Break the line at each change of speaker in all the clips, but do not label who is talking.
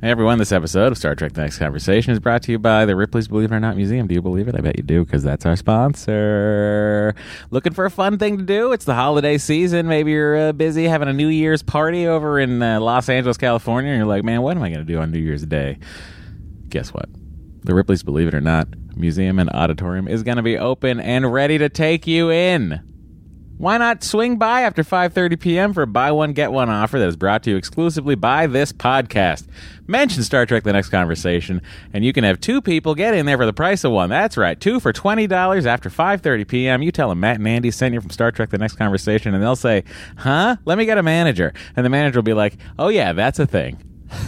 Hey everyone, this episode of Star Trek The Next Conversation is brought to you by the Ripley's Believe It or Not Museum. Do you believe it? I bet you do because that's our sponsor. Looking for a fun thing to do? It's the holiday season. Maybe you're uh, busy having a New Year's party over in uh, Los Angeles, California, and you're like, man, what am I going to do on New Year's Day? Guess what? The Ripley's Believe It or Not Museum and Auditorium is going to be open and ready to take you in. Why not swing by after 5:30 p.m. for a buy one get one offer that is brought to you exclusively by this podcast. Mention Star Trek: The Next Conversation, and you can have two people get in there for the price of one. That's right, two for twenty dollars after 5:30 p.m. You tell them Matt and Andy sent you from Star Trek: The Next Conversation, and they'll say, "Huh? Let me get a manager." And the manager will be like, "Oh yeah, that's a thing."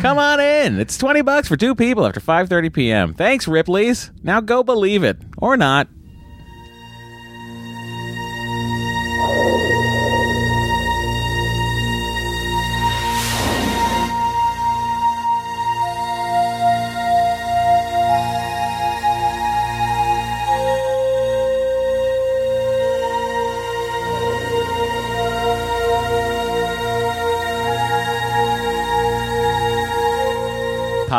Come on in. It's 20 bucks for two people after 5:30 p.m. Thanks, Ripley's. Now go believe it or not.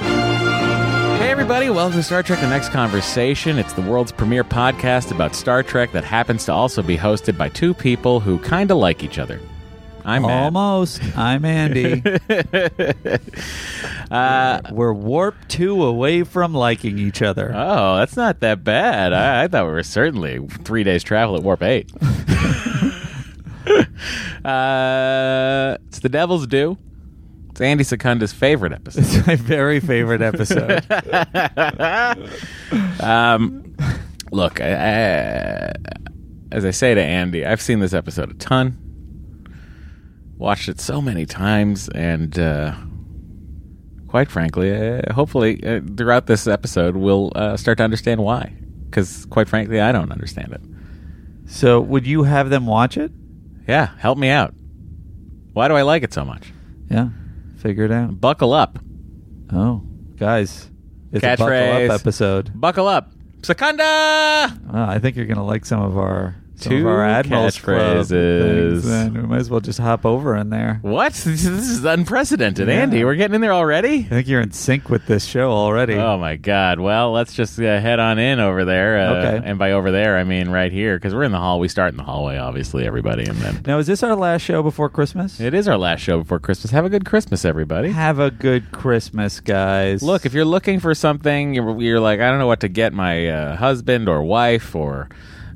Hey, everybody, welcome to Star Trek The Next Conversation. It's the world's premiere podcast about Star Trek that happens to also be hosted by two people who kind of like each other. I'm Matt.
Almost. I'm Andy. Uh, We're warp two away from liking each other.
Oh, that's not that bad. I, I thought we were certainly three days travel at warp eight. uh, it's the Devil's Due. It's Andy Secunda's favorite episode.
it's my very favorite episode.
Um, Look, I, I, as I say to Andy, I've seen this episode a ton, watched it so many times, and uh, quite frankly, uh, hopefully uh, throughout this episode, we'll uh, start to understand why. Because quite frankly, I don't understand it.
so, would you have them watch it?
Yeah, help me out. Why do I like it so much?
Yeah. Figure it out.
Buckle up.
Oh, guys, it's a buckle
Catchphrase.
up episode.
Buckle up. Secunda!
Wow, I think you're gonna like some of our some
Two
of our Admiral's Club
catchphrases.
things, and we might as well just hop over in there.
What? This is unprecedented,
Yeah.
Andy. We're getting in there already?
I think you're in sync with this show already.
Oh, my God. Well, let's just uh, head on in over there. Uh,
Okay.
And by over there, I mean right here, because we're in the hall. We start in the hallway, obviously, everybody. And then
Now, is this our last show before Christmas?
it is our last show before Christmas. Have a good Christmas, everybody.
Have a good Christmas, guys.
Look, if you're looking for something, you're, you're like, I don't know what to get my uh, husband or wife or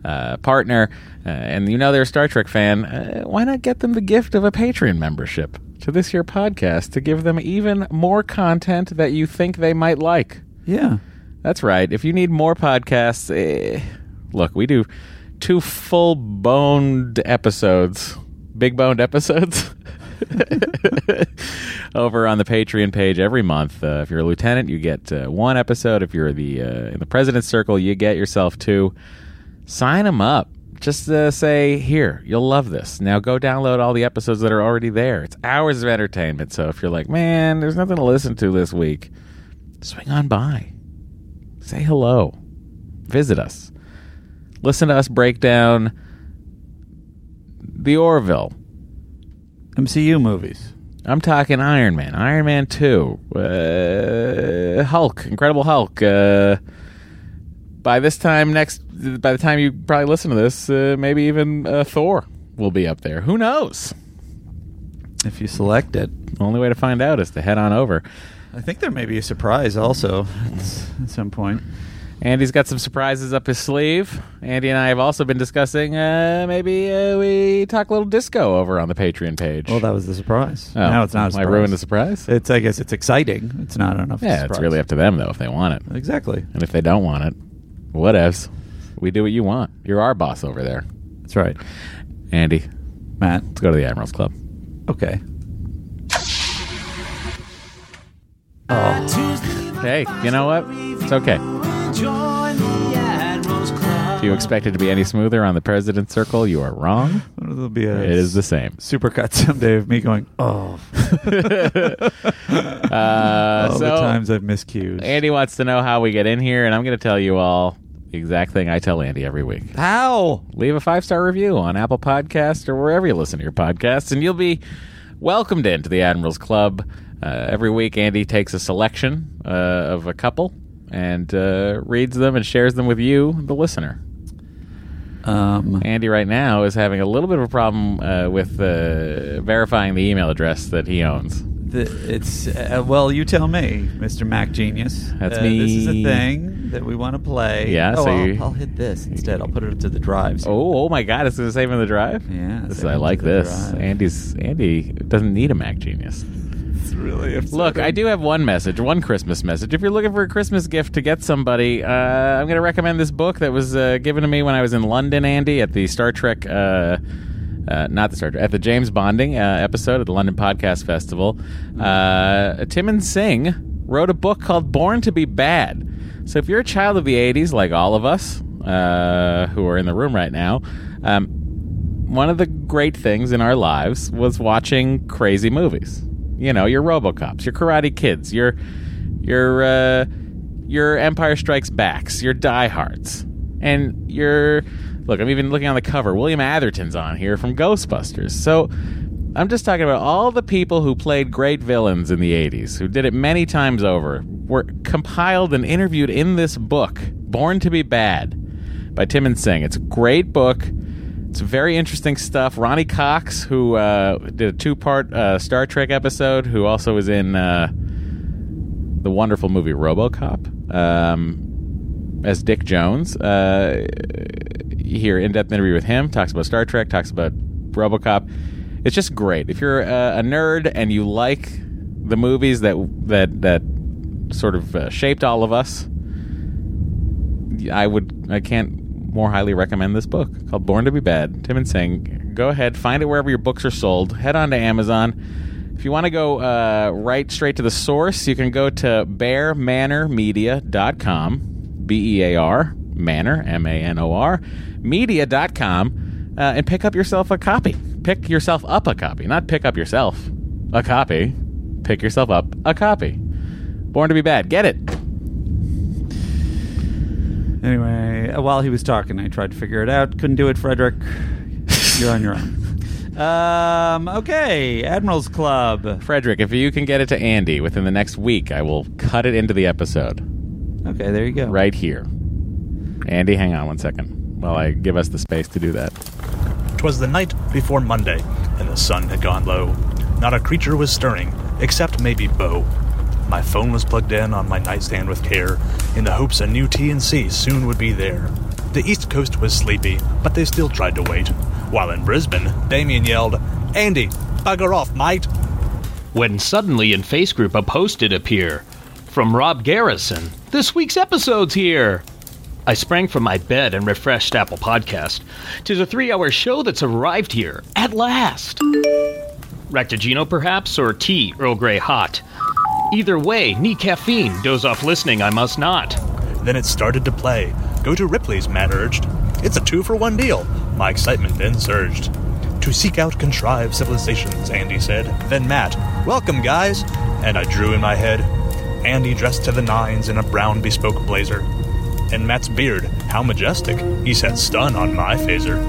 uh, partner, uh, and you know they're a Star Trek fan, uh, why not get them the gift of a Patreon membership to this here podcast to give them even more content that you think they might like?
yeah.
That's right. If you need more podcasts, eh, look, we do two full boned episodes, big boned episodes. over on the Patreon page every month. Uh, if you're a lieutenant, you get uh, one episode. If you're the uh, in the president's circle, you get yourself two. Sign them up. Just uh, say here, you'll love this. Now go download all the episodes that are already there. It's hours of entertainment. So if you're like, man, there's nothing to listen to this week, swing on by say hello, visit us, listen to us break down the Orville.
MCU movies.
I'm talking Iron Man, Iron Man 2, uh, Hulk, Incredible Hulk. Uh, by this time next, by the time you probably listen to this, uh, maybe even uh, Thor will be up there. Who knows?
If you select it,
Only way to find out is to head on over.
I think there may be a surprise also at some point.
Andy's got some surprises up his sleeve. Andy and I have also been discussing uh, maybe uh, we talk a little disco over on the Patreon page.
Well, that was the surprise.
Oh,
now it's not. A
I
surprise.
ruined the surprise.
It's. I guess it's exciting. It's not enough.
yeah, it's really up to them though if they want it,
Exactly.
and if they don't want it, what ifs? We do what you want. You're our boss over there,
That's right,
Andy. Let's
Matt.
go to the Admirals Club.
Okay.
Hey, you know what? It's okay. If you expect it to be any smoother on the President's Circle, you are wrong.
There'll be a
It is the same.
supercut someday of me going, oh,
Uh,
all
so,
the times I've miscued.
Andy wants to know how we get in here, and I'm going to tell you all the exact thing I tell Andy every week.
How?
Leave a five star review on Apple Podcasts or wherever you listen to your podcasts, and you'll be welcomed into the Admirals Club. Uh, every week, Andy takes a selection uh, of a couple and uh, reads them and shares them with you, the listener.
Um,
Andy right now is having a little bit of a problem uh, with uh, verifying the email address that he owns.
The, it's uh, well, you tell me, Mr. Mac Genius.
That's
Uh, This is
me.
a thing that we want to play.
Yeah,
Oh,
so
I'll,
you-
I'll hit this instead. I'll put it to the drives.
Oh, oh my God! It's going to save him the drive.
Yeah,
this,
save
I
him
like
to the
this.
drive.
Andy's Andy doesn't need a Mac Genius.
it's really upsetting.
Look, I do have one message, one Christmas message. If you're looking for a Christmas gift to get somebody, uh, I'm going to recommend this book that was uh, given to me when I was in London, Andy, at the Star Trek. Uh, uh, not the Star Trek, at the James Bonding uh, episode at the London Podcast Festival. Uh, Tim and Singh wrote a book called Born to Be Bad. So if you're a child of the 80s, like all of us uh, who are in the room right now, um, one of the great things in our lives was watching crazy movies. You know, your RoboCops, your Karate Kids, your your uh, your Empire Strikes Backs, your Die Hards, and your look. I'm even looking on the cover. William Atherton's on here from Ghostbusters. So. I'm just talking about all the people who played great villains in the 80s, who did it many times over, were compiled and interviewed in this book, Born to Be Bad, by Tim and Singh. It's a great book. It's very interesting stuff. Ronnie Cox, who uh, did a two-part uh, Star Trek episode, who also was in uh, the wonderful movie RoboCop um, as Dick Jones. Uh, here, in-depth interview with him. Talks about Star Trek. Talks about RoboCop. It's just great. If you're uh, a nerd and you like the movies that that that sort of uh, shaped all of us, I would I can't more highly recommend this book called Born to Be Bad. Tim and Singh. Go ahead, find it wherever your books are sold. Head on to Amazon. If you want to go uh, right straight to the source, you can go to bearmanormedia.com, B E A R, manor, M A N O R, media.com, uh, and pick up yourself a copy. Pick yourself up a copy, not pick up yourself a copy. Pick yourself up a copy. Born to be bad. Get it.
Anyway, uh, while he was talking, I tried to figure it out. Couldn't do it, Frederick. You're on your own. Um, okay, Admirals Club.
Frederick, if you can get it to Andy within the next week, I will cut it into the episode
Okay, there you go.
right here. Andy, hang on one second while I give us the space to do that.
Twas the night before Monday, and the sun had gone low. Not a creature was stirring, except maybe Bo. My phone was plugged in on my nightstand with care, in the hopes a new TNC soon would be there. The East Coast was sleepy, but they still tried to wait. While in Brisbane, Damien yelled, Andy, bugger off, mate!
when suddenly in Face Group a post did appear from Rob Garrison. This week's episode's here. I sprang from my bed and refreshed Apple Podcast. Tis a three-hour show that's arrived here at last. Rectagino, perhaps, or tea, Earl Grey hot. Either way, need caffeine. Doze off listening, I must not.
Then it started to play. Go to Ripley's, Matt urged. It's a two for one deal. My excitement then surged. To seek out contrived civilizations, Andy said. Then Matt, welcome, guys. And I drew in my head. Andy dressed to the nines in a brown bespoke blazer. And Matt's beard, how majestic. He sat stun on my phaser.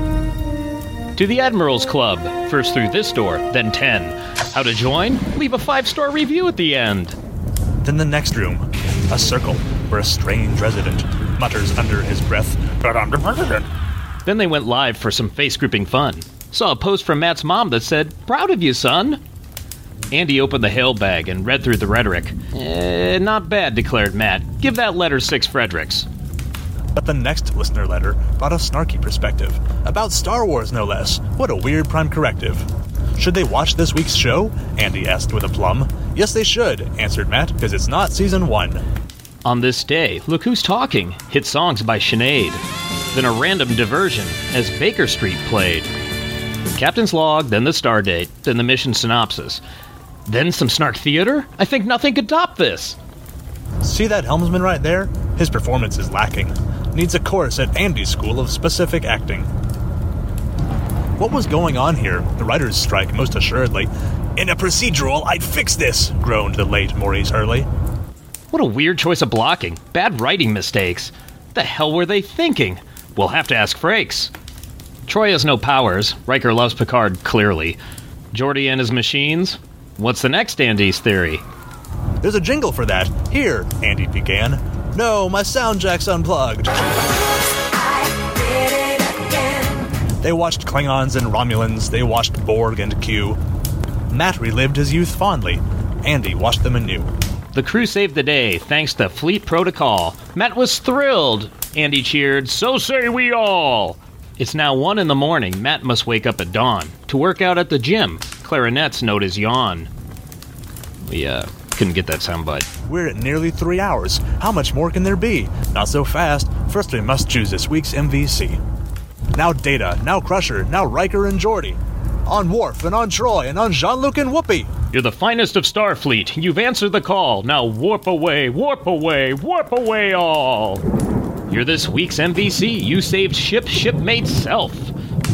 To the Admirals Club, first through this door, then ten. How to join? Leave a five-star review at the end.
Then the next room, a circle where a strange resident mutters under his breath, But I'm the president.
Then they went live for some face grouping fun. Saw a post from Matt's mom that said, Proud of you, son. Andy opened the hail bag and read through the rhetoric. Eh, not bad, declared Matt. Give that letter six Fredericks.
But the next listener letter brought a snarky perspective about Star Wars, no less. What a weird prime corrective. Should they watch this week's show? Andy asked with a plum. Yes, they should, answered Matt, because it's not season one.
On this day, Look Who's Talking hit songs by Sinead. Then a random diversion as Baker Street played. Captain's log, then the star date, then the mission synopsis. Then some snark theater? I think nothing could top this.
See that helmsman right there? His performance is lacking. Needs a course at Andy's School of Specific Acting. What was going on here? The writer's strike, most assuredly. In a procedural, I'd fix this, groaned the late Maurice Hurley.
What a weird choice of blocking. Bad writing mistakes. The hell were they thinking? We'll have to ask Frakes. Troy has no powers. Riker loves Picard, clearly. Geordi and his machines? What's the next Andy's theory?
There's a jingle for that. Here, Andy began. No, my sound jack's unplugged. They watched Klingons and Romulans, they watched Borg and Q. Matt relived his youth fondly. Andy watched them anew.
The crew saved the day thanks to Fleet Protocol. Matt was thrilled. Andy cheered, So say we all. It's now one in the morning. Matt must wake up at dawn to work out at the gym. Clarinets note his yawn. We uh, couldn't get that soundbite.
We're at nearly three hours. How much more can there be? Not so fast. First, we must choose this week's MVC. Now Data, now Crusher, now Riker and Geordi. On Worf and on Troy and on Jean Luc and Whoopi.
You're the finest of Starfleet. You've answered the call. Now warp away, warp away, warp away all. You're this week's MVC. You saved ship, shipmate self.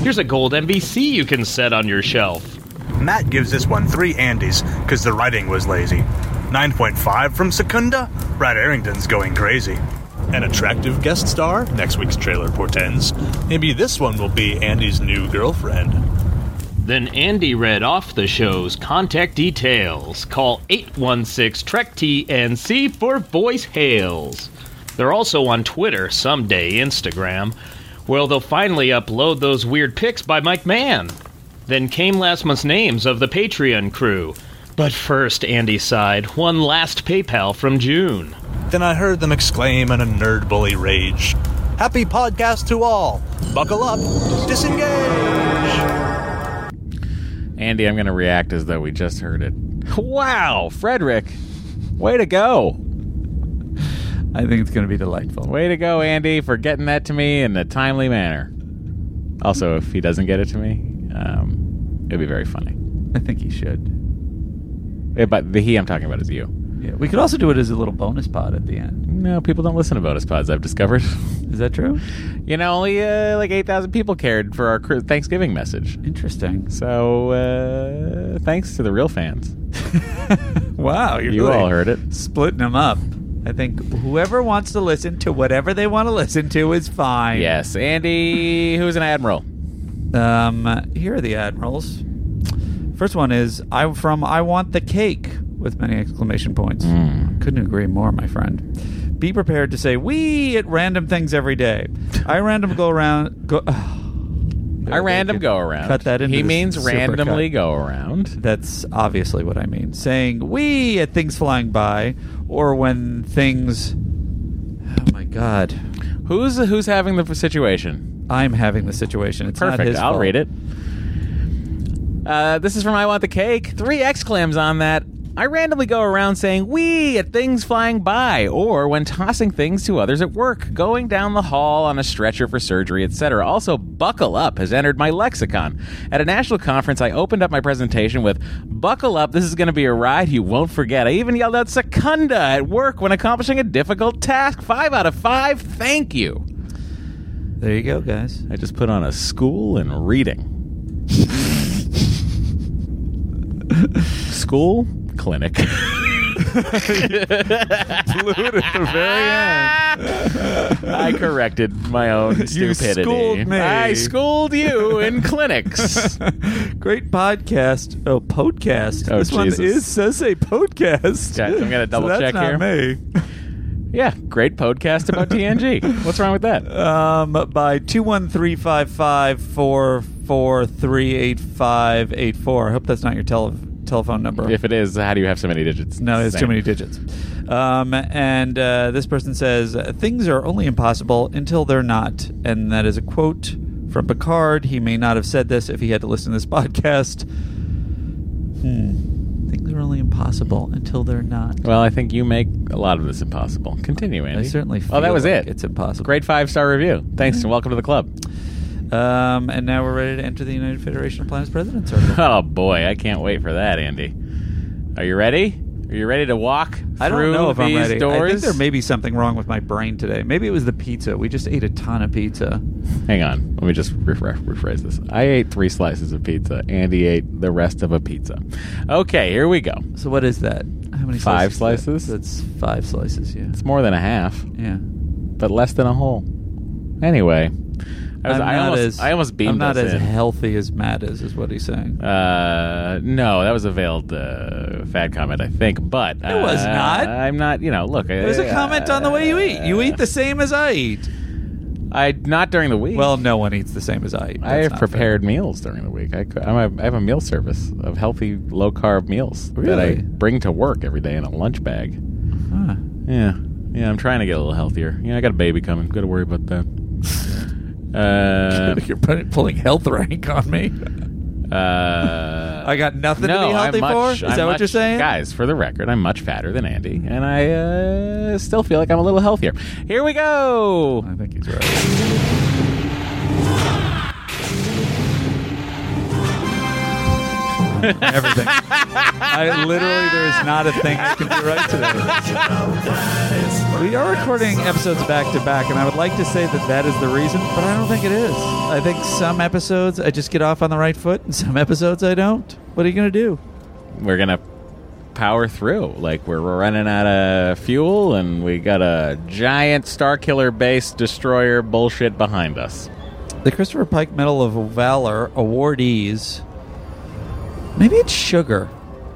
Here's a gold MVC you can set on your shelf.
Matt gives this one three Andes because the writing was lazy. 9.5 from Secunda? Brad Arrington's going crazy. An attractive guest star, next week's trailer portends. Maybe this one will be Andy's new girlfriend.
Then Andy read off the show's contact details. Call 816 Trek TNC for voice hails. They're also on Twitter, someday Instagram, where they'll finally upload those weird pics by Mike Mann. Then came last month's names of the Patreon crew. But first, Andy sighed, one last PayPal from June.
Then I heard them exclaim in a nerd bully rage Happy podcast to all! Buckle up! Disengage!
Andy, I'm going to react as though we just heard it. Wow, Frederick, way to go.
I think it's going to be delightful.
Way to go, Andy, for getting that to me in a timely manner. Also, if he doesn't get it to me, um, it'd be very funny.
I think he should.
Eh, But the he I'm talking about is you.
Yeah, we could also do it as a little bonus pod at the end.
No, people don't listen to bonus pods, I've discovered.
Is that true?
you know, only uh, like 8,000 people cared for our Chris- Thanksgiving message.
Interesting.
So, uh, thanks to the real fans.
Wow, you're
You
really
all heard it.
Splitting them up. I think whoever wants to listen to whatever they want to listen to is fine.
Yes, Andy, who's an admiral?
Um, here are the admirals. First one is I'm from I want the cake with many exclamation points.
Hmm.
Couldn't agree more, my friend. Be prepared to say we at random things every day. I random go around go.
A random
can
go around.
cut that into
He
the
means
supercut.
randomly go around.
That's obviously what I mean. Saying we at things flying by, or when things. Oh my God,
Who's who's having the situation?
I'm having the situation. It's not
Perfect.
his
I'll
fault.
read it. Uh, this is from I Want the Cake. Three exclams on that. I randomly go around saying "we" at things flying by, or when tossing things to others at work, going down the hall on a stretcher for surgery, etc. Also, "buckle up" has entered my lexicon. At a national conference, I opened up my presentation with "buckle up." This is going to be a ride you won't forget. I even yelled out "secunda" at work when accomplishing a difficult task. Five out of five. Thank you.
There you go, guys.
I just put on a school and reading. school clinic. I corrected my own
You
stupidity.
schooled me.
I schooled you in clinics.
Great podcast. Oh, podcast.
Oh,
this
Jesus.
one is says a podcast.
Okay, I'm gonna double
so
check
that's not
here.
Me.
yeah, great podcast about TNG. What's wrong with that?
Um, by two one three five five four four three eight five eight four. I hope that's not your tele- telephone number.
If it is, how do you have so many digits?
no, it's too
Same.
many digits. Um, and uh, this person says things are only impossible until they're not, and that is a quote from Picard. He may not have said this if he had to listen to this podcast. Hmm. Things are only impossible until they're not.
Well, I think you make a lot of this impossible. Continue, Andy.
I certainly. Feel
Oh, that was
like
it.
It's impossible.
Great five star review. Thanks and welcome to the club.
Um, and now we're ready to enter the United Federation of Planets President Circle.
Oh boy, I can't wait for that, Andy. Are you ready? Are you ready to walk
I
through
don't know if
these
I'm ready.
doors?
I think there may be something wrong with my brain today. Maybe it was the pizza. We just ate a ton of pizza.
Hang on. Let me just rephr- rephrase this. I ate three slices of pizza. Andy ate the rest of a pizza. Okay, here we go.
So what is that? How many
Five
slices?
slices?
That's five slices. Yeah.
It's more than a half,
Yeah.
but less than a whole. Anyway, I, was,
I'm
I
not
almost
as,
I almost beamed
I'm not
us
as
in.
healthy as Matt is, is what he's saying.
Uh, no, that was a veiled uh, fad comment, I think. But uh,
It was not.
I'm not. You know, look.
it was a comment on the way you eat. You eat the same as I eat.
I not during the week.
Well, no one eats the same as I eat.
uh, I
That's
have
not
prepared meals during the week. I, cou- I'm a, I have a meal service of healthy, low carb meals that I
Really?
bring to work every day in a lunch bag.
fair.
Ah,
Huh.
Yeah, yeah. I'm trying to get a little healthier. Yeah, I got a baby coming. Got to worry about that. Uh,
You're putting- pulling health rank on me.
uh,
I got nothing to be healthy
I'm much,
for. Is
I'm
that what
much-
you're saying?
guys? For the record, I'm much fatter than Andy, and I uh, still feel like I'm a little healthier. Here we go.
I think he's right. Everything. I literally, there is not a thing that can be right today. We are recording episodes back to back, and I would like to say that that is the reason, but I don't think it is. I think some episodes I just get off on the right foot, and some episodes I don't. What are you going to do?
we're gonna power through. Like we're, we're running out of fuel, and we got a giant Star Killer base destroyer bullshit behind us.
The Christopher Pike Medal of Valor awardees. Maybe it's sugar.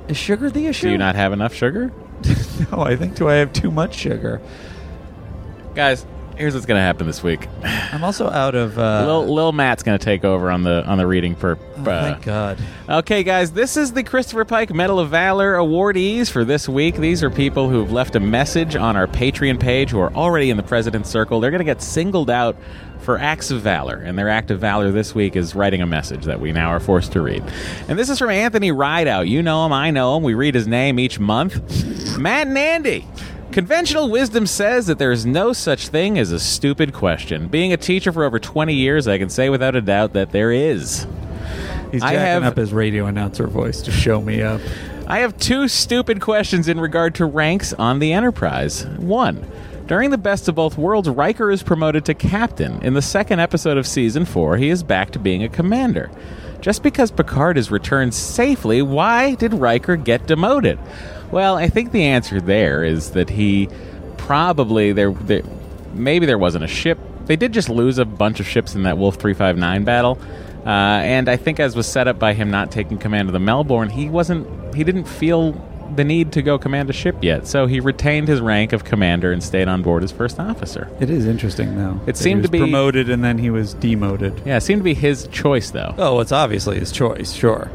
Is sugar the issue?
Do you not have enough sugar,
No, I think do I have too much sugar?
guys? Here's what's gonna happen this week.
I'm also out of. Uh,
Lil, Lil Matt's gonna take over on the on the reading for.
oh,
uh,
thank God.
Okay, guys, this is the Christopher Pike Medal of Valor awardees for this week. These are people who've left a message on our Patreon page who are already in the President's Circle. They're going to get singled out for acts of valor, and their act of valor this week is writing a message that we now are forced to read. And this is from Anthony Rideout. You know him, I know him. We read his name each month. Matt and Andy. Conventional wisdom says that there is no such thing as a stupid question. Being a teacher for over 20 years, I can say without a doubt that there is.
He's
I
jacking
have-
up his radio announcer voice to show me up.
I have two stupid questions in regard to ranks on the Enterprise. One, during the best of both worlds, Riker is promoted to captain. In the second episode of season four, he is back to being a commander. Just because Picard is returned safely, why did Riker get demoted? Well, I think the answer there is that he probably there, there maybe there wasn't a ship. They did just lose a bunch of ships in that Wolf 359 battle. Uh, and I think, as was set up by him not taking command of the Melbourne, he wasn't. He didn't feel the need to go command a ship yet, so he retained his rank of commander and stayed on board as first officer.
It is interesting though. that
seemed
he was
to be-
promoted and then he was demoted.
Yeah, it seemed to be his choice, though.
Oh, it's obviously his choice. Sure.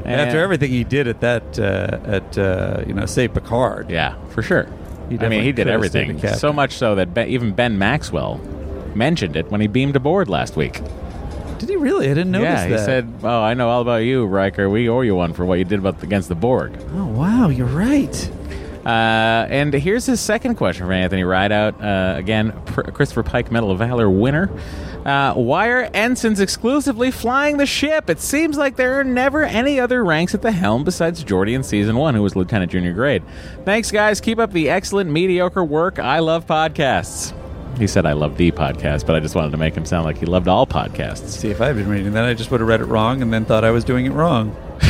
After
And-
everything he did at that uh, at uh, you know say Picard.
Yeah, for sure.
He
I mean,
definitely
he did
could have stayed
everything
the captain.
so much so that ben, even Ben Maxwell mentioned it when he beamed aboard last week.
uh, Did he really? I didn't notice
yeah, he
that.
said, "Oh, I know all about you, Riker. We owe you one for what you did about, against the Borg."
"Oh wow, you're right."
Uh, and here's his second question from Anthony Rideout. Uh, again, Pr- Christopher Pike Medal of Valor winner. Uh, why are ensigns exclusively flying the ship? It seems like there are never any other ranks at the helm besides Geordi in season one, who was lieutenant junior grade. Thanks, guys. Keep up the excellent, mediocre work. I love podcasts. He said, I love the podcast, but I just wanted to make him sound like he loved all podcasts.
See, if I had been reading that, I just would have read it wrong and then thought I was doing it wrong.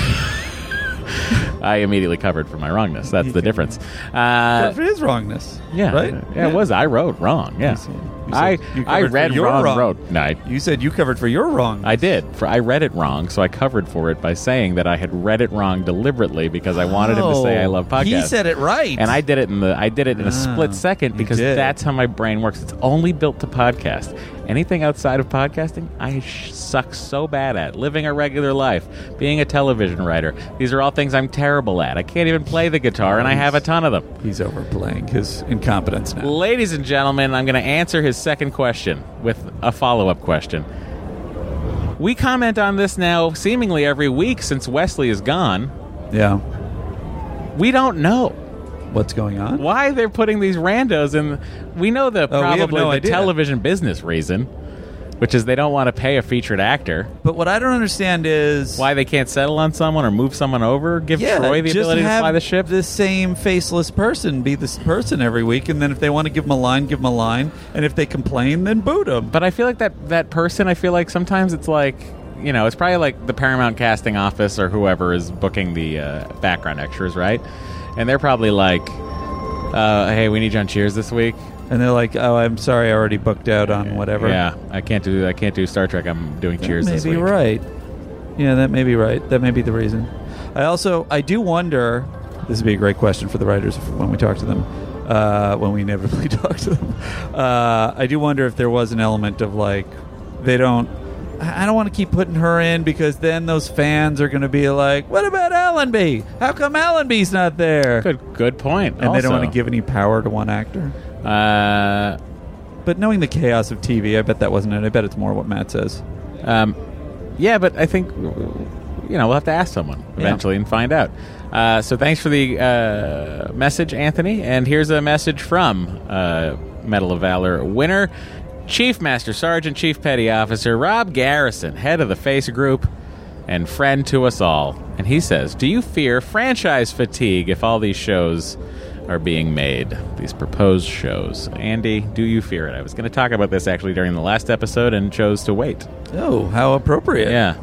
I immediately covered for my wrongness. That's the difference. Uh,
But if it is wrongness,
Yeah,
right?
Yeah, it was. I wrote wrong. Yeah,
You said- you
I
said you
I
covered for
read
your
wrong.
wrong.
Wrote no, I,
You said you covered for your wrong.
I did. For I read it wrong, so I covered for it by saying that I had read it wrong deliberately because I wanted him to say I love podcasts.
Oh, He said it right,
and I did it in the I did it in a
Ah,
split second
you
because
did.
that's how my brain works. It's only built to podcast. Anything outside of podcasting, I sh- suck so bad at. Living a regular life, being a television writer, these are all things I'm terrible at. I can't even play the guitar, and I have a ton of them.
He's overplaying his incompetence now.
Ladies and gentlemen, I'm going to answer his second question with a follow up question. We comment on this now seemingly every week since Wesley is gone.
Yeah,
We don't know
what's going on? Oh,
why they're putting these randos in. We know the
have
probably
no
the
idea.
television business reason. which is they don't want to pay a featured actor.
But what I don't understand is
Why they can't settle on someone or move someone over? Give
yeah,
Troy the
just
ability to
have
fly the ship.
The same faceless person be this person every week, and then if they want to give them a line, give them a line, and if they complain, then boot them.
But I feel like that that person. I feel like sometimes it's like you know, it's probably like the Paramount casting office or whoever is booking the uh, background extras, right? And they're probably like, uh, "Hey, we need you on Cheers this week."
And they're like, "Oh, I'm sorry, I already booked out on whatever."
Yeah, I can't do I can't do Star Trek. I'm doing Cheers
Maybe
this week.
right. Yeah, that may be right. That may be the reason. I also I do wonder. This would be a great question for the writers if- when we talk to them. Uh, when we inevitably talk to them, uh, I do wonder if there was an element of like they don't. I I don't want to keep putting her in because then those fans are going to be like, "What about Allenby? How come Allenby's not there?"
Good good point.
And they don't want to give any power to one actor.
give. Uh,
But knowing the chaos of TV, I bet that wasn't it. I bet it's more what Matt says.
Um, yeah, but I think you know we'll have to ask someone eventually and find out. Uh, so thanks for the uh, message, Anthony. And here's a message from uh, Medal of Valor winner, Chief Master Sergeant, Chief Petty Officer Rob Garrison, head of the Face Group and friend to us all. And he says, "Do you fear franchise fatigue if all these shows?" Are being made these proposed shows. Andy, do you fear it? I was going to talk about this actually during the last episode and chose to wait.
Oh, how appropriate!
Yeah.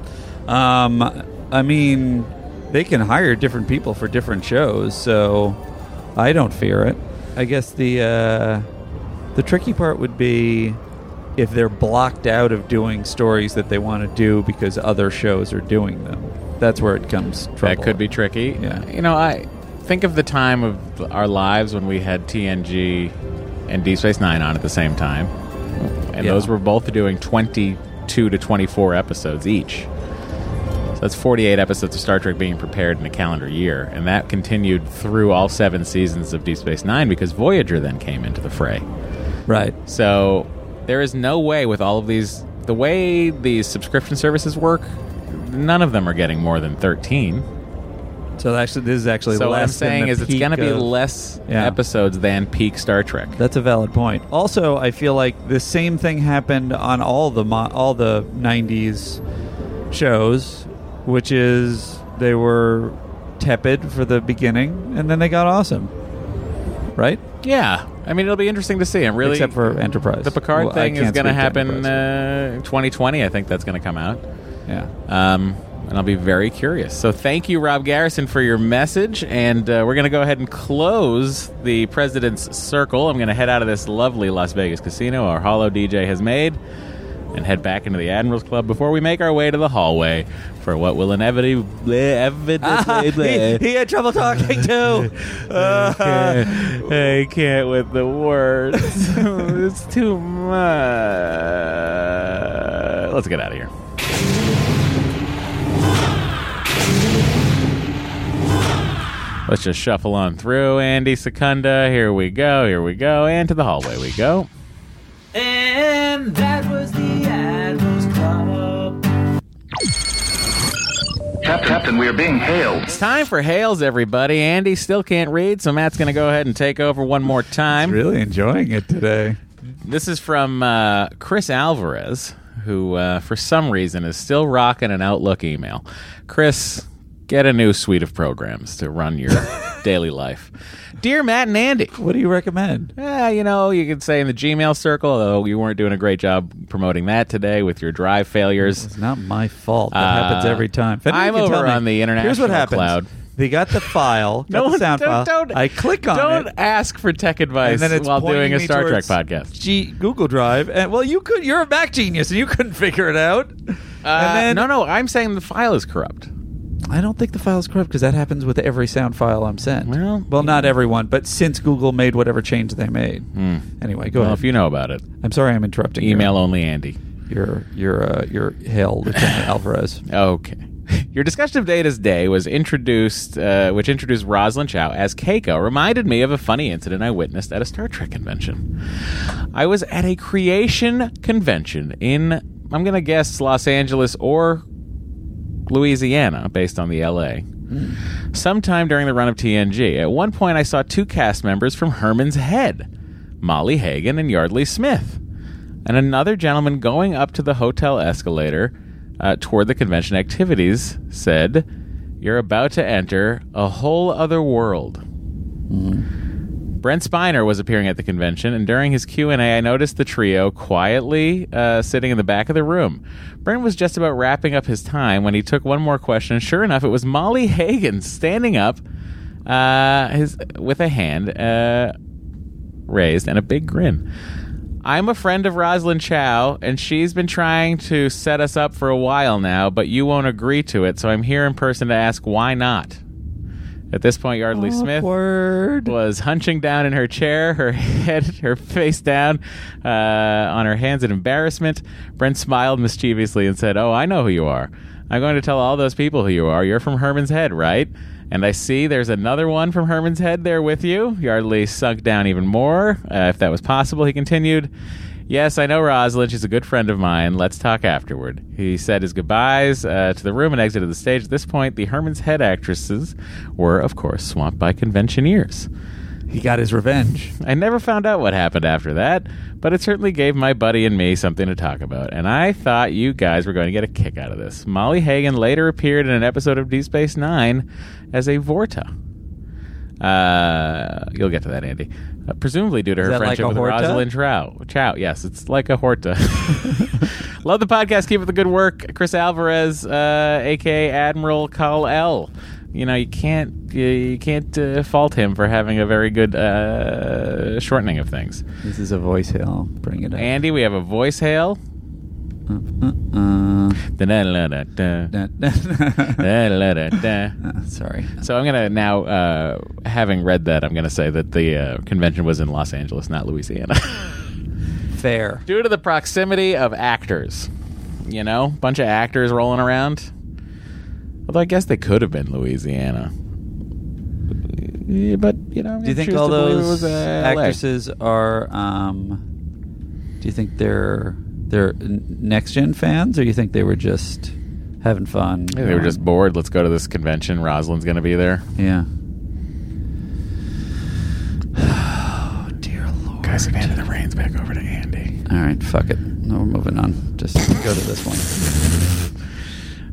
Um, I mean, they can hire different people for different shows, so I don't fear it. I guess the uh, the tricky part would be if they're blocked out of doing stories that they want to do because other shows are doing them. That's where it comes trouble.
That could be tricky.
Yeah.
You know, I think of the time of our lives when we had TNG and Deep Space Nine on at the same time. And
Yeah.
those were both doing 22 to 24 episodes each. So that's 48 episodes of Star Trek being prepared in a calendar year. And that continued through all seven seasons of Deep Space Nine because Voyager then came into the fray.
right.
So there is no way with all of these, the way these subscription services work, none of them are getting more than 13.
So actually, this is actually
So what I'm
less than
saying
the
is it's
peak
going to be
of-
less
Yeah.
episodes than peak Star Trek.
That's a valid point. Also, I feel like the same thing happened on all the mo- all the '90s shows, which is they were tepid for the beginning, and then they got awesome, right?
Yeah, I mean it'll be interesting to see. I'm really
Except for Enterprise.
the Picard
Well, I
thing is
can't
going to
speak
happen
Enterprise.
uh, 2020. I think that's going to come out,
yeah.
um, and I'll be very curious. So thank you, Rob Garrison, for your message, and uh, we're going to go ahead and close the President's Circle. I'm going to head out of this lovely Las Vegas casino our Hollow DJ has made. and head back into the Admirals Club before we make our way to the hallway for what will inevitably.
he,
inevitably
he had trouble talking too.
I can't with the words. it's too much. Let's get out of here. Let's just shuffle on through, Andy Secunda. Here we go, here we go, and to the hallway we go.
And that was the Admiral's Club.
Captain, Captain, we are being hailed.
It's time for Hails, everybody. Andy still can't read, so Matt's going to go ahead and take over one more time.
really enjoying it today.
This is from uh, Chris Alvarez, who, uh, for some reason, is still rocking an Outlook email. Chris, get a new suite of programs to run your daily life. Dear Matt and Andy,
What do you recommend?
eh, you know, you could say in the Gmail circle, although you weren't doing a great job promoting that today with your drive failures.
It's not my fault. That happens
Uh,
every time. If anyone
I'm
can
over
tell me-
on the
Here's
international
what happens.
cloud.
They got the file. got the sound
don't,
file.
don't-
I click on
don't
it.
ask for tech advice
and then it's
while
pointing
doing a
me
Star Trek
towards
podcast.
G- Google Drive, and well, you could. You're a Mac genius, and you couldn't figure it out.
Uh,
and then,
no, no, I'm saying the file is corrupt.
I don't think the file's corrupt because that happens with every sound file I'm sent.
Well,
not everyone, but since Google made whatever change they made. Anyway,
Hmm.
go
Well,
ahead.
if you know about it,
I'm sorry, I'm interrupting. your-
email only Andy.
your your uh, your hail, Lieutenant Alvarez.
Okay. Your discussion of Data's Day was introduced, uh, which introduced Rosalind Chow as Keiko, reminded me of a funny incident I witnessed at a Star Trek convention. I was at a creation convention in, I'm going to guess, Los Angeles or Louisiana, based on the LA, sometime during the run of TNG. At one point, I saw two cast members from Herman's Head Molly Hagan and Yardley Smith. and another gentleman going up to the hotel escalator uh, toward the convention activities said, You're about to enter a whole other world. Brent Spiner was appearing at the convention, and during his Q and A, I noticed the trio quietly uh, sitting in the back of the room. Brent was just about wrapping up his time when he took one more question. and Sure enough, it was Molly Hagan standing up, uh, his with a hand uh, raised and a big grin. I'm a friend of Rosalind Chow, and she's been trying to set us up for a while now, but you won't agree to it, so I'm here in person to ask why not. At this point, Yardley Smith
Awkward.
was hunching down in her chair, her head, her face down uh, on her hands in embarrassment. Brent smiled mischievously and said, Oh, I know who you are. I'm going to tell all those people who you are. You're from Herman's Head, right? And I see there's another one from Herman's Head there with you. Yardley sunk down even more. Uh, if that was possible, he continued. Yes, I know Rosalind. She's a good friend of mine. Let's talk afterward. He said his goodbyes uh, to the room and exited the stage. At this point, the Herman's Head actresses were, of course, swamped by conventioneers.
He got his revenge.
I never found out what happened after that, but it certainly gave my buddy and me something to talk about, and I thought you guys were going to get a kick out of this. Molly Hagan later appeared in an episode of Deep Space Nine as a Vorta. Uh, you'll get to that, Andy. Uh, presumably due to her
that like
friendship
a
with
Horta?
Rosalind Trow. Chow, yes, it's like a Horta. Love the podcast. Keep up the good work, Chris Alvarez, uh, aka Admiral Call L. You know you can't you, you can't uh, fault him for having a very good uh, shortening of things.
This is a voice hill. Bring it up.
Andy, we have a voice hail.
Uh,
Da-da-da-da-da.
da- da-
Da-da-da-da.
Uh, Sorry.
So I'm gonna now, uh, having read that, I'm gonna say that the uh, convention was in Los Angeles, not Louisiana.
Fair.
due to the proximity of actors. You know, bunch of actors rolling around. Although I guess they could have been Louisiana. Yeah, But you know,
Do you think all those actresses are? Um, do you think they're they're next gen fans, or you think they were just having fun?
They were just
Um,
bored. Let's go to this convention. Rosalind's gonna be there.
Yeah. Oh dear lord.
Guys, I've handed the reins back over to Andy.
All right, fuck it. No, we're moving on. Just go to this one.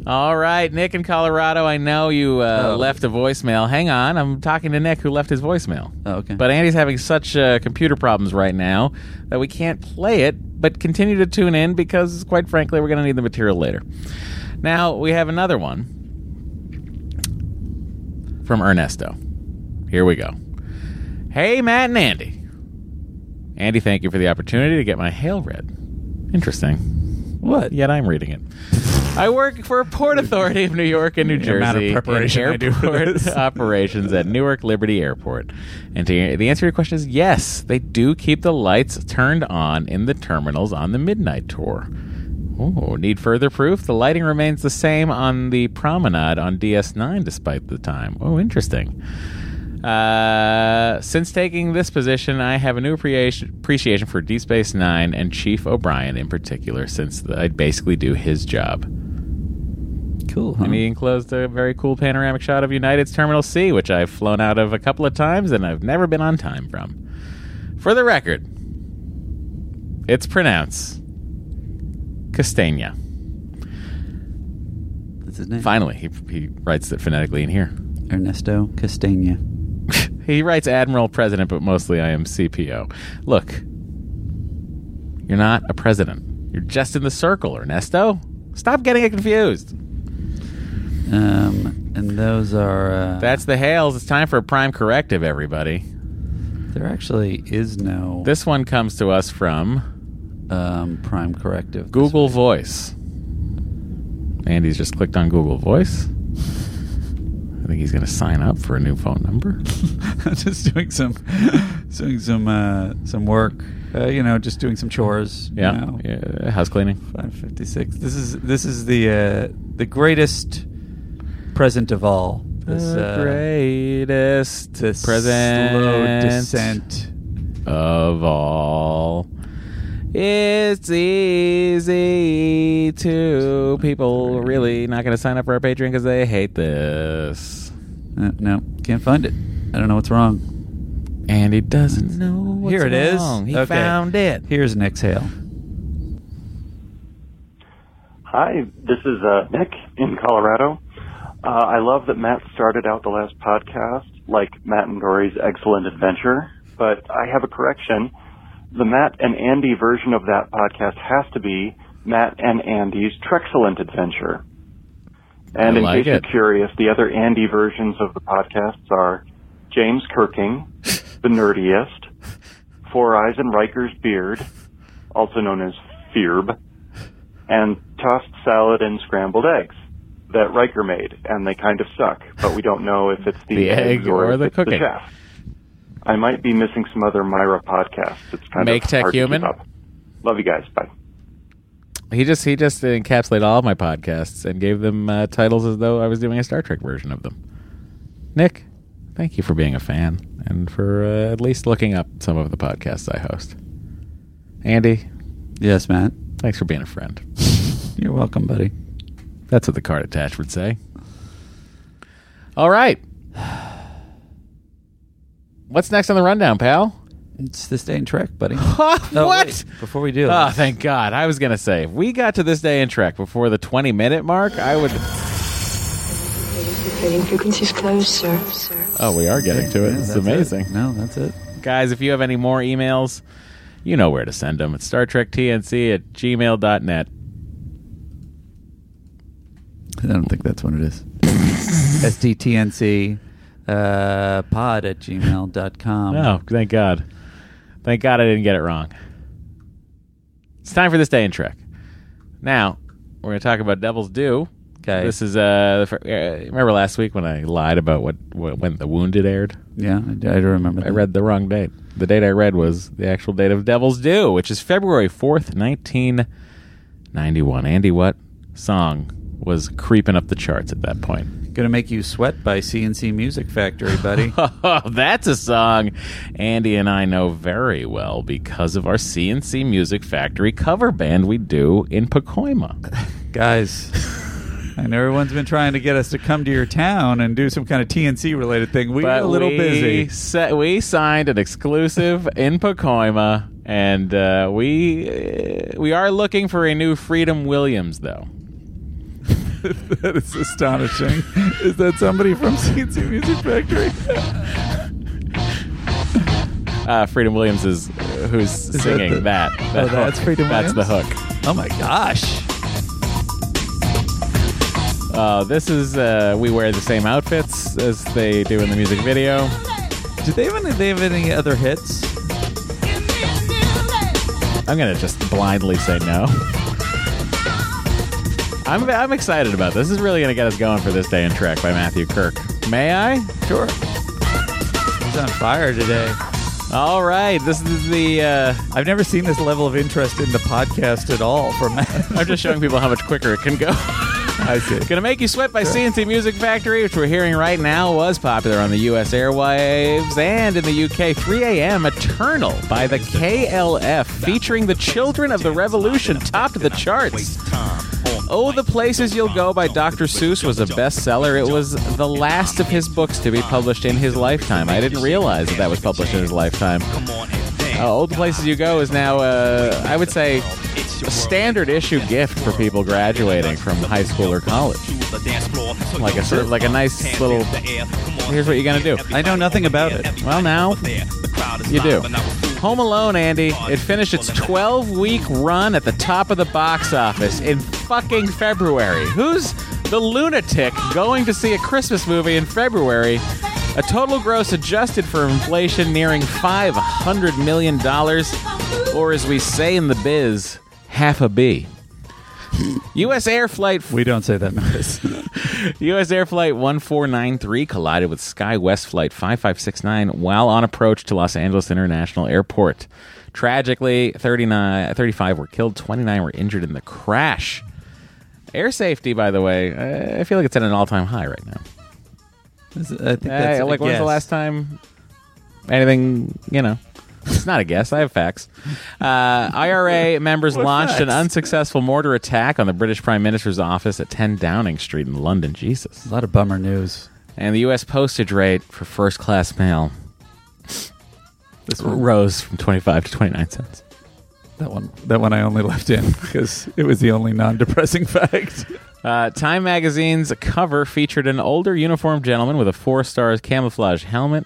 All right, Nick in Colorado. I know you uh,
Oh.
left a voicemail. Hang on, I'm talking to Nick who left his voicemail.
Oh, okay.
But Andy's having such uh, computer problems right now that we can't play it, but continue to tune in because, quite frankly, we're going to need the material later. Now, we have another one from Ernesto. Here we go. Hey, Matt and Andy. Andy, thank you for the opportunity to get my hail read. Interesting.
what?
Yet I'm reading it. I work for a Port Authority of New York and New
The amount of
Jersey. in
preparation I do for
airport
this.
operations at Newark Liberty Airport. And to, the answer to your question is yes, they do keep the lights turned on in the terminals on the midnight tour. Oh, need further proof? The lighting remains the same on the promenade on DS9 despite the time. Oh, interesting. Uh, since taking this position, I have a new appreciation appreciation for Deep Space Nine and Chief O'Brien in particular, since the, I basically do his job.
Cool. Huh?
And he enclosed a very cool panoramic shot of United's Terminal C, which I've flown out of a couple of times and I've never been on time from. For the record, it's pronounced Castagna.
That's his name.
Finally, he, he writes it phonetically in here.
Ernesto Castagna.
He writes Admiral President, but mostly I am CPO. Look, you're not a president. You're just in the circle, Ernesto. Stop getting it confused.
Um, and those are. Uh,
That's the Hales. It's time for a prime corrective, everybody.
there actually is no
This one comes to us from
um, prime corrective. This
Google Voice. Andy's just clicked on Google Voice. I think he's going to sign up for a new phone number.
just doing some doing some uh, some work. Uh, you know, just doing some chores. you
Yeah.
know.
yeah house cleaning.
Five fifty six. This is this is the uh, the greatest present of all. This
the
uh,
greatest
this
present
slow descent.
of all. It's easy to people really not going to sign up for our Patreon because they hate this.
Uh, no, can't find it. I don't know what's wrong.
And he doesn't know what's
Here it is.
wrong. He
Okay.
found it.
Here's an exhale.
Hi, this is uh, Nick in Colorado. Uh, I love that Matt started out the last podcast like Matt and Dory's Excellent Adventure, but I have a correction. The Matt and Andy version of that podcast has to be Matt and Andy's Trexcellent Adventure. And
I
in
like
case
it.
you're curious, the other Andy versions of the podcasts are James Kirking, The Nerdiest, Four Eyes and Riker's Beard, also known as FEARB, and tossed salad and scrambled eggs that Riker made, and they kind of suck, but we don't know if it's the,
The egg
eggs or,
or
if
the
it's
cooking.
chef. I might be missing some other Myra podcasts. It's kind
Make
of
Tech
hard to
Human?
keep up. Love you guys. Bye.
He just he just encapsulated all of my podcasts and gave them uh, titles as though I was doing a Star Trek version of them. Nick, thank you for being a fan and for uh, at least looking up some of the podcasts I host. Andy,
Yes, Matt.
thanks for being a friend.
You're welcome, buddy.
That's what the card attached would say. All right. What's next on the rundown, pal?
It's this day in Trek, buddy.
Oh, what?
wait. Before we do,
Oh, thank God. I was going to say, if we got to this day in Trek before the 20 minute mark, I would.
Trading frequencies closed, sir.
Oh, we are getting to it. It's
That's
amazing.
it. No, that's it.
Guys, if you have any more emails, you know where to send them. It's Star Trek TNC at gmail.net.
I don't think that's what it is. SDTNC uh, pod at gmail.com.
Oh, thank God. Thank God I didn't get it wrong. It's time for this day in Trek. Now, we're going to talk about Devil's Due.
Okay.
This is, uh, the fir- uh, remember last week when I lied about what, what when The Wounded aired?
Yeah, I, do- I do remember
I
that.
read the wrong date. The date I read was the actual date of Devil's Due, which is February 4th, 1991. Andy, what song was creeping up the charts at that point?
Gonna Make You Sweat by CNC Music Factory, buddy.
Oh, that's a song Andy and I know very well because of our CNC Music Factory cover band we do in Pacoima.
Guys, I know everyone's been trying to get us to come to your town and do some kind of TNC related thing. We are
But
a little
we
busy.
se- we signed an exclusive in Pacoima, and uh, we uh, we are looking for a new Freedom Williams, though.
that is astonishing. is that somebody from CNC Music Factory?
Uh, Freedom Williams is uh, who's
that
singing
the-
that.
Oh, that's
hook.
Freedom
That's the
Williams?
hook.
oh my gosh.
Uh, this is uh, we wear the same outfits as they do in the music video.
Do they have any, they have any other hits?
I'm gonna just blindly say no. I'm, I'm excited about this. This is really gonna get us going for this day in Trek by Matthew Kirk. May I?
Sure. He's on fire today.
All right. This is the. Uh,
I've never seen this level of interest in the podcast at all from
I'm just showing people how much quicker it can go.
I see.
Gonna Make You Sweat by CNC Music Factory, which we're hearing right now, was popular on the US airwaves and in the UK. 3 a.m. Eternal by the KLF, featuring the Children of the Revolution, topped the charts. Oh, The Places You'll Go by Dr. Seuss was a bestseller. It was the last of his books to be published in his lifetime. I didn't realize that that was published in his lifetime. Uh, oh, The Places You Go is now, uh, I would say, a standard issue gift for people graduating from high school or college. Like a sort of like a nice little. Here's what you're gonna do.
I know nothing about it.
Well, now you do. Home Alone, Andy. It finished its 12 week run at the top of the box office in fucking February. Who's the lunatic going to see a Christmas movie in February? A total gross adjusted for inflation nearing $500 million, or as we say in the biz, half a B. U.S. Air Flight
We don't say that noise.
U.S. Air Flight 1493 collided with SkyWest Flight 5569 while on approach to Los Angeles International Airport. Tragically, 39, 35 were killed, 29 were injured in the crash. Air safety, by the way, uh, I feel like it's at an all-time high right now.
I think that's
Uh, like, when's the last time anything, you know? It's not a guess. I have facts. Uh, IRA members launched an
facts?
unsuccessful mortar attack on the British Prime Minister's office at 10 Downing Street in London. Jesus.
A lot of bummer news.
And the U.S. postage rate for first class mail
This one.
rose from 25 to 29 cents.
That one, that one I only left in because it was the only non-depressing fact.
Uh, Time magazine's cover featured an older uniformed gentleman with a four stars camouflage helmet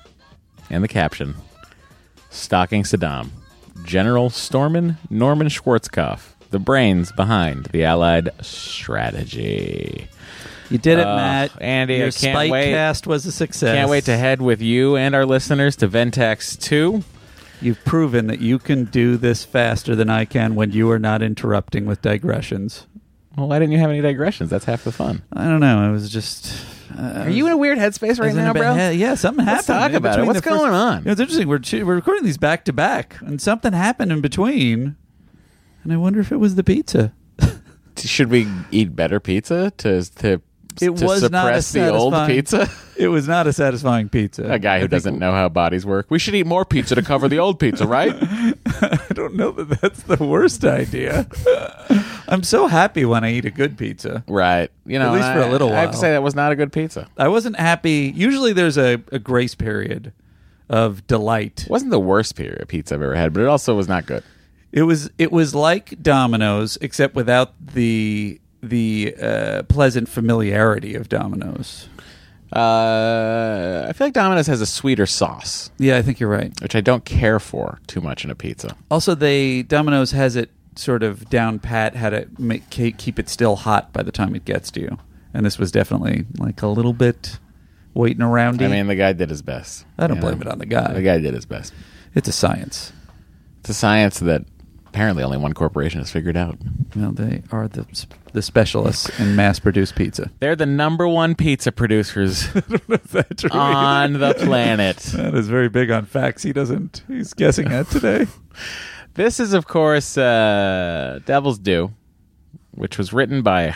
and the caption Stalking Saddam, General Stormin Norman Schwarzkopf, the brains behind the Allied strategy.
You did it,
Ugh,
Matt.
Andy, I
Your
can't
spike
wait.
cast was a success.
Can't wait to head with you and our listeners to Ventex 2.
You've proven that you can do this faster than I can when you are not interrupting with digressions.
Well, why didn't you have any digressions? That's half the fun.
I don't know. It was just. Uh,
Are you in a weird headspace right now, bro?
yeah, something
Let's
happened.
talk
in
about it.
between
What's
the first-
going on?
You know, it's interesting. We're ch- we're recording these back to back, and something happened in between. And I wonder if it was the pizza.
Should we eat better pizza to to,
It
to
was not
suppress
as
the old
satisfying.
pizza?
It was not a satisfying pizza.
A guy who doesn't know how bodies work. We should eat more pizza to cover the old pizza, right?
I don't know that that's the worst idea. I'm so happy when I eat a good pizza.
Right. You know,
At least
and
for a
I-
little
I have to
while.
say that was not a good pizza.
I wasn't happy. Usually there's a, a grace period of delight.
It wasn't the worst period pizza I've ever had, but it also was not good.
It was it was like Domino's except without the the uh, pleasant familiarity of Domino's.
Uh, I feel like Domino's has a sweeter sauce,
Yeah, I think you're right.
which I don't care for too much in a pizza.
Also, they Domino's has it sort of down pat how to make ke- keep it still hot by the time it gets to you. And this was definitely like a little bit waiting around.
I mean, the guy did his best.
I don't
you
blame
know?
it on the guy.
The guy did his best.
It's a science.
It's a science that apparently only one corporation has figured out.
Well, they are the sp- the specialists in mass produced pizza.
They're the number one pizza producers
That's right.
on the planet.
That is very big on facts. He doesn't. He's guessing at today.
This is, of course, uh, Devil's Due, which was written by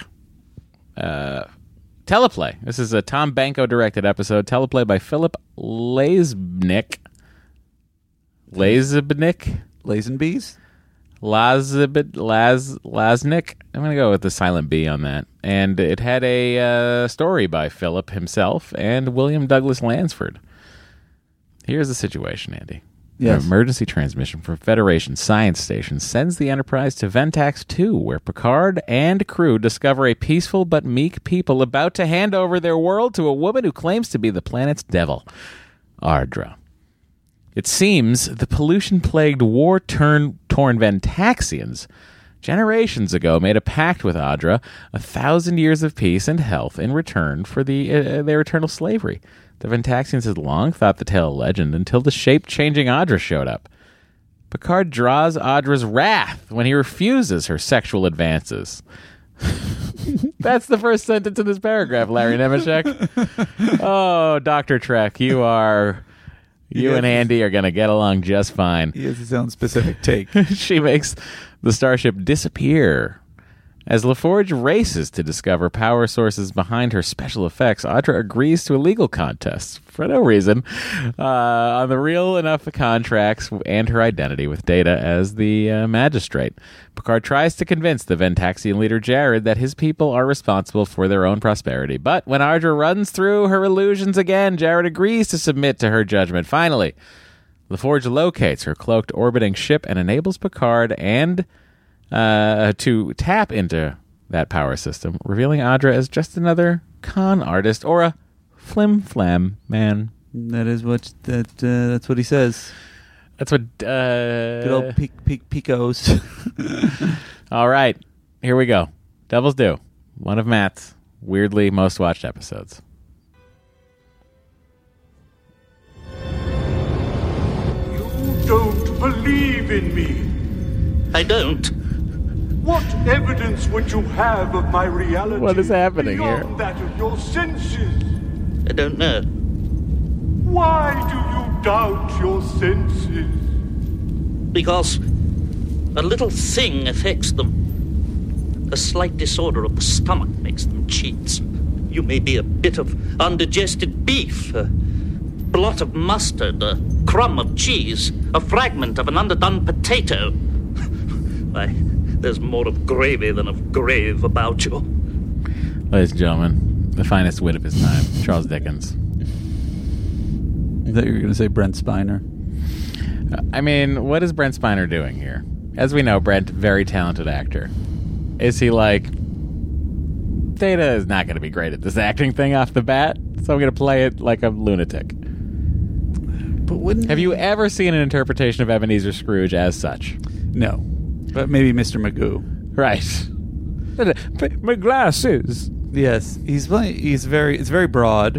uh, Teleplay. This is a Tom Banco directed episode. Teleplay by Philip Lazbnik. Lazbnik?
Lazenby's.
Lazbid, Laz, Laznik? I'm going to go with the silent B on that. And it had a uh, story by Philip himself and William Douglas Lansford. Here's the situation, Andy. An
Yes.
emergency transmission from Federation Science Station sends the Enterprise to Ventax 2, where Picard and crew discover a peaceful but meek people about to hand over their world to a woman who claims to be the planet's devil, Ardra. It seems the pollution plagued, war torn Ventaxians generations ago made a pact with Adra, a thousand years of peace and health in return for the, uh, their eternal slavery. The Ventaxians had long thought the tale a legend until the shape changing Adra showed up. Picard draws Adra's wrath when he refuses her sexual advances. That's the first sentence in this paragraph, Larry Nemeshek. oh, Dr. Trek, you are. You and Andy are going to get along just fine.
He has his own specific take.
she makes the starship disappear. As LaForge races to discover power sources behind her special effects, Audra agrees to a legal contest for no reason uh, on the real enough contracts and her identity with Data as the uh, magistrate. Picard tries to convince the Ventaxian leader Jared that his people are responsible for their own prosperity, but when Audra runs through her illusions again, Jared agrees to submit to her judgment. Finally, LaForge locates her cloaked orbiting ship and enables Picard and uh, to tap into that power system, revealing Adra as just another con artist or a flim flam man.
That is what that uh, that's what he says.
That's what. Uh,
Good old peak, peak, picos.
all right, here we go. Devils do one of Matt's weirdly most watched episodes.
don't believe in me.
I don't.
What evidence would you have of my reality?
What is happening
beyond That of your senses.
I don't know.
Why do you doubt your senses?
Because a little thing affects them. A slight disorder of the stomach makes them cheats. You may be a bit of undigested beef, a blot of mustard, a crumb of cheese, a fragment of an underdone potato. Why, there's more of gravy than of grave about you.
Ladies and gentlemen, the finest wit of his time, Charles Dickens.
I thought you were going to say Brent Spiner.
I mean, what is Brent Spiner doing here? as we know, Brent, very talented actor. Is he like Data is not going to be great at this acting thing off the bat, so I'm going to play it like a lunatic.
But wouldn't
Have you ever seen an interpretation of Ebenezer Scrooge as such?
No, but maybe Mr. Magoo.
Right. My glasses.
Yes, he's playing. He's very. It's very broad,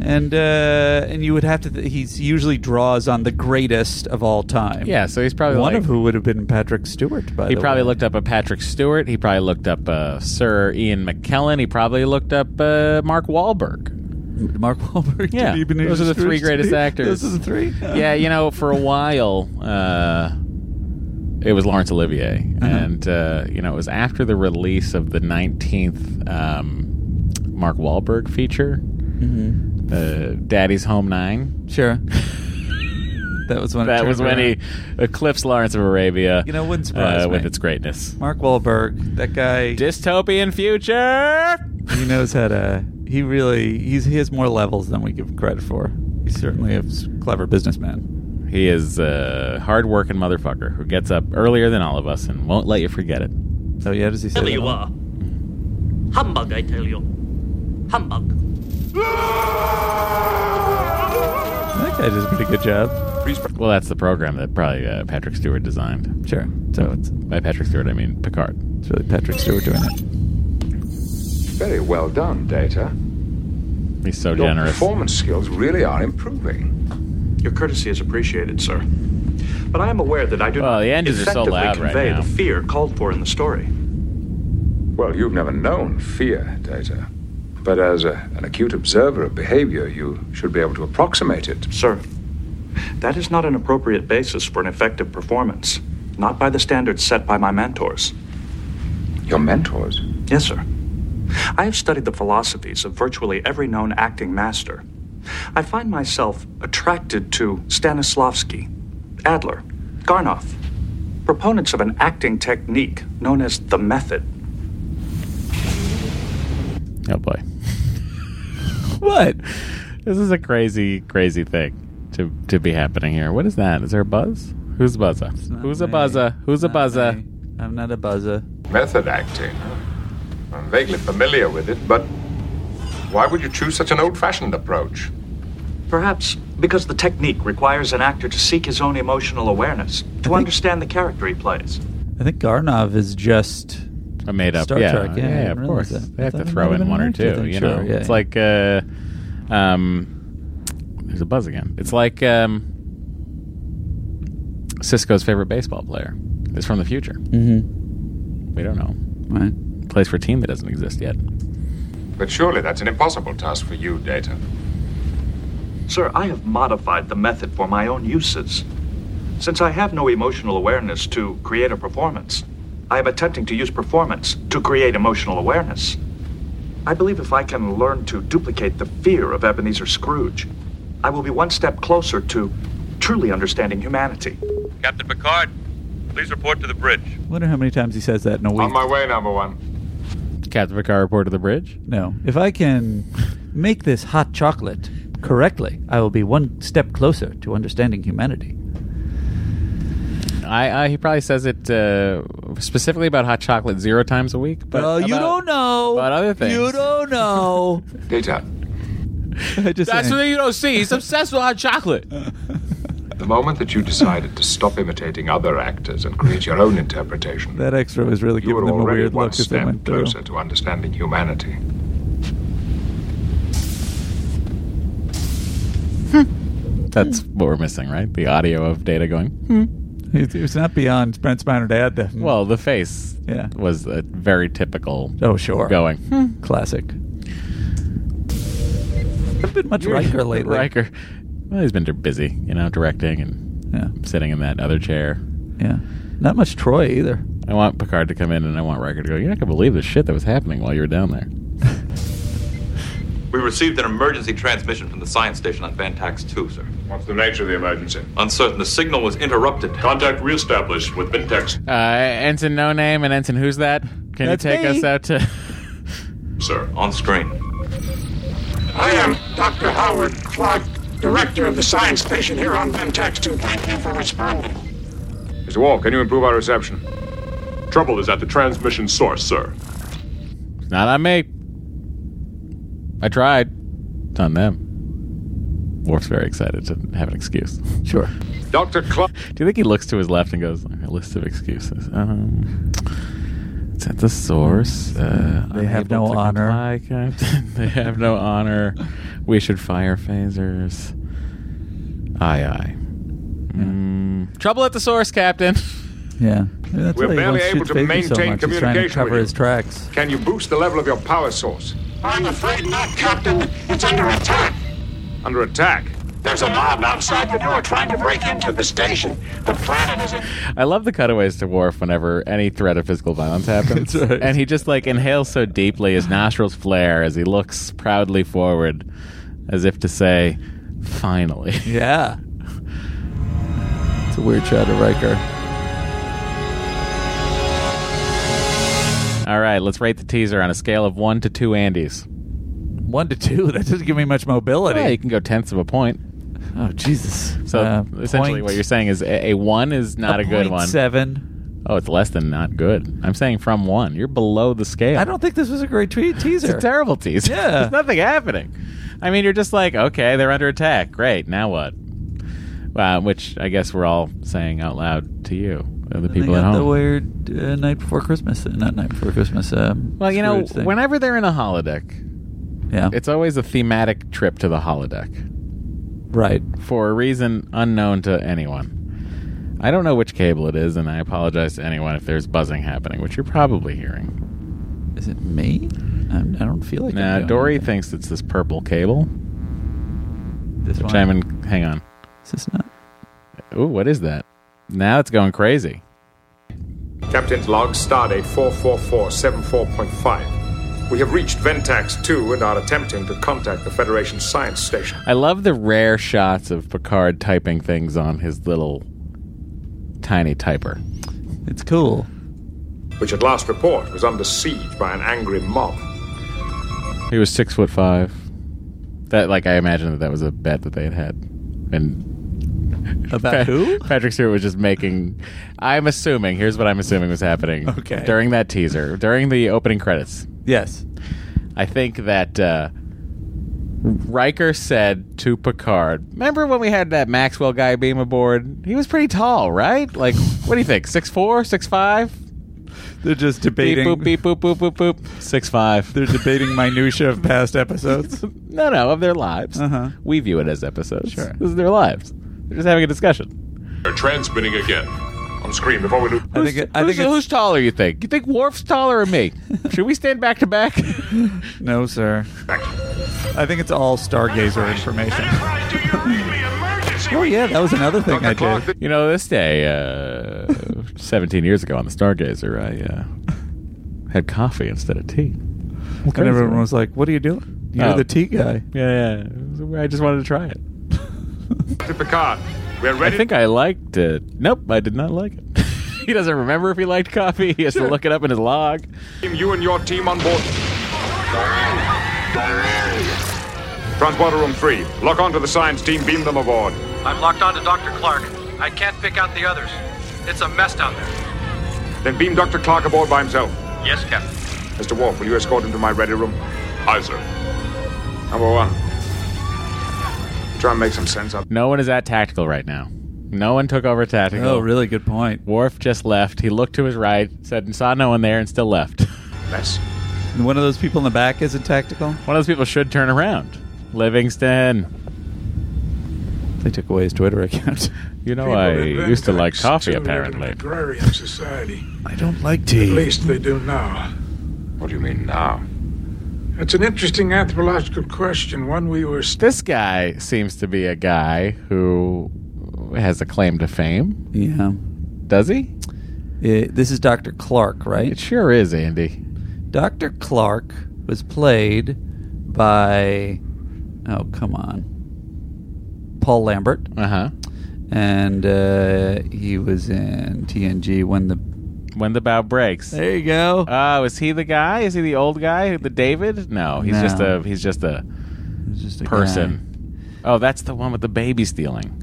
and uh, and you would have to. Th- he's usually draws on the greatest of all time.
Yeah, so he's probably
one
like-
of who would have been Patrick Stewart. By
He
the
probably
way.
looked up a Patrick Stewart. He probably looked up uh, Sir Ian McKellen. He probably looked up uh, Mark Wahlberg.
Mark Wahlberg.
Yeah,
Did Ebenezer
those are the three
Scrooge
greatest
to be-
actors.
Those are the three.
Yeah, you know, for a while, uh, it was Laurence Olivier,
Uh-huh.
and uh, you know, it was after the release of the nineteenth um, Mark Wahlberg feature, uh, "Daddy's Home 9.
Mm-hmm. sure. that was when. it
That
turned
was when he
around.
eclipsed Lawrence of Arabia.
You know, wouldn't surprise
uh, with
me.
its greatness.
Mark Wahlberg. That guy.
Dystopian future.
he knows how to. He really. He's he has more levels than we give him credit for. He's certainly a s- clever businessman.
He is a hard-working motherfucker who gets up earlier than all of us and won't let you forget it.
Oh yeah, does he say?
There
that
you
all?
are. Humbug, I tell you. Humbug.
That guy does a pretty good job.
Well, that's the program that probably uh, Patrick Stewart designed.
Sure. So it's
By Patrick Stewart, I mean Picard.
it's really Patrick Stewart doing it.
Very well done, Data.
He's so
Your
generous.
performance skills really are improving.
Your courtesy is appreciated, sir. But I am aware that I do
Well,
not
the engines are so
effectively
loud right
convey
now.
the fear called for in the story.
Well, you've never known fear, Data. But as a, an acute observer of behavior, you should be able to approximate it.
Sir, that is not an appropriate basis for an effective performance, not by the standards set by my mentors.
Your mentors.
Yes, sir. I have studied the philosophies of virtually every known acting master. I find myself attracted to Stanislavski, Adler, Garnoff, proponents of an acting technique known as the method.
Oh boy,
What?
this is a crazy, crazy thing to to be happening here. What is that? Is there a buzz? Who's a buzzer? Who's a buzzer? Who's a buzzer?
I'm not a buzzer.
Method acting. I'm vaguely familiar with it, but why would you choose such an old fashioned approach?
Perhaps because the technique requires an actor to seek his own emotional awareness, to understand the character he plays.
I think Garnov is just.
A made up.
Star
yeah,
Trek, yeah, I
yeah,
didn't
of
realize
course.
that.
They
I
have to
thought it
throw
might
in
have
one
been
or
an actor
two.
thing,
You
sure,
know,
yeah,
it's
yeah.
like uh, um, there's a buzz again. It's like um, Cisco's favorite baseball player is from the future.
Mm-hmm.
We don't know.
Right.
Plays for a team that doesn't exist yet.
But surely that's an impossible task for you, Data.
Sir, I have modified the method for my own uses. Since I have no emotional awareness to create a performance, I am attempting to use performance to create emotional awareness. I believe if I can learn to duplicate the fear of Ebenezer Scrooge, I will be one step closer to truly understanding humanity.
Captain Picard, please report to the bridge.
Wonder how many times he says that in a week.
On my way, number one.
Captain Picard report to the bridge.
no. If I can make this hot chocolate correctly, I will be one step closer to understanding humanity.
I, I he probably says it uh, specifically about hot chocolate zero times a week. But
Well, you
about-
don't know.
about other things.
You don't know.
Data,
I just
That's
saying.
what you don't see. He's obsessed with hot chocolate.
the moment that you decided to stop imitating other actors and create your own interpretation,
that extra was really
you
giving
were
them a
already
weird
one
look as they
step
went through.
closer to understanding humanity.
That's what we're missing, right? The audio of Data going. Hmm.
It's, it's not beyond Brent Spiner to add that.
Well, the face
Mm. Yeah.
was a very typical
oh sure,
going. Hmm.
classic. I've been much Riker lately.
Riker. Well, he's been busy, you know, directing and
Yeah,
sitting in that other chair.
yeah. Not much Troy either.
I want Picard to come in, and I want Riker to go. You're not gonna believe the shit that was happening while you were down there.
We received an emergency transmission from the science station on Vantax 2, sir.
What's the nature of the emergency?
Uncertain, the signal was interrupted.
Contact reestablished with Vintex,
Uh, Ensign No Name and Ensign Who's That? Can
That's
you take
me.
us out to?
sir.
On screen.
I am Dr. Howard Clark, director of the science station here on Ventax 2. Thank you for responding.
Is
Mr. Wall, can you improve our reception?
Trouble is at the transmission source, sir.
It's not on me. I tried. It's on them. Worf's very excited to have an excuse.
Sure.
Dr. Clark.
Do you think he looks to his left and goes, a list of excuses?
Uh,
Um, it's at the source. Uh,
They have
unable
no
to
honor.
comply, Captain. they have no honor. We should fire phasers. Aye, aye. Mm. Trouble at the source, Captain.
Yeah. That's
We're
why he
barely
wants
able to
Fitzpatrick
maintain
so much. He's trying to
communication
cover
with
his tracks.
Can you boost the level of your power source?
I'm afraid not, Captain. It's under attack.
Under attack.
There's a mob outside the door trying to break into the station. The planet is in.
I love the cutaways to Worf whenever any threat of physical violence happens.
That's right.
And he just like inhales so deeply, his nostrils flare as he looks proudly forward as if to say, finally.
Yeah. It's a weird shot of Riker.
All right, let's rate the teaser on a scale of one to two Andes.
One to two. That doesn't give me much mobility.
Yeah, you can go tenths of a point.
Oh Jesus!
So
Uh,
essentially,
point-
what you're saying is a, a one is not a, good
point
one.
Seven.
Oh, it's less than not good. I'm saying from one. You're below the scale.
I don't think this was a great tweet teaser.
It's a terrible tease.
Yeah.
There's nothing happening. I mean, you're just like, okay, they're under attack. Great. Now what? Wow, which I guess we're all saying out loud to you, uh, the
And they
people at
got
home.
The weird uh, night before Christmas. uh, Not night before Christmas. Um,
well, you know,
Scrooge thing.
whenever they're in a holodeck,
yeah,
it's always a thematic trip to the holodeck.
right.
for a reason unknown to anyone. I don't know which cable it is, and I apologize to anyone if there's buzzing happening, which you're probably hearing.
Is it me? I'm, I don't feel like.
Now,
I'm doing
Dory
anything.
thinks it's this purple cable,
This
which
one.
I'm in. Hang on.
Is this not?
Ooh, what is that? Now it's going crazy.
Captain's log, stardate 44474.5. We have reached Ventax 2 and are attempting to contact the Federation Science Station.
I love the rare shots of Picard typing things on his little tiny typer.
It's cool.
which at last report was under siege by an angry mob.
He was six foot five. That, like, I imagine that that was a bet that they had had, and
About
Pa-
who?
Patrick Stewart was just making. I'm assuming. Here's what I'm assuming was happening.
Okay.
During that teaser, during the opening credits,
Yes.
I think that uh, Riker said to Picard, "Remember when we had that Maxwell guy beam aboard? He was pretty tall, right? Like, what do you think? Six four, six five?
They're just
Beep
debating.
boop beep boop boop boop boop. Six five.
They're debating minutia of past episodes.
No, no, of their lives.
Uh-huh.
We view it as episodes.
Sure.
This is their lives. They're just having a discussion.
They're transmitting again.
On screen, before we do,
I think. It, I
who's,
think. It's,
who's taller? You think? You think Worf's taller or me? Should we stand back to back?
no, sir. I think it's all stargazer information.
Enterprise, do you read me? Emergency!
Oh yeah, that was another thing I
Clark,
did.
You know, this day, uh, 17 years ago on the Stargazer, I uh, had coffee instead of tea.
And everyone was like, "What are you doing? You're
Oh.
the tea guy."
Yeah, yeah. I just wanted to try it.
Captain Picard, we're
I
ready.
think I liked it. Nope, I did not like it. he doesn't remember if he liked coffee. He has to look it up in his log.
to team you and your team on board. Transporter room three. Lock onto the science team. Beam them aboard.
I'm locked onto Dr. Clark. I can't pick out the others. It's a mess down there.
Then beam Dr. Clark aboard by himself.
Yes, Captain.
Mr. Worf, will you escort him to my ready room?
Aye, sir.
Number one. Try and make some sense out.
No one is at tactical right now. No one took over tactical.
Oh, really good point.
Worf just left. He looked to his right, said saw no one there, and still left.
Mess.
One of those people in the back isn't tactical.
One of those people should turn around. Livingston.
They took away his Twitter account.
You know, I used to like coffee, apparently.
agrarian society.
I don't like tea.
least they do now.
What do you mean now?
It's an interesting anthropological question, one we were still.
This guy seems to be a guy who has a claim to fame,
Yeah.
does he?
Uh, this is Dr. Clark,
It
right?
sure is, Andy.
Dr. Clark was played by oh come on, Paul Lambert,
Uh huh.
and uh, he was in TNG when the
When the bow breaks.
there you go.
Oh, is he the guy? Is he the old guy? The David? No, he's
No.
just a he's just a
It was just a guy.
person. Oh, that's the one with the baby stealing.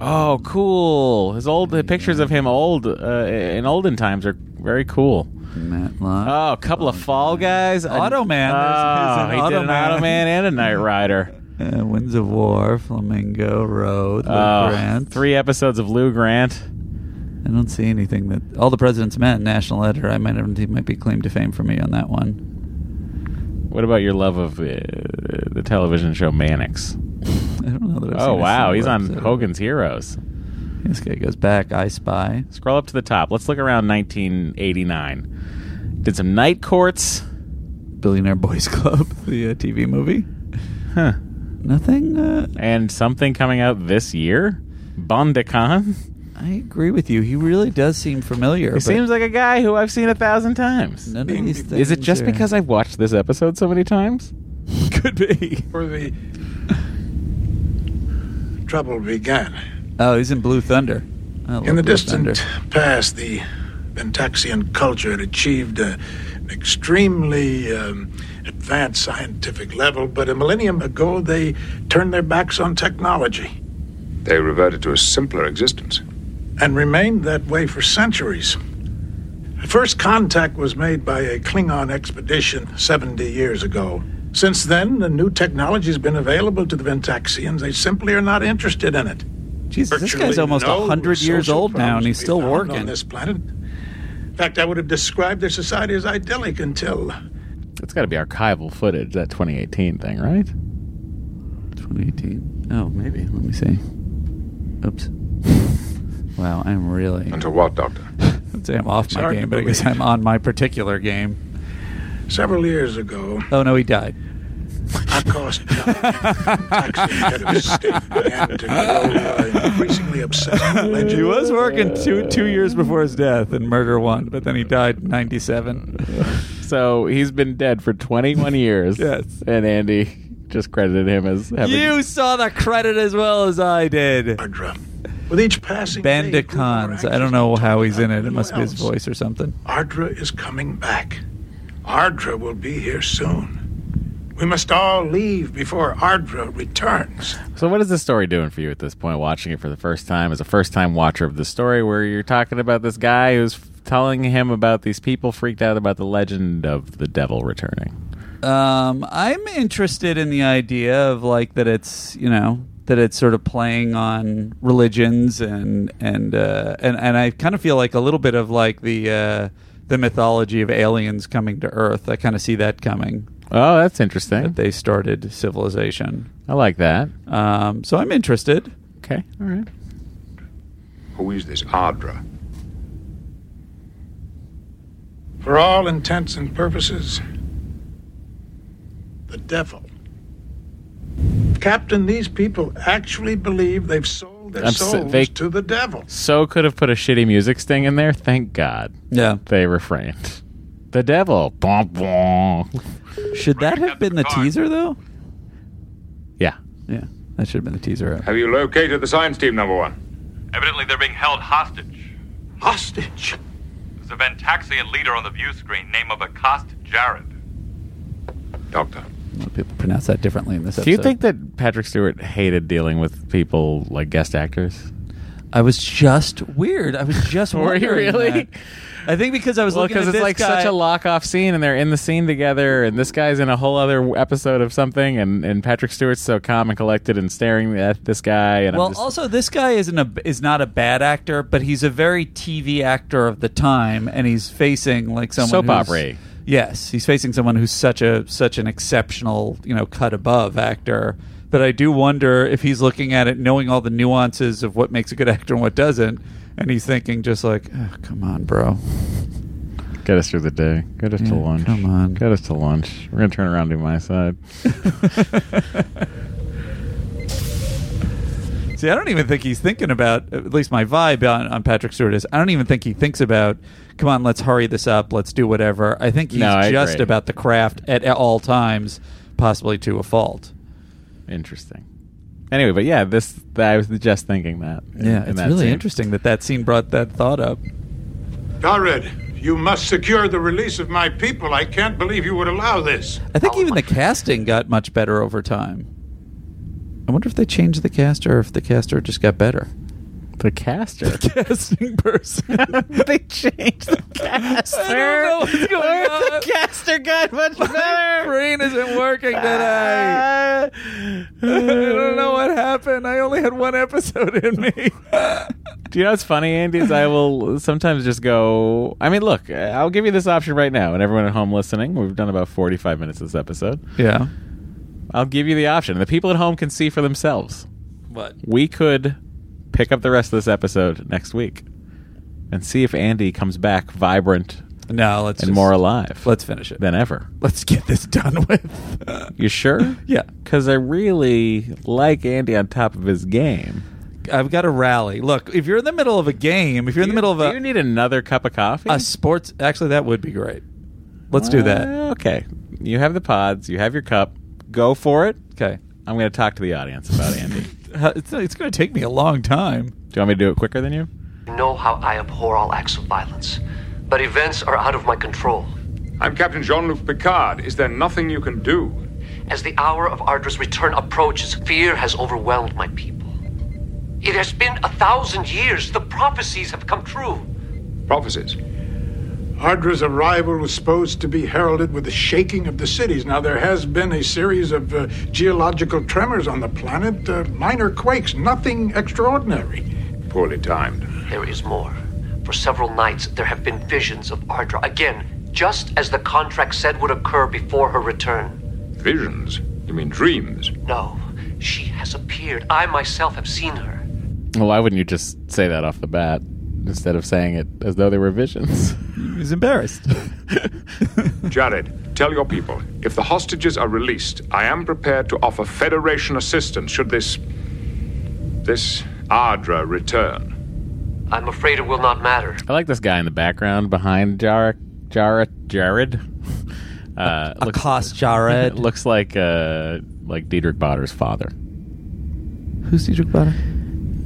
Oh, cool! His old the pictures of him old uh, in olden times are very cool.
Matt Locke.
Oh, a couple of Fall Guys,
Auto Man.
Oh,
There's-
he
there's an
did an
Auto
Auto Man and a Knight Rider.
Uh, Winds of War, Flamingo Road, Lou
Oh,
Grant.
Three episodes of Lou Grant.
I don't see anything that all the president's men, National Letter. I might have he might be claim to fame for me on that one.
What about your love of uh, the television show Mannix?
I don't know that. I've
Oh
seen a
wow,
single
he's on
episode of
Hogan's Heroes.
it. This guy goes back. I Spy.
Scroll up to the top. Let's look around 1989. Did some night courts.
Billionaire Boys Club, the uh, TV movie.
Huh.
Nothing. Uh,
And something coming out this year? Bondecan?
I agree with you. He really does seem familiar.
He seems like a guy who I've seen a thousand times.
None of these things
Is it just
are-
because I've watched this episode so many times?
could be.
Where the trouble began.
Oh, he's in Blue Thunder. I love
In the
Blue
distant
Thunder.
past, the Ventaxian culture had achieved uh, an extremely um, advanced scientific level, but a millennium ago, they turned their backs on technology.
They reverted to a simpler existence.
and remained that way for centuries. First contact was made by a Klingon expedition 70 years ago. Since then, the new technology has been available to the Ventaxians. They simply are not interested in it.
Jesus, this
Virtually
guy's almost
no
hundred years
social
old now,
problems
and he's
to be
still
found
working.
on this planet. In fact, I would have described their society as idyllic until
It's got to be archival footage, that 2018 thing, right?
2018. Oh, maybe. Let me see. Oops. Wow, I'm really.
Until what, Doctor?
I'd say I'm off
It's
my
hard
game,
to
but I guess
believe.
I'm on my particular game.
several years ago,
Oh no, he died.
our cost had a mistake and to grow uh, increasingly obsessed with legend.
He was working two two years before his death in Murder One, but then he died in '97.
So Oh, he's been dead for 21 years.
Yes.
And Andy just credited him as having.
You saw the credit as well as I did.
Ardra. With each passing day,
Bandit
people are
Cons.
anxious
I don't
to
know
talk
how he's
about
in it. It
little
must be his
else.
voice or something.
Ardra is coming back. Ardra will be here soon. We must all leave before Ardra returns.
So, what is this story doing for you at this point, watching it for the first time as a first time watcher of the story, where you're talking about this guy who's f- telling him about these people freaked out about the legend of the devil returning?
Um, I'm interested in the idea of like that it's you know that it's sort of playing on religions and and uh, and and I kind of feel like a little bit of like the uh, the mythology of aliens coming to Earth. I kind of see that coming.
Oh, that's
That
interesting.
they started civilization.
I like that.
Um, so I'm interested.
Okay. All right.
Who is this Ardra?
For all intents and purposes, the devil. Captain, these people actually believe they've sold their
I'm so-
souls
they-
to the devil.
So, could have put a shitty music sting in there. Thank God
Yeah.
they refrained. The devil. Bonk, bonk.
Should that have been the teaser though?
Yeah.
Yeah, that should have been the teaser.
Have you located the science team, number one?
Evidently, they're being held hostage.
Hostage.
There's a Ventaxian leader on the view screen, name of Acost Jared.
Doctor.
A lot of people pronounce that differently in this episode.
Do you think that Patrick Stewart hated dealing with people like guest actors?
I was just weird. I was just
Were you
wondering
really?
that. I think because I was
Well,
looking at
because it's
this
like
guy,
such a lock off scene, and they're in the scene together, and this guy's in a whole other w- episode of something, and, and Patrick Stewart's so calm and collected and staring at this guy. And
Well, uh
I'm just,
also this guy isn't a is not a bad actor, but he's a very TV actor of the time, and he's facing like someone
Soap
who's-
opera.
Yes, he's facing someone who's such a such an exceptional you know cut above actor. But I do wonder if he's looking at it, knowing all the nuances of what makes a good actor and what doesn't, and he's thinking just like, "Ah, "Ugh, "Come on, bro."
get us through the day, get us
Yeah,
to lunch,
come on.
get us to lunch. We're gonna turn around to my side.
See, I don't even think he's thinking about, at least my vibe on, on Patrick Stewart is, I don't even think he thinks about, come on, let's hurry this up, let's do whatever. I think he's
No, I
just
agree.
about the craft at, at all times, possibly to a fault.
Interesting. Anyway, but yeah, this I was just thinking that. in-
Yeah,
in
it's
that
really
scene.
interesting that that scene brought that thought up.
Jared, you must secure the release of my people. I can't believe you would allow this.
I
Oh,
think even the casting got much better over time. I wonder if they changed the caster or if the caster just got better.
The caster.
casting person.
they changed the caster. I
don't know what's going
Where's
on.
The caster got much better.
brain isn't working today. I don't know what happened. I only had one episode in me.
Do you know what's funny, Andy? Is I will sometimes just go. I mean, look, I'll give you this option right now, and everyone at home listening, we've done about forty-five minutes this episode.
Yeah.
I'll give you the option. The people at home can see for themselves.
What?
We could pick up the rest of this episode next week and see if Andy comes back vibrant
No, let's
and
just-
more alive
Let's finish it.
than ever.
Let's get this done with.
You sure?
Yeah.
Because I really like Andy on top of his game.
I've got to rally. Look, if you're in the middle of a game, if you're in the middle of
Do you
a,
need another cup of coffee?
a sports, actually, that would be great. Let's do that.
Uh, Okay. You have the pods. You have your cup. Go for it.
Okay.
I'm going to talk to the audience about Andy. Do
Uh, It's, it's going to take me a long time.
you want me to do it quicker than you?
You know how I abhor all acts of violence, but events are out of my control.
I'm Captain Jean Luc Picard. Is there nothing you can do?
As the hour of Ardra's return approaches, fear has overwhelmed my people. It has been a thousand years. The prophecies have come true.
Prophecies.
Ardra's arrival was supposed to be heralded with the shaking of the cities. Now, there has been a series of uh, geological tremors on the planet, uh, minor quakes, nothing extraordinary.
Poorly timed.
There is more. For several nights, there have been visions of Ardra. Again, just as the contract said would occur before her return.
Visions. You mean dreams?
No, she has appeared. I myself have seen her.
Well, why wouldn't you just say that off the bat instead of saying it as though they were visions?
He's embarrassed.
Jared, tell your people if the hostages are released, I am prepared to offer Federation assistance should this. this Ardra return.
I'm afraid it will not matter.
I like this guy in the background behind Jar Jar Jared. Uh, looks-
Accost Jared.
looks like uh, like Diedrich Bodder's father.
Who's Cedric Butter?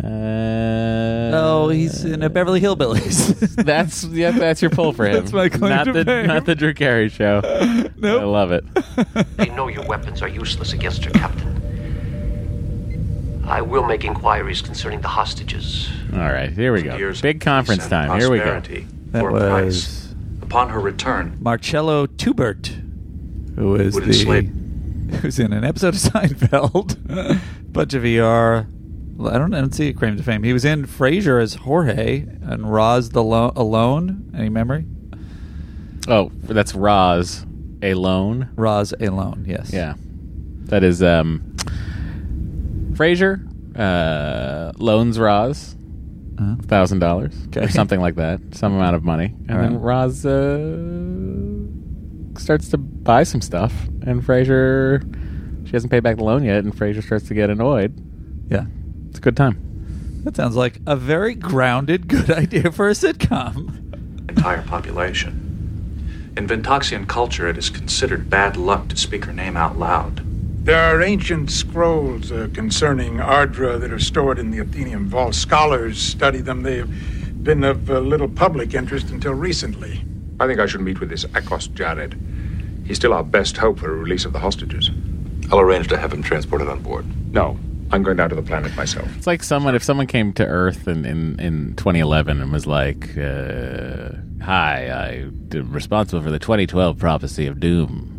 Uh,
Oh, he's in a Beverly Hillbillies.
That's yeah, that's your pull for him.
Oh, That's my claim
not
to
the
fame.
not the Drew Carey show.
Nope.
I love it.
They know your weapons are useless against her, Captain. I will make inquiries concerning the hostages.
All right, here we go. Big conference time. Here we go.
That
for a price.
was
Upon her return,
Marcello Tubert, who is
Would
the
enslave-
who's in an episode of Seinfeld, bunch of ER. I don't, I don't see a claim to fame. He was in Frasier as Jorge and Roz the Lo- Alone. Any memory?
Oh, that's Roz alone.
Roz Alone. Yes.
Yeah, that is um, Frasier, uh, loans Roz
Uh,
thousand dollars or
Okay. Uh-huh.
something like that, some amount of money, and
All
then
right.
Roz uh, starts to buy some stuff, and Frasier she hasn't paid back the loan yet, and Frasier starts to get annoyed.
yeah.
It's a good time.
That sounds like a very grounded, good idea for a sitcom.
entire population. In Ventoxian culture, it is considered bad luck to speak her name out loud.
There are ancient scrolls uh, concerning Ardra that are stored in the Athenium vault. Scholars study them. They have been of uh, little public interest until recently.
I think I should meet with this Akos Jared. He's still our best hope for a release of the hostages.
I'll arrange to have him transported on board.
No, I'm going down to the planet myself.
It's like someone if someone came to Earth in in, in 2011 and was like, uh, "Hi, I'm responsible for the 2012 prophecy of doom.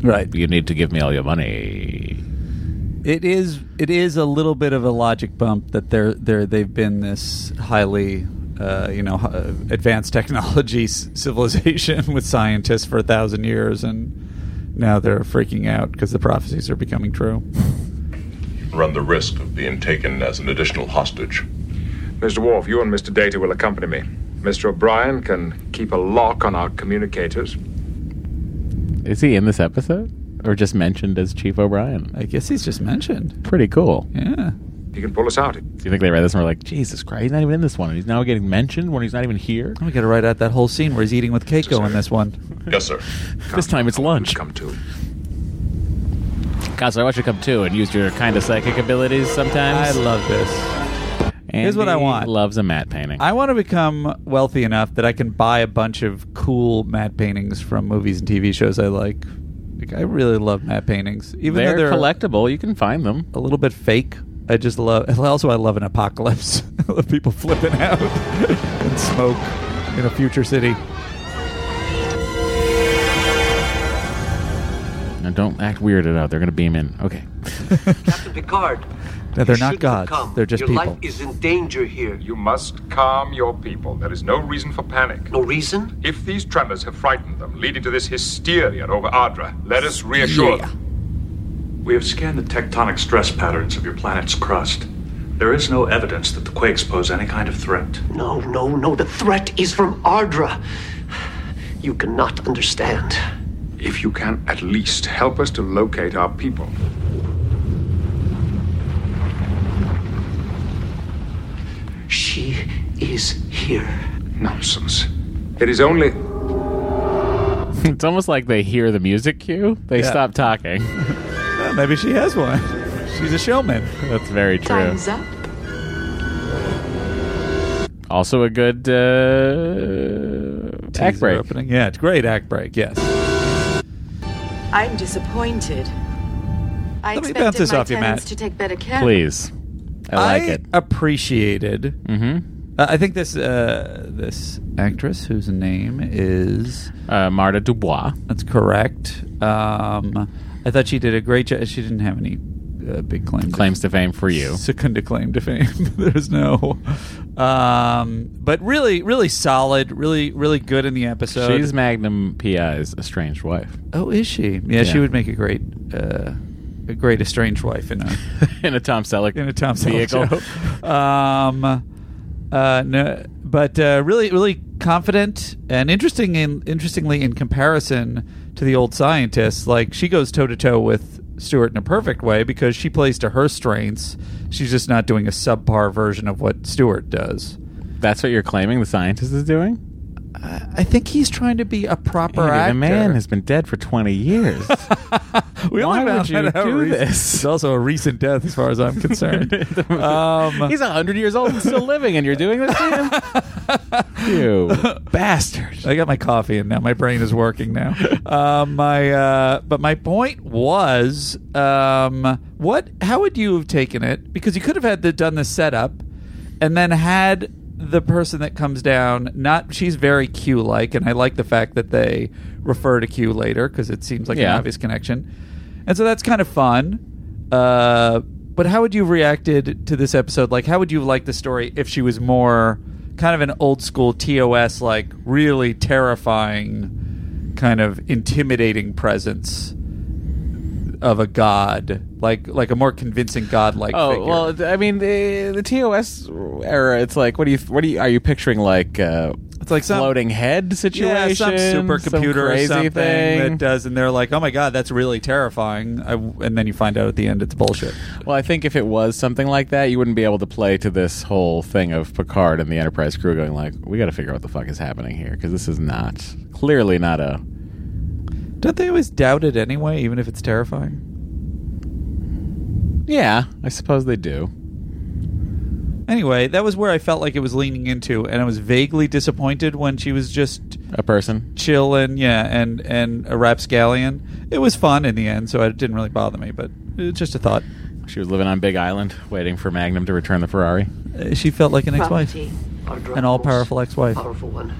Right.
You need to give me all your money."
It is. It is a little bit of a logic bump that they're they're they've been this highly, uh, you know, h- uh, advanced technology s- civilization with scientists for a thousand years, and now they're freaking out because the prophecies are becoming true.
run the risk of being taken as an additional hostage.
Mr. Worf, you and Mr. Data will accompany me. Mr. O'Brien can keep a lock on our communicators.
Is he in this episode or just mentioned as Chief O'Brien?
I guess he's just mentioned.
Pretty cool.
Yeah.
He can pull us out.
Do you think they read this and were like, Jesus Christ, he's not even in this one. and He's now getting mentioned when he's not even here.
We got to write out that whole scene where he's eating with Keiko in this one.
Yes, sir.
This time it's lunch.
Come to.
Counselor, I want you to come too and use your kind of psychic abilities
I
sometimes.
love this. here's what I
Andy
want.
Loves a matte painting.
I want to become wealthy enough that I can buy a bunch of cool matte paintings from movies and TV shows I like. Like I really love matte paintings, even
they're,
though they're
collectible. You can find them.
a little bit fake. I just love. and Also, I love an apocalypse. I love people flipping out and smoke in a future city.
Now don't act weirded out. They're going to beam in. Okay.
Captain Picard.
No,
you
they're not
shouldn't
gods.
come.
They're just
Your
people.
life is in danger here.
You must calm your people. There is no reason for panic.
No reason?
If these tremors have frightened them, leading to this hysteria over Ardra, let us reassure them.
We have scanned the tectonic stress patterns of your planet's crust. There is no evidence that the quakes pose any kind of threat.
No, no, no. The threat is from Ardra. You cannot understand.
If you can at least help us to locate our people.
She is here.
Nonsense. It is only.
it's almost like they hear the music cue. They
Yeah.
stop talking.
Well, maybe she has one. She's a showman.
That's very true.
Time's up.
Also a good uh, act
Teaser
break.
opening. Yeah, it's great act break. Yes.
I'm disappointed. I
Let me
expected
bounce this
my
off you,
tenants
Matt.
to take better care.
Please. I like it.
appreciated. Mm-hmm. Uh, I think this uh, this actress whose name is
uh, Marta Dubois.
That's correct. Um, I thought she did a great job. She didn't have any uh, big claims
Claims to fame for you.
Secunda claim to fame. There's no. Um, but really, really solid. Really, really good in the episode.
She's Magnum PI's estranged wife.
oh, is she? Yeah, she would make a great uh, a great estranged wife in a
in a Tom Selleck
in a Tom Selleck
vehicle.
show. Um, uh, no, but uh, really, really confident and interesting. In interestingly, in comparison to the old scientist, like she goes toe to toe with Stewart in a perfect way because she plays to her strengths. She's just not doing a subpar version of what Stewart does.
That's what you're claiming the scientist is doing?
I think he's trying to be a proper
Andy,
actor.
the man has been dead for 20 years.
we
Why
only
would
found
you
that out
do
recent-
this?
It's also a recent death, as far as I'm concerned. um,
He's 100 years old and still living, and you're doing this to him? you bastard.
I got my coffee and now my brain is working now. uh, my uh, but my point was um, what how would you have taken it? Because you could have had the, done the setup and then had the person that comes down not she's very Q like and I like the fact that they refer to Q later because it seems like
Yeah.
an obvious connection. And so that's kind of fun. Uh, but how would you have reacted to this episode? Like, how would you have liked the story if she was more kind of an old school TOS, like really terrifying, kind of intimidating presence of a god, like like a more convincing godlike
Oh
figure?
well, th- I mean the the TOS era. It's like what do you what do you are you picturing like uh,
it's like some-
floating head situation,
yeah, some supercomputer
some
or
crazy
something
thing.
that does, and they're like, "Oh my god, that's really terrifying," I, and then you find out at the end it's bullshit.
Well, I think if it was something like that, you wouldn't be able to play to this whole thing of Picard and the Enterprise crew going like, "We got to figure out what the fuck is happening here because this is not clearly not a."
Don't they always doubt it anyway, even if it's terrifying?
Yeah, I suppose they do.
Anyway, that was where I felt like it was leaning into, and I was vaguely disappointed when she was just
A person.
chilling, yeah, and and a rapscallion. It was fun in the end, so it didn't really bother me, but it's just a thought.
Uh, She was living on Big Island, waiting for Magnum to return the Ferrari.
Uh, She felt like an ex-wife,
Property. Ardra,
an all-powerful ex-wife.
powerful one.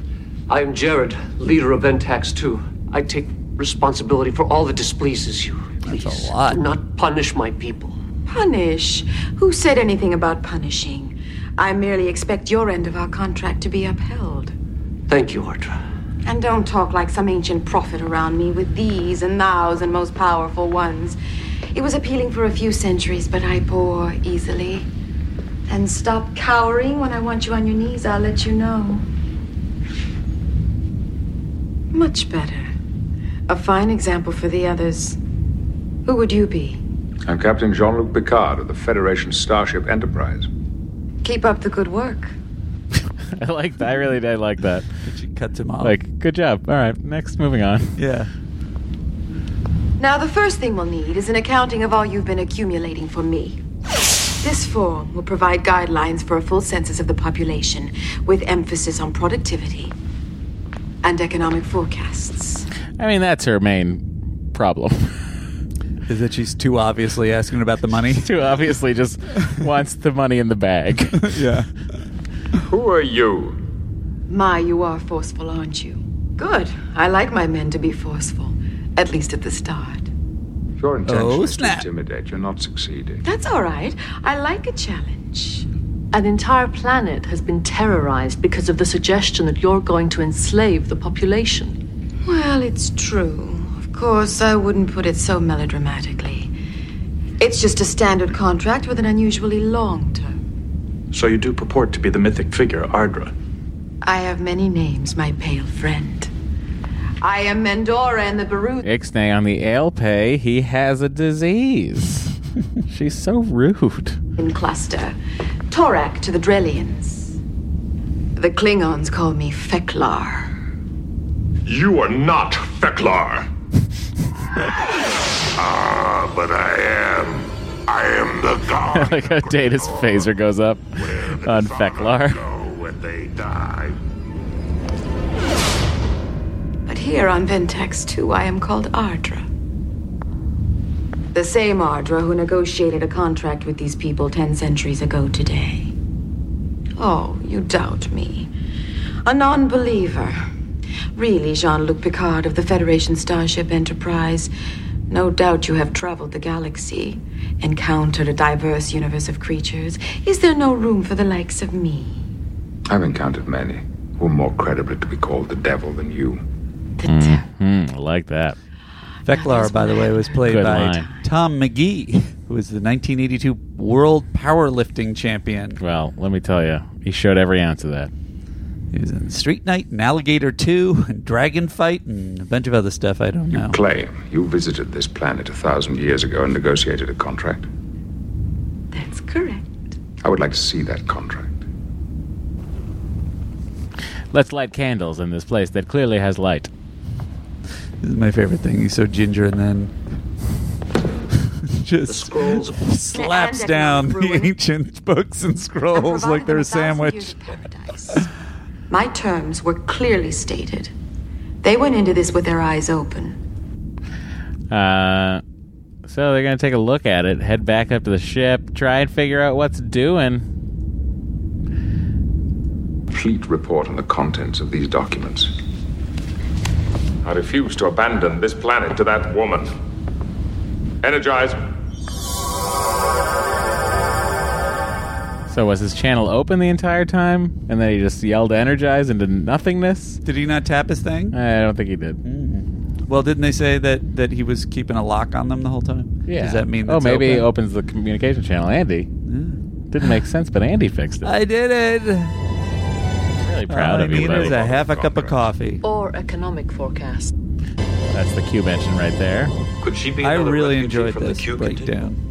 I am Jared, leader of Ventax 2. I take responsibility for all that displeases you. Please,
a lot.
do not punish my people.
Punish? Who said anything about punishing? I merely expect your end of our contract to be upheld.
Thank you, Ardra.
And don't talk like some ancient prophet around me with these and thous and most powerful ones. It was appealing for a few centuries, but I bore easily. And stop cowering when I want you on your knees, I'll let you know. Much better. A fine example for the others. Who would you be?
I'm Captain Jean Luc Picard of the Federation Starship Enterprise.
Keep up the good work.
I like. that. I really did like that.
She cuts him off.
Like, good job. All right, next, moving on.
yeah.
Now, the first thing we'll need is an accounting of all you've been accumulating for me. This form will provide guidelines for a full census of the population, with emphasis on productivity and economic forecasts.
I mean, that's her main problem.
Is that she's too obviously asking about the money?
too obviously just wants the money in the bag.
yeah.
Who are you?
My, you are forceful, aren't you? Good. I like my men to be forceful, at least at the start.
If your intention
Oh,
is to
snap.
intimidate, you're not succeeding.
That's all right. I like a challenge.
An entire planet has been terrorized because of the suggestion that you're going to enslave the population.
Well, it's true. Of course, I wouldn't put it so melodramatically. It's just a standard contract with an unusually long term.
So you do purport to be the mythic figure, Ardra.
I have many names, my pale friend. I am Mendora and the Baru.
Ixnay on the ale pay, he has a disease. She's so rude.
in Cluster, Torak to the Drellians. The Klingons call me Feklar.
You are not Feklar. ah, but I am. I am the god.
like how Data's phaser goes up on Feklar.
Oh, when they die.
But here on Ventex too, I am called Ardra. The same Ardra who negotiated a contract with these people ten centuries ago today. Oh, you doubt me. A non believer. Really, Jean Luc Picard of the Federation Starship Enterprise. No doubt you have traveled the galaxy, encountered a diverse universe of creatures. Is there no room for the likes of me?
I've encountered many who are more credibly to be called the devil than you.
Mm-hmm. I like that.
Feklar, by the way, was played
Good
by
line.
Tom McGee, who was the 1982 World Powerlifting Champion.
Well, let me tell you, he showed every ounce of that.
He was in Street Night and Alligator 2 and Dragon Fight and a bunch of other stuff I don't
Oh.
know.
Claim you visited this planet a thousand years ago and negotiated a contract.
That's correct.
I would like to see that contract.
Let's light candles in this place that clearly has light.
This is my favorite thing. He's so ginger and then just slaps
And
down
everyone's
the
ruined.
ancient books and scrolls
provided
like they're
them
a
a thousand
sandwich.
years of paradise. My terms were clearly stated. They went into this with their eyes open.
Uh, so they're gonna take a look at it, head back up to the ship, try and figure out what's doing.
Complete report on the contents of these documents.
I refuse to abandon this planet to that woman. Energize.
So was his channel open the entire time, and then he just yelled "energize" into nothingness?
Did he not tap his Hmm. thing?
I don't think he did.
Well, didn't they say that, that he was keeping a lock on them the whole time?
Yeah.
Does that mean
Oh,
it's
maybe he
open?
opens the communication channel. Andy didn't make sense, but Andy fixed it.
I did it.
Really proud
All
of
I
you,
need
buddy.
Uh, is a half a cup of coffee.
Or economic forecast.
That's the Q mention right there.
Could she be
I
another
really
refugee
enjoyed
from
this
the Q
breakdown.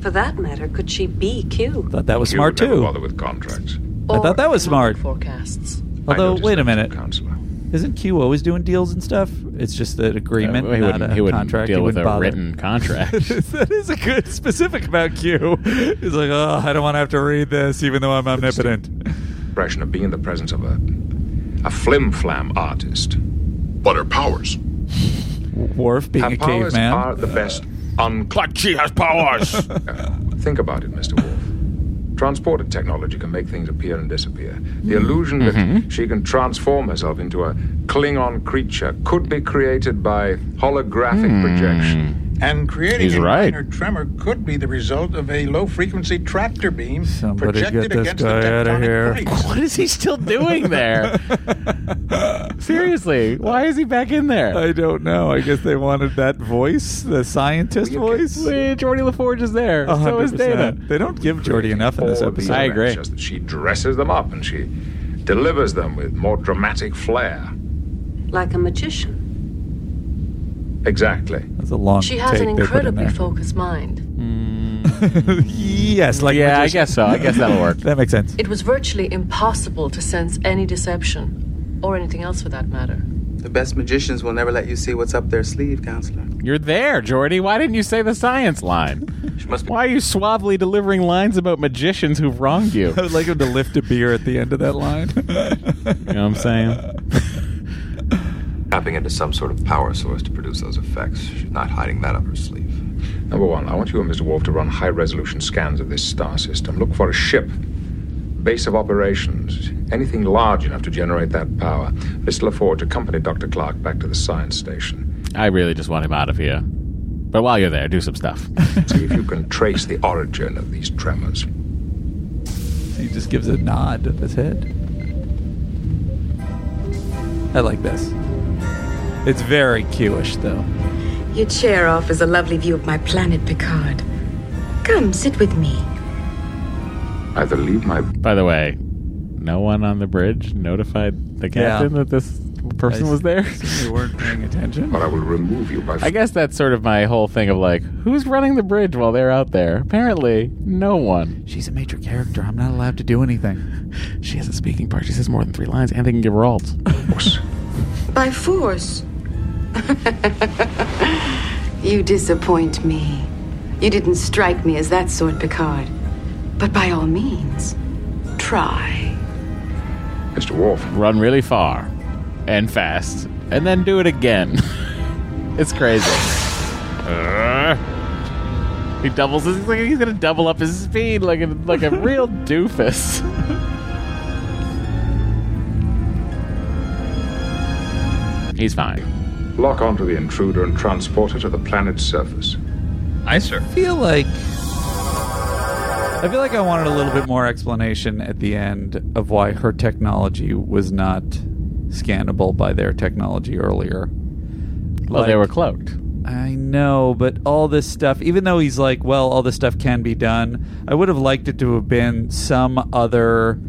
For that matter, could she be Q?
Thought that was smart too. I thought that was smart.
Forecasts.
Although, wait a minute. Isn't Q always doing deals and stuff? It's just an agreement,
Uh, he
not
wouldn't-
a
he wouldn't
contract.
deal
he
with
wouldn't
a
bother.
written contract.
that is a good specific about Q. He's like, oh, I don't want to have to read this, even though I'm omnipotent.
Impression of being in the presence of a a flim flam artist.
What are powers?
Worf being
Her
a
powers
caveman.
are the best un.
Clutch, she Uh, has powers!
Think about it, Mr. Wolf. Transporter technology can make things appear and disappear. The
Mm-hmm.
illusion that she can transform herself into a Klingon creature could be created by holographic
Hmm.
Hmm,
projection.
And creating
He's
a
right.
minor tremor could be the result of a low frequency tractor beam
Somebody get
projected
this
against
guy
the
outta
tectonic
here.
plates.
What is he still doing there? Seriously, why is he back in there?
I don't know. I guess they wanted that voice, the scientist voice.
Wait, Jordy LaForge is there.
A
So
hundred
is Data.
percent. They don't give Jordy enough in this
Or the
episode.
I agree.
events, Just that she dresses them up and she delivers them with more dramatic flair.
Like a magician.
Exactly.
That's a long
She has an
take they put in
incredibly
there.
focused mind.
yes, like a
yeah, I
magician.
guess so. I guess that'll work.
That makes sense.
It was virtually impossible to sense any deception, or anything else for that matter.
The best magicians will never let you see what's up their sleeve, counselor.
You're there, Jordy. Why didn't you say the science line?
She must be
Why are you suavely delivering lines about magicians who've wronged you?
I would like him to lift a beer at the end of that line.
You know what I'm saying?
tapping into some sort of power source to produce those effects. She's not hiding that up her sleeve.
Number one, I want you and Mr. Wolf to run high resolution scans of this star system. Look for a ship, base of operations, anything large enough to generate that power. Miss LaForge, accompany Dr. Clark back to the science station.
I really just want him out of here. But while you're there, do some stuff.
See if you can trace the origin of these tremors.
He just gives a nod with his head. I like this. It's very Q-ish, though.
Your chair offers a lovely view of my planet, Picard. Come, sit with me.
Either leave my.
By the way, no one on the bridge notified the captain that this person
I
was there.
assume You weren't paying attention.
But I will remove you by.
I guess that's sort of my whole thing of like, who's running the bridge while they're out there? Apparently, no one.
She's a major character. I'm not allowed to do anything.
She has a speaking part. She says more than three lines, and they can give her alt.
By force. you disappoint me. You didn't strike me as that sort, Picard. But by all means, try.
Mr. Wolf.
Run really far and fast, and then do it again. it's crazy. Uh, he doubles. His, he's like he's gonna double up his speed like a, like a real doofus. he's fine.
Lock onto the intruder and transport her to the planet's surface.
Aye, sir.
I feel like I feel like I wanted a little bit more explanation at the end of why her technology was not scannable by their technology earlier.
Well, they were
Like-
cloaked.
I know, but all this stuff, even though he's like, well, all this stuff can be done, I would have liked it to have been some other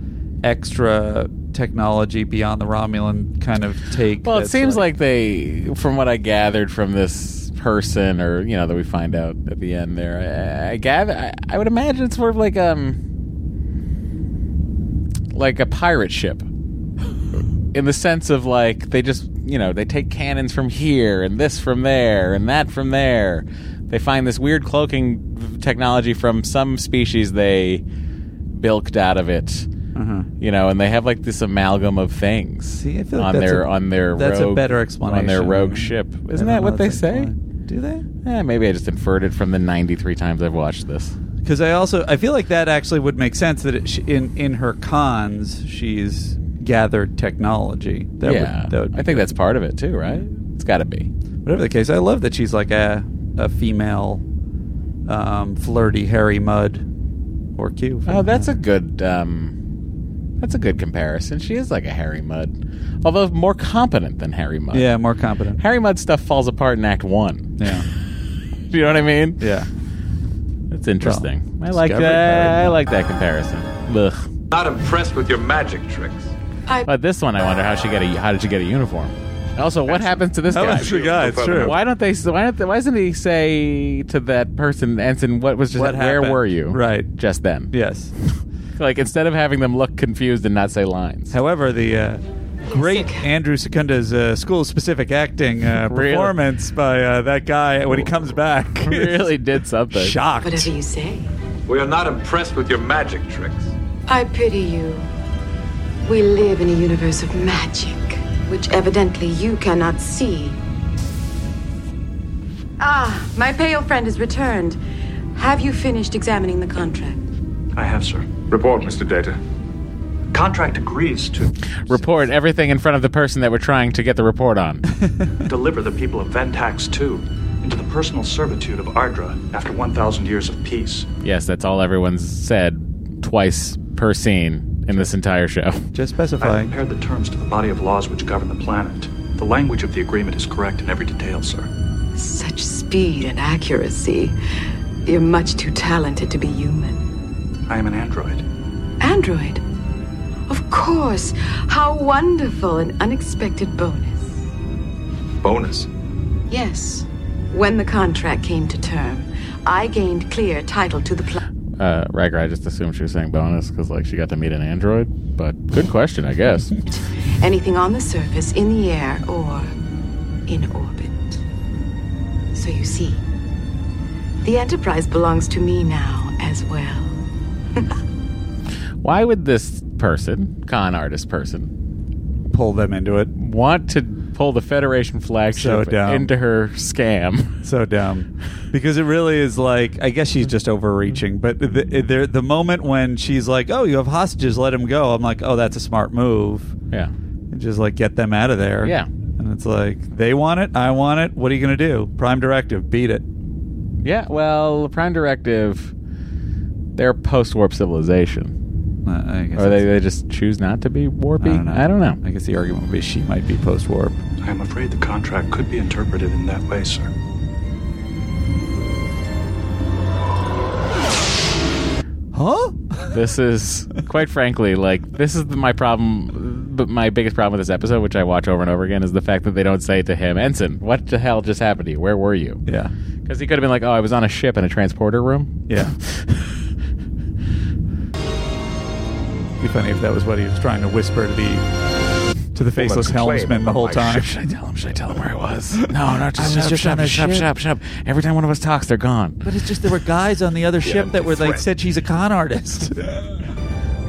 extra technology beyond the Romulan kind of take.
Well, it
that's
seems like they, from what I gathered from this person, or you know, that we find out at the end there, I, I gather, I, I would imagine it's sort of like um, like a pirate ship, in the sense of like they just, you know, they take cannons from here and this from there and that from there. They find this weird cloaking technology from some species they bilked out of it.
Uh-huh.
You know, and they have like this amalgam of things
See, I feel like
on
that's
their
a-
on their
that's a
rogue-
better explanation.
on their rogue ship.
I
Isn't
don't
that
know
what they
that's
say?
explain- Do they?
Eh, maybe I just inferred it from the ninety three times I've watched this.
Because I also I feel like that actually would make sense that it sh- in in her cons she's gathered technology. That
yeah,
would, that would be
I think that's part of it too, right? It's got to be.
whatever the case. I love that she's like a a female, um, flirty Harry Mudd or Q. for
Oh,
that
that's a
matter.
good. Um, that's a good comparison. She is like a Harry Mudd, although more competent than Harry Mudd.
yeah, more competent.
Harry Mudd stuff falls apart in Act One.
Yeah,
you know what I mean?
yeah.
It's interesting. I like
discovered
that.
Harry
I
Mudd.
like that comparison. Ugh.
Not impressed with your magic tricks.
But this one, I wonder how she got a how did she get a uniform? And Also, what happens to this
That
guy?
was the guy. It's true.
Why don't they? Why don't? They, why doesn't he say to that person, Ensign, what was just?
What
where
happened?
were you?
Right.
Just then.
Yes.
Like instead of having them look confused and not say lines.
However, the uh, great Andrew Secunda's uh, school-specific acting uh,
Really?
performance by uh, that guy when he comes back
really did something.
shocked.
Whatever you say.
We are not impressed with your magic tricks.
I pity you. We live in a universe of magic, which evidently you cannot see. Ah, my pale friend has returned. Have you finished examining the contract?
I have, sir.
Report, Mr. Data.
Contract agrees to
Report everything in front of the person that we're trying to get the report on.
deliver the people of Ventax II into the personal servitude of Ardra after 1,000 years of peace.
yes, that's all everyone's said twice per scene in this entire show.
Just
I have
specifying.
compared the terms to the body of laws which govern the planet. The language of the agreement is correct in every detail, sir.
Such speed and accuracy. You're much too talented to be human.
I am an android.
Android? Of course. How wonderful an unexpected bonus.
Bonus.
Yes. When the contract came to term, I gained clear title to the planet.
Uh, Riker, I just assumed she was saying bonus because like she got to meet an android. But good question, I guess.
Anything on the surface, in the air, or in orbit. So you see, the Enterprise belongs to me now as well.
Why would this person, con artist person,
Pull them into it.
want to pull the Federation flagship
So dumb.
into her scam.
So dumb. Because it really is like, I guess she's just overreaching. But the, the, the moment when she's like, oh, you have hostages, let him go, I'm like, oh, that's a smart move.
Yeah.
And just like get them out of there.
Yeah.
And it's like, they want it, I want it. What are you going to do? Prime directive, beat it.
Yeah, well, Prime Directive, they're post warp civilization.
Uh, I guess
Or they,
that's-
they just choose not to be warpy?
I don't know.
I don't know.
I guess the argument would be she might be post warp.
I am afraid the contract could be interpreted in that way, sir.
Huh?
this is quite frankly like this is my problem but my biggest problem with this episode which i watch over and over again is the fact that they don't say to him ensign what the hell just happened to you where were you
Yeah.
because he could have been like oh i was on a ship in a transporter room
Yeah. be funny if that was what he was trying to whisper to the to the faceless
claim
helmsman the
on
whole
my
time.
should i tell him should i tell him where i was no no just,
I was
shut,
just
up,
on a
shut, up,
ship.
shut up shut up every time one of us talks they're gone
But it's just there were guys on the other ship that were like said she's a con artist.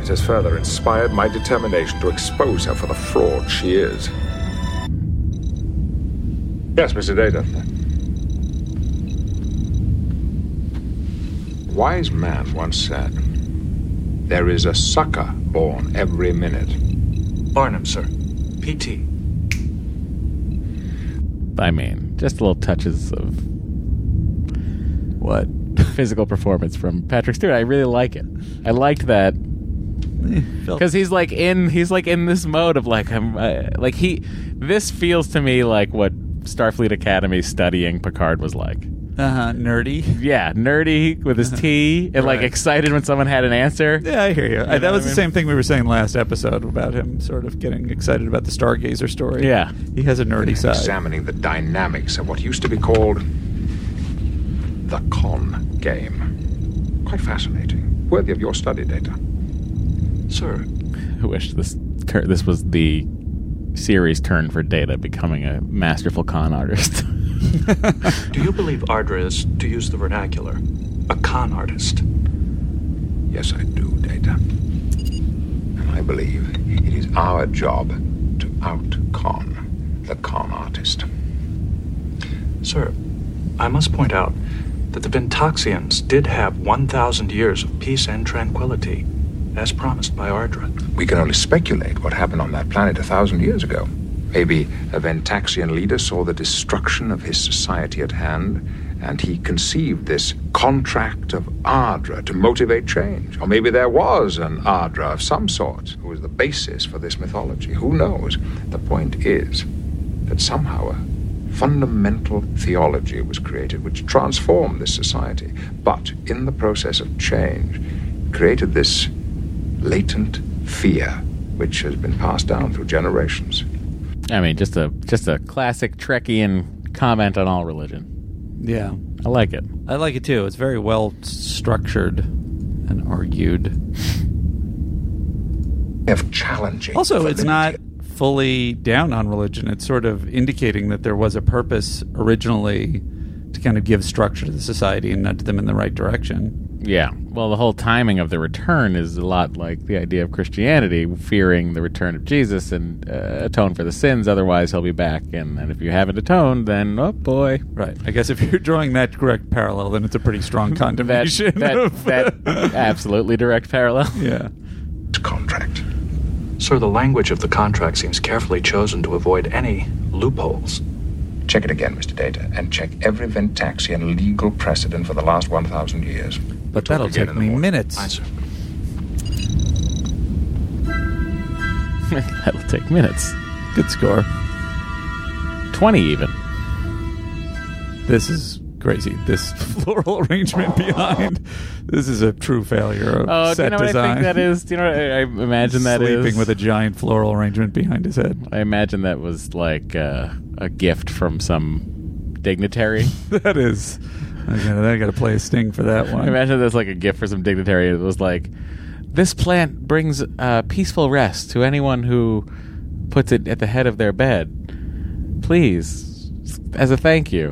It has further inspired my determination to expose her for the fraud she is. Yes, Mr. Data. A Wise man once said, There is a sucker born every minute.
Barnum, sir. PT.
i mean just little touches of
what?
physical performance from patrick stewart i really like it i liked that because he's like in he's like in this mode of like I'm uh, like he this feels to me like what Starfleet Academy studying Picard was like.
uh-huh, nerdy.
Yeah, nerdy with his tea and like
Right.
excited when someone had an answer.
Yeah, I hear you.
know what
that was
I
the
mean?
same thing we were saying last episode about him sort of getting excited about the Stargazer story.
Yeah.
He has a nerdy side.
Examining the dynamics of what used to be called the con game. Quite fascinating. Worthy of your study, Data.
Sir,
I wish this tur- this was the series turn for Data becoming a masterful con artist.
do you believe Ardra is, to use the vernacular, a con artist?
Yes, I do, Data. And I believe it is our job to outcon the con artist.
Sir, I must point out that the Ventoxians did have 1,000 years of peace and tranquility, as promised by Ardra.
We can only speculate what happened on that planet a thousand years ago. Maybe a Ventaxian leader saw the destruction of his society at hand, and he conceived this contract of Ardra to motivate change. Or maybe there was an Ardra of some sort who was the basis for this mythology. Who knows? The point is that somehow a fundamental theology was created which transformed this society, but in the process of change, created this latent fear which has been passed down through generations.
I mean, just a just a classic Trekkian comment on all religion.
Yeah.
I like it.
I like it too. It's very well structured and argued.
Of challenging.
Also, it's
validity.
not fully down on religion. It's sort of indicating that there was a purpose originally to kind of give structure to the society and nudge them in the right direction.
Yeah. Well, the whole timing of the return is a lot like the idea of Christianity, fearing the return of Jesus and uh, atone for the sins, otherwise he'll be back. And, and if you haven't atoned, then oh boy.
Right. I guess if you're drawing that correct parallel, then it's a pretty strong
That,
condemnation. of-
that, that absolutely direct parallel.
yeah.
contract.
Sir, the language of the contract seems carefully chosen to avoid any loopholes.
Check it again, Mr. Data, and check every Ventaxian legal precedent for the last 1,000 years.
But that'll
again
take
in the
me
morning.
minutes.
Aye, sir.
That'll take minutes.
Good score.
20 even.
This is crazy. This floral arrangement behind. This is a true failure of
Oh, do
set
you know what
design.
I think that is? Do you know what I, I imagine that is?
Sleeping with a giant floral arrangement behind his head.
I imagine that was like uh, a gift from some dignitary.
that is. I gotta, I gotta play a sting for that one.
Imagine that's like a gift for some dignitary. It was like, this plant brings uh, peaceful rest to anyone who puts it at the head of their bed. Please, as a thank you,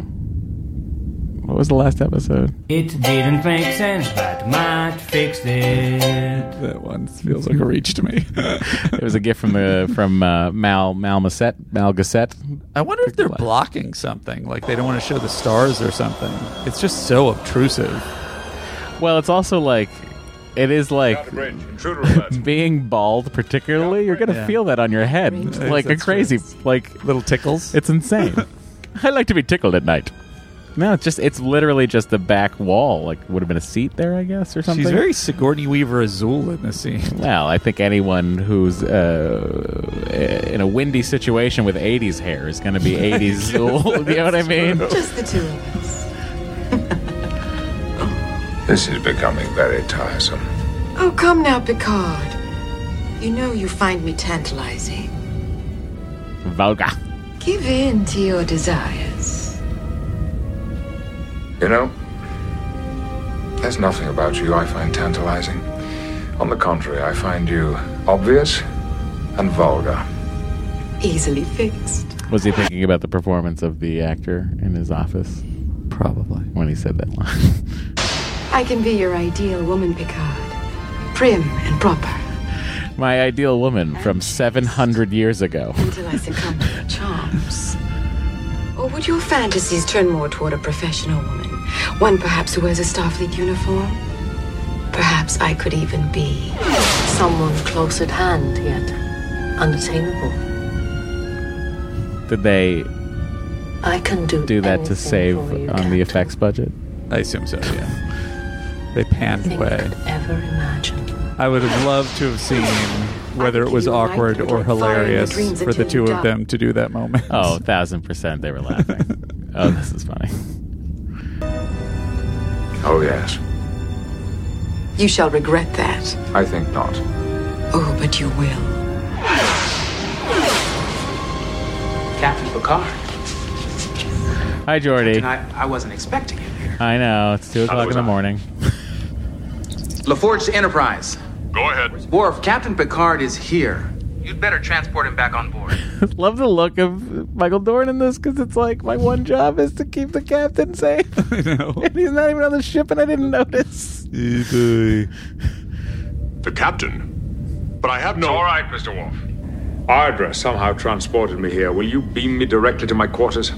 What was the last episode?
It didn't make sense, but Matt fixed it.
That one feels like a reach to me.
it was a gift from the from uh, Mal Mal Massette, Mal Gassette.
I wonder if they're blocking something, like they don't want to show the stars or something. It's just so obtrusive.
Well, it's also like it is like being bald, particularly. You're gonna
Yeah.
feel that on your head,
Right.
like a
That's
crazy, like
little tickles.
It's insane. I like to be tickled at night. No, it's just it's literally just the back wall. Like would have been a seat there, I guess, or something.
She's very Sigourney Weaver Azul in this scene.
Well, I think anyone who's uh, in a windy situation with 80s hair is going to be 80s Zool. you know what I mean?
Just the two of us.
This is becoming very tiresome.
Oh, come now, Picard. You know you find me tantalizing.
Vulgar.
Give in to your desires.
You know, there's nothing about you I find tantalizing. On the contrary, I find you obvious and vulgar.
Easily fixed.
Was he thinking about the performance of the actor in his office?
Probably.
When he said that line.
I can be your ideal woman, Picard. Prim and proper
My ideal woman from 700 years ago.
until I succumb to your charms. Or would your fantasies turn more toward a professional woman? One perhaps who wears a Starfleet uniform?
Perhaps I could even be someone close at hand, yet unattainable.
Did they
I can do
do that to
anything
save
for you,
on the effects budget?
I assume so. Yeah. They panned away.
ever imagine.
I would have loved to have seen whether it was awkward or hilarious
dreams
for the
until
two
you die.
of them to do that moment.
Oh, a thousand percent they were laughing. oh, this is funny.
Oh, yes.
You shall regret that.
I think not.
Oh, but you will.
Captain Picard.
Hi, Jordy.
And I, I wasn't expecting you.
I know, it's 2 o'clock in the morning.
LaForge to Enterprise.
Go ahead.
Worf, Captain Picard is here. You'd better transport him back on board.
Love the look of Michael Dorn in this because it's like my one job is to keep the captain safe. I
know.
And he's not even on the ship, and I didn't notice.
The captain? But I have no. all right, Mr. Wolf.
Ardra somehow transported me here. Will you beam me directly to my quarters?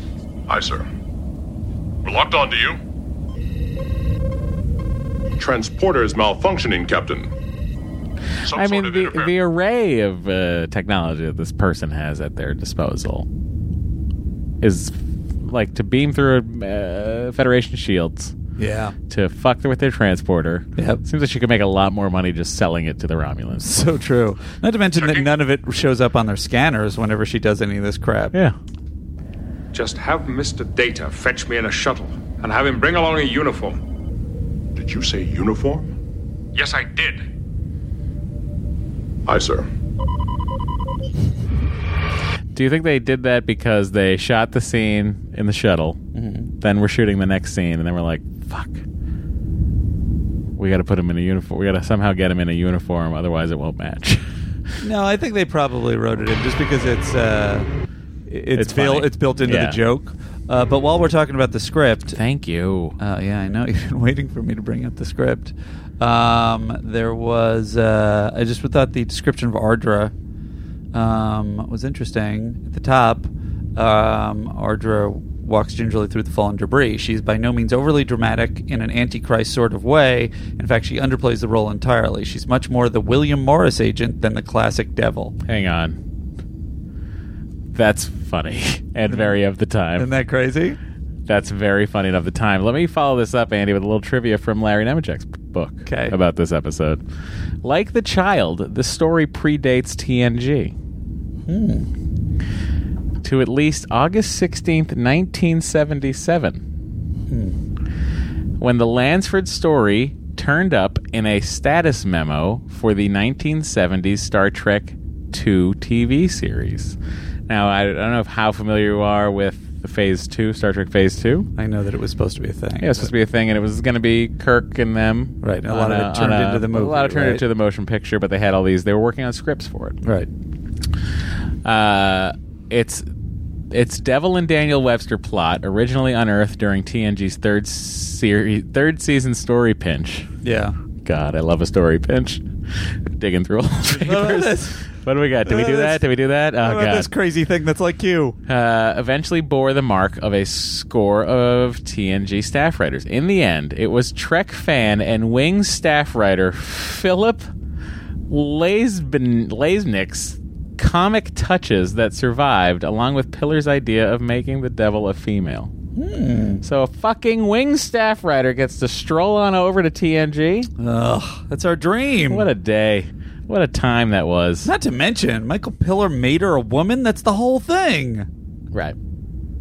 Aye, sir. We're locked onto you. Transporter is malfunctioning, Captain.
I mean, the, the array of uh, technology that this person has at their disposal is like to beam through uh, Federation shields.
Yeah.
To fuck with their transporter. Yep. Seems like she could make a lot more money just selling it to the Romulans.
So true. Not to mention that none of it shows up on their scanners whenever she does any of this crap.
Yeah.
Just have Mr. Data fetch me in a shuttle and have him bring along a uniform.
Did you say uniform?
Yes, I did.
Aye, sir.
Do you think they did that because they shot the scene in the shuttle, then we're shooting the next scene, and then we're like, fuck. We got to put him in a uniform. We got to somehow get him in a uniform, otherwise it won't match.
No, I think they probably wrote it in just because it's uh, it's
It's
it's,
funny.
it's built into
Yeah.
the joke. Uh, but while we're talking about the script,
thank you.
Oh yeah, I know you've been waiting for me to bring up the script. Um, there was uh, I just thought the description of Ardra um, was interesting. At the top, um, Ardra walks gingerly through the fallen debris. She's by no means overly dramatic in an antichrist sort of way. In fact, she underplays the role entirely. She's much more the William Morris agent than the classic devil.
Hang on. That's funny and very of the time.
Isn't that crazy?
That's very funny and of the time. Let me follow this up, Andy, with a little trivia from Larry Nemechek's book about this episode. Like the child, the story predates TNG.
Hmm.
To at least August 16th, 1977,
Hmm.
when the Lansford story turned up in a status memo for the 1970s Star Trek II TV series. Now, I I don't know if how familiar you are with the Phase 2, Star Trek Phase 2.
I know that it was supposed to be a thing.
Yeah, it was supposed to be a thing, and it was going to be Kirk and them.
Right, a
on
lot of it
on
turned into the
A lot of
movie,
turned
right?
into the motion picture, but they had all these. They were working on scripts for it.
Right.
Uh, it's It's Devil and Daniel Webster plot originally unearthed during TNG's third series, third season story pinch.
Yeah.
God, I love a story pinch. Digging through old papers. What do we got? Did we
Uh,
do
that's-
that? Did we do that? Oh
What about
God!
this crazy thing that's like you?
Uh, eventually bore the mark of a score of TNG staff writers. In the end, it was Trek fan and Wings staff writer Philip Lazben- Laznick's comic touches that survived, along with Pillar's idea of making the devil a female.
Hmm.
So a fucking wing staff writer gets to stroll on over to TNG.
Ugh, that's our dream.
What a day. What a time that was.
Not to mention, Michael Pillar made her a woman. That's the whole thing.
Right.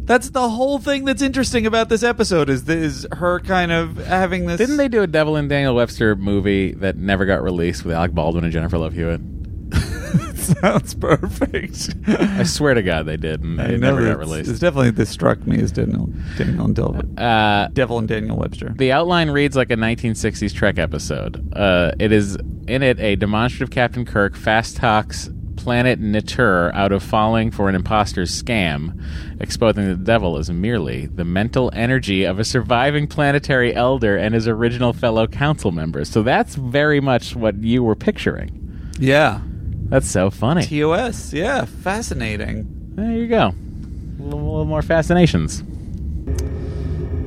That's the whole thing that's interesting about this episode is is her kind of having this.
Didn't they do a Devil and Daniel Webster movie that never got released with Alec Baldwin and Jennifer Love Hewitt?
Sounds perfect.
I swear to God they did, and
I
it
know
never got
that's-
released.
It's definitely this struck me as Daniel Daniel and Devil, Devil and Daniel Webster.
Uh, The outline reads like a 1960s Trek episode. Uh, it is in it a demonstrative Captain Kirk fast talks planet Natur out of falling for an imposter's scam, exposing the devil as merely the mental energy of a surviving planetary elder and his original fellow council members. So that's very much what you were picturing.
Yeah.
That's so funny.
TOS. Yeah, fascinating.
There you go. A little, little more fascinations.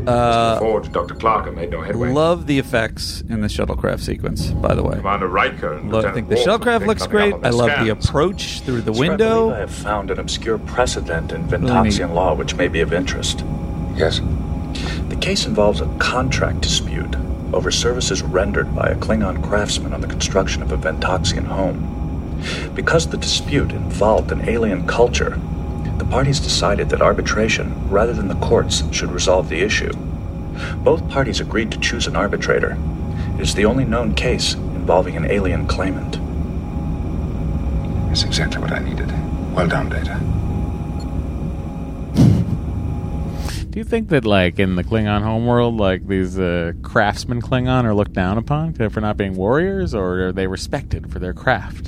Uh,
Forward to Dr. Clark and made no headway.
Love the effects in the shuttlecraft sequence, by the way.
Commander Riker and
Love, I
Lieutenant
think the
Walker
shuttlecraft
picked
looks
nothing up
great.
on
I
their
love the
scans.
approach through the
Sir, I
window.
believe I have found an obscure precedent in
Really neat.
Ventaxian law which may be of interest.
Yes.
The case involves a contract dispute over services rendered by a Klingon craftsman on the construction of a Ventaxian home. Because the dispute involved an alien culture, the parties decided that arbitration, rather than the courts, should resolve the issue. Both parties agreed to choose an arbitrator. It is the only known case involving an alien claimant.
That's exactly what I needed. Well done, Data.
Do you think that, like, in the Klingon homeworld, like, these uh, craftsmen Klingon are looked down upon for not being warriors, or are they respected for their craft?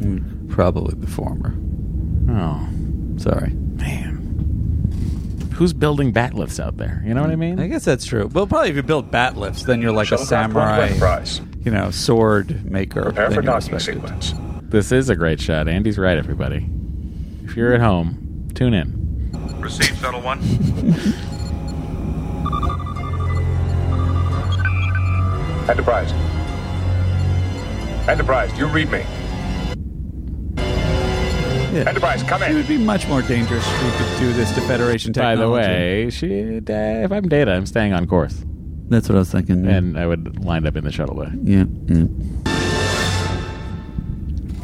Mm, Probably the former.
Oh.
Sorry.
Who's building batliths out there? You know what I mean?
I guess that's true. Well, probably if you build bat lifts, then you're like a
Shuttlecraft
samurai,
won't win prize.
you know, sword maker.
Prepare for
Then you're
docking
respected.
This is a great shot. Andy's right, everybody. If you're at home, tune in.
Receive shuttle one.
Enterprise. Enterprise, do you read me? Enterprise, come
It would be much more dangerous if we could do this to Federation
By the
technology.
way, she, uh, if I'm Data, I'm staying on course.
That's what I was thinking.
And I would line up in the shuttle bay.
Yeah. yeah.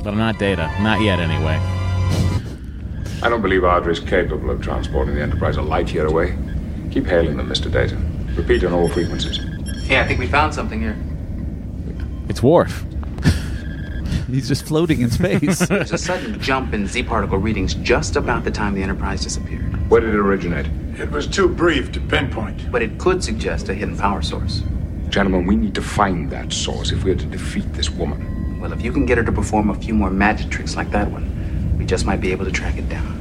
But I'm not Data. Not yet, anyway.
I don't believe Ardra is capable of transporting the Enterprise a light year away. Keep hailing them, Mr. Data. Repeat on all frequencies.
Hey, I think we found something here.
It's Worf.
He's just floating in space.
There's a sudden jump in Z particle readings just about the time the Enterprise disappeared.
Where did it originate?
It was too brief to pinpoint. But it could suggest a hidden power source.
Gentlemen, we need to find that source if we're to defeat this woman.
Well, if you can get her to perform a few more magic tricks like that one, we just might be able to track it down.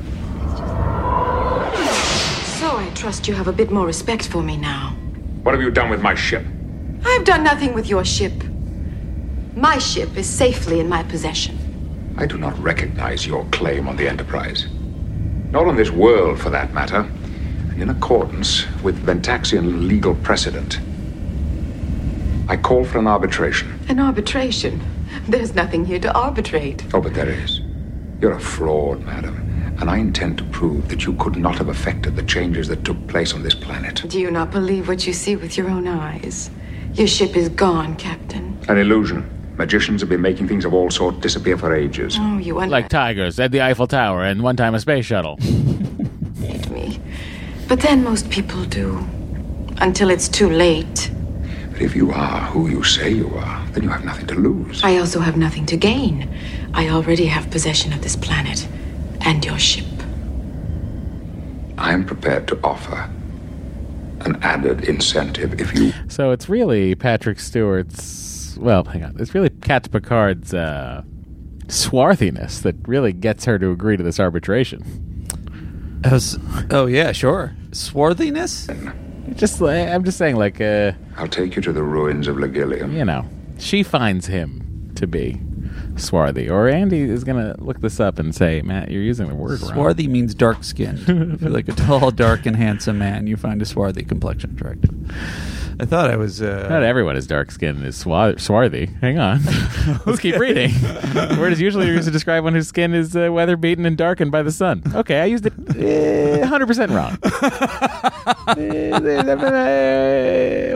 So I trust you have a bit more respect for me now.
What have you done with my ship?
I've done nothing with your ship. My ship is safely in my possession.
I do not recognize your claim on the Enterprise. Nor on this world, for that matter. And in accordance with Ventaxian legal precedent, I call for an arbitration.
An arbitration. There's nothing here to arbitrate.
Oh, but there is. You're a fraud, madam. And I intend to prove that you could not have affected the changes that took place on this planet.
Do you not believe what you see with your own eyes? Your ship is gone, Captain.
An illusion. Magicians have been making things of all sorts disappear for ages.
Oh, you un-
Like tigers at the Eiffel Tower and one time a space shuttle.
me. But then most people do. Until it's too late.
But if you are who you say you are, then you have nothing to lose.
I also have nothing to gain. I already have possession of this planet and your ship.
I am prepared to offer an added incentive if you.
So it's really Patrick Stewart's. Well, hang on. It's really Kat Picard's uh, swarthiness that really gets her to agree to this arbitration.
I was, oh yeah, sure. Swarthiness.
Just like- I'm just saying, like, uh,
I'll take you to the ruins of Legilia.
you know, she finds him to be swarthy, or Andy is gonna look this up and say, Matt, you're using the word wrong.
Swarthy means dark skinned. if you're like a tall, dark, and handsome man, you find a swarthy complexion attractive. I thought I was. Uh,
Not everyone is dark skinned is swa- swarthy. Hang on. Let's keep reading. the word is usually used to describe one whose skin is uh, weather beaten and darkened by the sun. Okay, I used it uh, 100% wrong. Uh,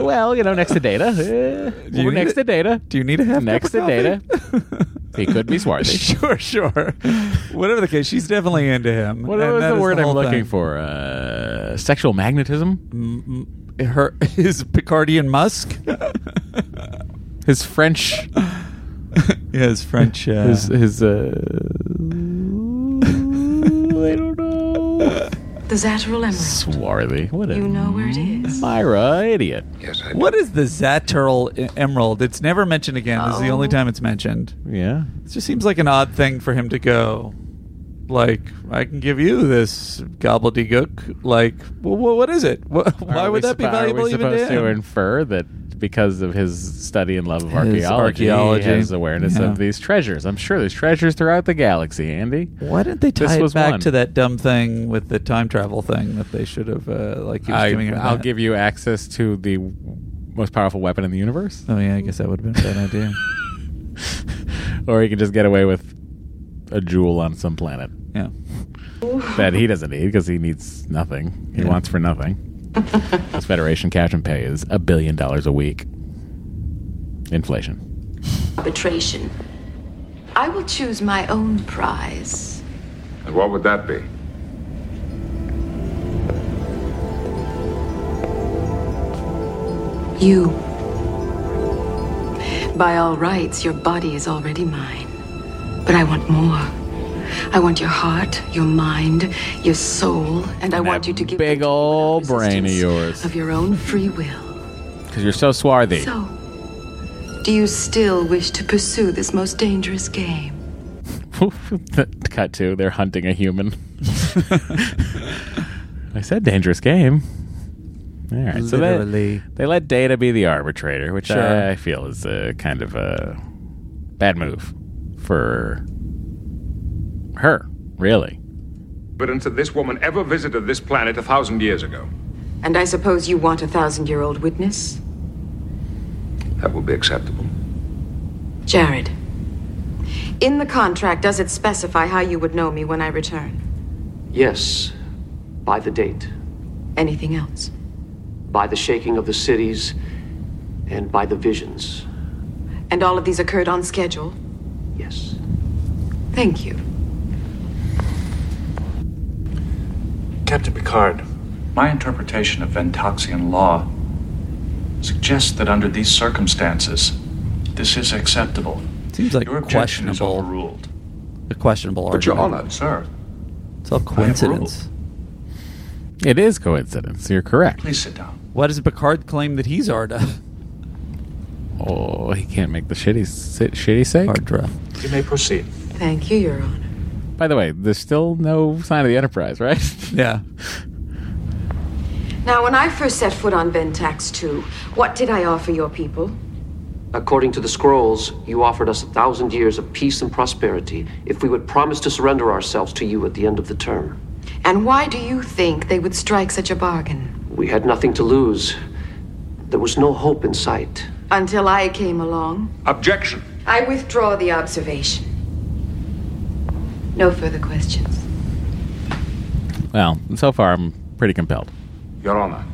well, you know, next to data. Uh,
Do you
we're
need
next
it?
to data.
Do you need a half
Next to
cup of
data.
coffee?
he could be swarthy.
sure, sure. Whatever the case, she's definitely into him.
What
and
was
that
the
is
word I'm
whole
looking
thing.
for? Uh, sexual magnetism?
Her his Picardian musk.
His French.
yeah, his French. Uh,
His, his, uh,
The Zatterall Emerald.
swarthy. What a
You know where it is.
Myra idiot.
Yes, I
what is the Zatterl e- Emerald? It's never mentioned again. This is the only
Oh.
time it's mentioned.
Yeah.
It just seems like an odd thing for him to go. Like, I can give you this gobbledygook. Like, well, what is it? Wha why
Are
would
we
that be
suppo-
valuable
Are we
even
supposed to
him?
infer that because of his study and love of
His
archaeology,
archaeology.
he has awareness
Yeah.
of these treasures? I'm sure there's treasures throughout the galaxy, Andy.
Why didn't they tie
This
it
was
back
one.
to that dumb thing with the time travel thing that they should have? Uh, like, he was
I,
giving her
will
that?
give you access to the most powerful weapon in the universe,
Oh yeah, I guess that would have been a bad idea.
or you can just get away with a jewel on some planet
Yeah.
that he doesn't need because he needs nothing. He
Yeah.
wants for nothing. His Federation cash and pay is a billion dollars a week. Inflation.
Arbitration. I will choose my own prize.
And what would that be?
You.
By all rights, your body is already mine. But I want more. I want your heart, your mind, your soul, and I want you to give
big old brain of yours
of your own free will.
because you're so swarthy.
So, do you still wish to pursue this most dangerous game?
Cut to they're hunting a human. I said dangerous game. All right, so they,
Literally.
they let Data be the arbitrator, which
Sure.
I, I feel is a kind of a bad move for her. Really,
Evidence that this woman ever visited this planet a thousand years ago.
And I suppose you want a thousand year old witness?
That would be acceptable.
Jared. In the contract, does it specify how you would know me when I return?
Yes, by the date,
Anything else?
by the shaking of the cities, and by the visions.
And all of these occurred on schedule?
Yes.
Thank you.
Captain Picard, my interpretation of Ventoxian law suggests that under these circumstances, this is acceptable.
Seems like
Your objection is
questionable.
overruled.
A questionable
But Your
argument.
Honor,
Sir,
It's all coincidence.
it is coincidence. You're correct.
please sit down.
Why does Picard claim that he's Arda?
Oh, he can't make the shitty sit, shitty sake.
Ardra.
You may proceed.
Thank you, Your Honor.
By the way, there's still no sign of the Enterprise, right?
Yeah.
Now, when I first set foot on Ventax 2, what did I offer your people?
According to the scrolls, you offered us a thousand years of peace and prosperity if we would promise to surrender ourselves to you at the end of the term.
And why do you think they would strike such a bargain?
We had nothing to lose. There was no hope in sight.
Until I came along,
Objection.
I withdraw the observation. No further questions.
Well, so far I'm pretty compelled.
Your Honor,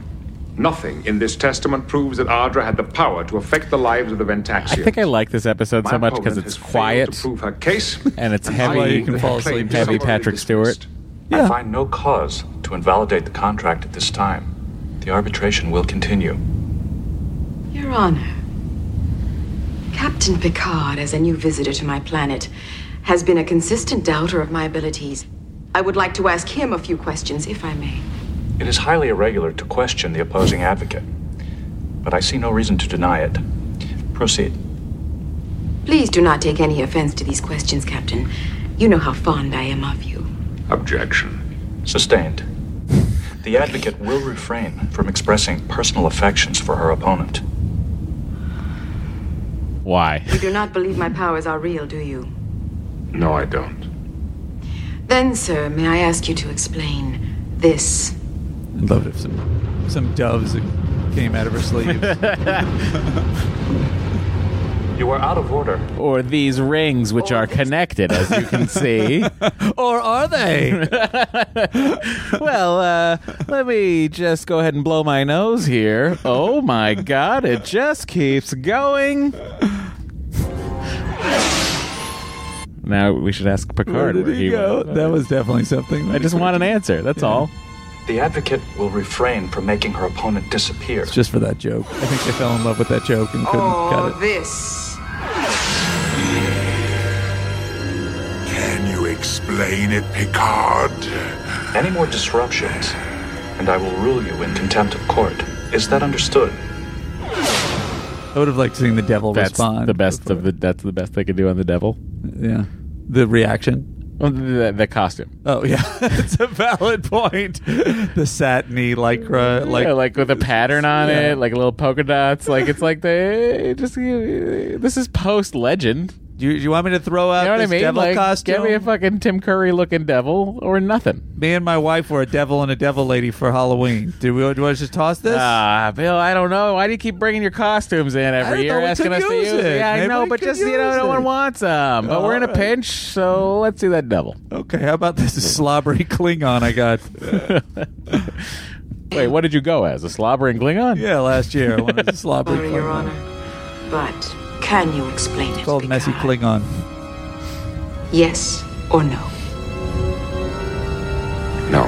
nothing in this testament proves that Ardra had the power to affect the lives of the Ventaxians.
I think I like this episode so much because it's quiet
To prove her case.
and it's
I
heavy.
why you can
move
fall
the
asleep.
claim
Heavy
summarily
Patrick Stewart.
dismissed.
Yeah.
I find no cause to invalidate the contract at this time. The arbitration will continue.
Your Honor, Captain Picard, as a new visitor to my planet, has been a consistent doubter of my abilities. I would like to ask him a few questions, if I may.
It is highly irregular to question the opposing advocate, but I see no reason to deny it. Proceed.
Please do not take any offense to these questions, Captain. You know how fond I am of you.
Objection.
Sustained. The advocate will refrain from expressing personal affections for her opponent.
Why?
You do not believe my powers are real, do you?
No, I don't.
Then, sir, may I ask you to explain this?
I'd love it if some, some doves came out of her sleeve.
You are out of order.
Or these rings, which are connected, as you can see.
or are they?
well, uh, let me just go ahead and blow my nose here. Oh my god, it just keeps going. Now we should ask Picard
Where did
where
he go?
went.
That was definitely something.
I just want an answer. That's all.
The advocate will refrain from making her opponent disappear.
It's just for that joke. I think they fell in love with that joke and couldn't
Or
cut it.
this?
Can you explain it, Picard?
Any more disruptions, and I will rule you in contempt of court. Is that understood?
I would have liked seeing the devil
That's
respond.
the best of the. That's the best they could do on the devil.
yeah, the reaction.
Well, the, the costume.
Oh yeah, it's a valid point. The satiny lycra, like
yeah, like with a pattern on
Yeah.
it, like little polka dots. Like it's like they just you- this is post legend.
Do you, do you want me to throw out
You know what I
this
mean?
devil
Like,
costume?
get me a fucking Tim Curry looking devil or nothing.
me and my wife were a devil and a devil lady for Halloween. Do we do I just toss this?
Ah, Bill, I don't know. Why do you keep bringing your costumes in
I
every
don't
year,
know, we
asking
could
us to
use
use
it.
Yeah, I
Maybe
know,
we
but
could
just you know,
use
no one
it.
wants them. But we're in a
All right.
pinch, so let's see that devil.
Okay, how about this slobbery Klingon I got?
Wait, what did you go as? A slobbering Klingon?
yeah, last year I wanted a slobbery
Sorry, Your
Klingon.
Honor. But can you explain it?
It's called messy Klingon.
Yes or no?
No.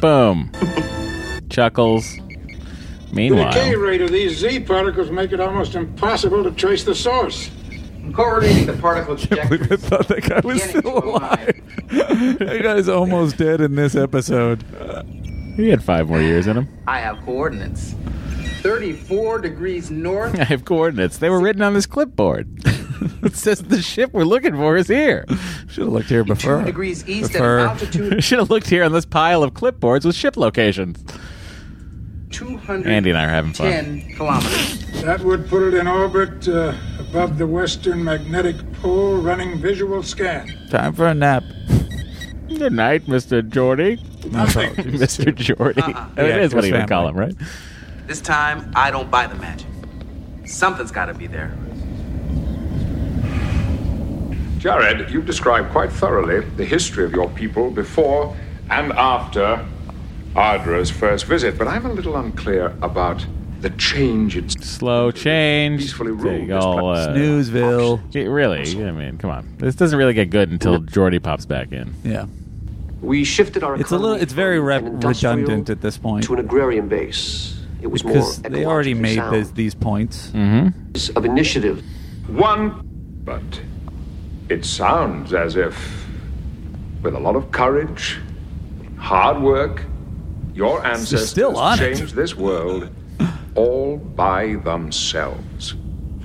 Boom. Chuckles.
The
Meanwhile,
decay rate of these Z particles make it almost impossible to trace the source.
Incorporating the particle detector.
I thought that guy was still alive. that guy's almost dead in this episode.
he had five more years in him.
I have coordinates. 34 degrees north.
I have coordinates. They were written on this clipboard. it says the ship we're looking for is here.
Should have looked here before.
degrees east
Prefer.
at an altitude
Should have looked here on this pile of clipboards with ship locations.
210
Andy and I are having fun.
kilometers.
That would put it in orbit uh, above the western magnetic pole, running visual scan.
Time for a nap.
Good night, Mr. Jordy. Mr. Jordy.
Uh-uh.
That
Yeah,
is what
his
he would call him,
family.
right?
This time, I don't buy the magic. Something's got to be there.
Jared, you've described quite thoroughly the history of your people before and after Ardra's first visit, but I'm a little unclear about the change it's
Slow change.
peacefully ruled.
Take
this
all,
place.
uh,
Newsville.
Yeah, really? I mean, come on. This doesn't really get good until Jordy pops back in.
Yeah.
We shifted our
It's a little.
economy
It's very
from
re-
an industrial
redundant at this point
to an agrarian base. It was
because
more
they already
ecologically
made
sound.
this, these points.
Mm-hmm.
This of initiative.
One, but it sounds as if, with a lot of courage, hard work, your ancestors
still on it.
changed this world all by themselves.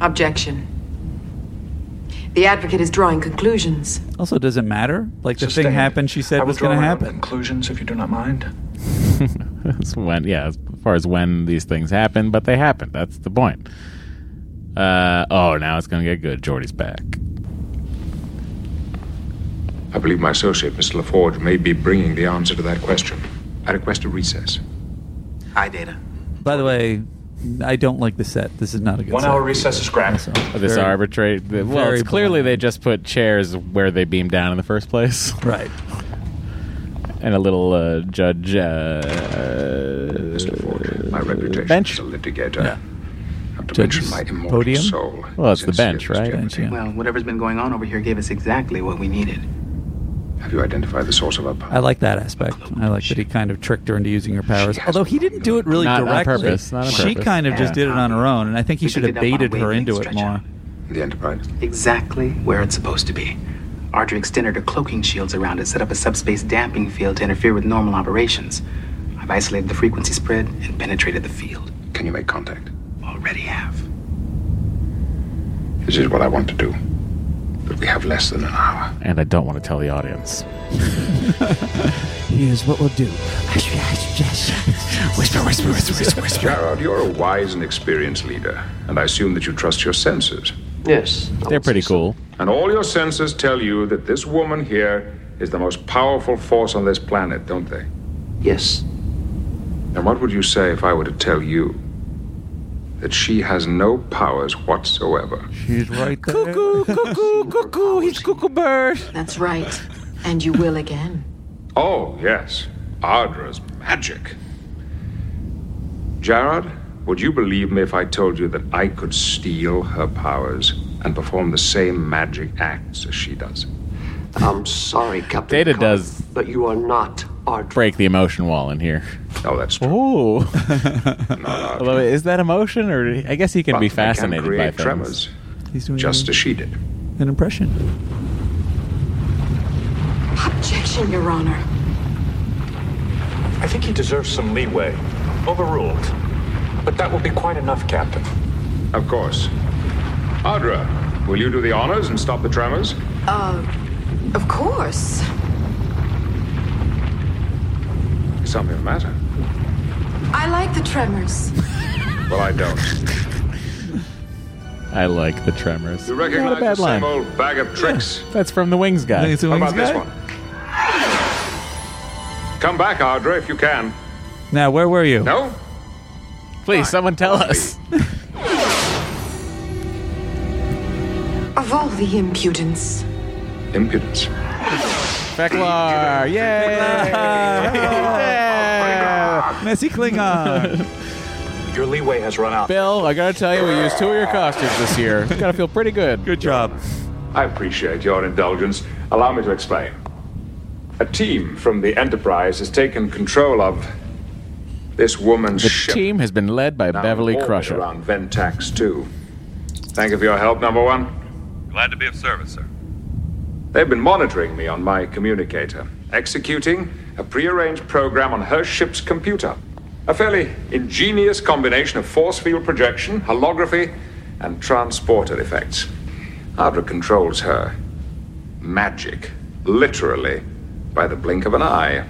Objection. The advocate is drawing conclusions.
Also, does it matter? Like the
Sustained.
thing happened. She
I
said
will
was going to
draw my own
happen.
Conclusions, if you do not mind.
That's when, yeah, as far as when these things happen, but they happen. That's the point. Uh, oh, now it's going to get good. Jordy's back.
I believe my associate, Mr. LaForge, may be bringing the answer to that question. I request a recess.
Hi, Data.
By the way, I don't like the set. This is not a good.
One
set.
hour recess is granted.
So,
This
very-
arbitrate. the- Well,
very
it's clearly
boring.
they just put chairs where they beam down in the first place,
Right.
and a little uh, judge. Uh,
Mr. LaForge, my reputation
bench.
as a litigator.
Yeah.
Not to
Judge's
mention my immortal
podium?
soul.
Well, it's the
Sincere
bench, right?
Mr.
Bench, yeah.
Well, whatever's been going on over here gave us exactly what we needed.
Have you identified the source of our power?
I like that aspect. I like that he kind of tricked her into using her powers.
She has
Although he didn't do it really
Not on
directly.
purpose, not on
she
purpose.
kind of just
Yeah.
did it on her own, and I think he
We
should
picked
have
it up on a
baited her
wavelength
into it
stretcher.
more.
The Enterprise.
Exactly where it's supposed to be. Ardra extended her cloaking shields around it, set up a subspace damping field to interfere with normal operations. I've isolated the frequency spread and penetrated the field.
Can you make contact?
Already have.
This is what I want to do. But we have less than an hour.
And I don't want to tell the audience.
Here's what we'll do.
whisper, whisper, whisper, whisper, whisper. Gerard, you're a wise and experienced leader, and I assume that you trust your senses.
Yes.
They're pretty cool.
And all your senses tell you that this woman here is the most powerful force on this planet, don't they?
Yes.
And what would you say if I were to tell you that she has no powers whatsoever?
She's right there.
Cuckoo, cuckoo, cuckoo. He's cuckoo bird.
That's right. And you will again.
Oh, yes. Ardra's magic. Jarrod, would you believe me if I told you that I could steal her powers and perform the same magic acts as she does?
I'm sorry, Captain.
Data
Picard,
does-
But you are not Ardra.
Break the emotion wall in here.
Oh, that's
true. Ooh. Although, is that emotion? Or I guess he can
But
be
they can
fascinated by
create tremors,
things.
just as she did.
An impression.
Objection, Your Honor.
I think he deserves some leeway. Overruled. But that will be quite enough, Captain.
Of course. Ardra, will you do the honors and stop the tremors?
Uh, of course.
Is something the matter?
I like the tremors.
Well, I don't.
I like the tremors.
You
Not
recognize
a bad
the
line.
same old bag of tricks?
That's from the Wings guy.
How about this one? Come back, Ardra, if you can.
Now, where were you?
No?
Please, someone tell us.
Of all the impudence.
Impudence.
Feklar!
Oh,
Yay!
Messy Klingon!
Your leeway has run out.
Bill, I gotta tell you, we used two of your costumes this year. Gotta feel pretty good.
Good job.
I appreciate your indulgence. Allow me to explain. A team from the Enterprise has taken control of this woman's
The
ship.
team has been led by
now
Beverly
in orbit
Crusher.
Around Ventax 2. Thank you for your help, number one.
Glad to be of service, sir.
They've been monitoring me on my communicator, executing a prearranged program on her ship's computer. A fairly ingenious combination of force field projection, holography, and transporter effects. Ardra controls her. Magic, literally, by the blink of an eye.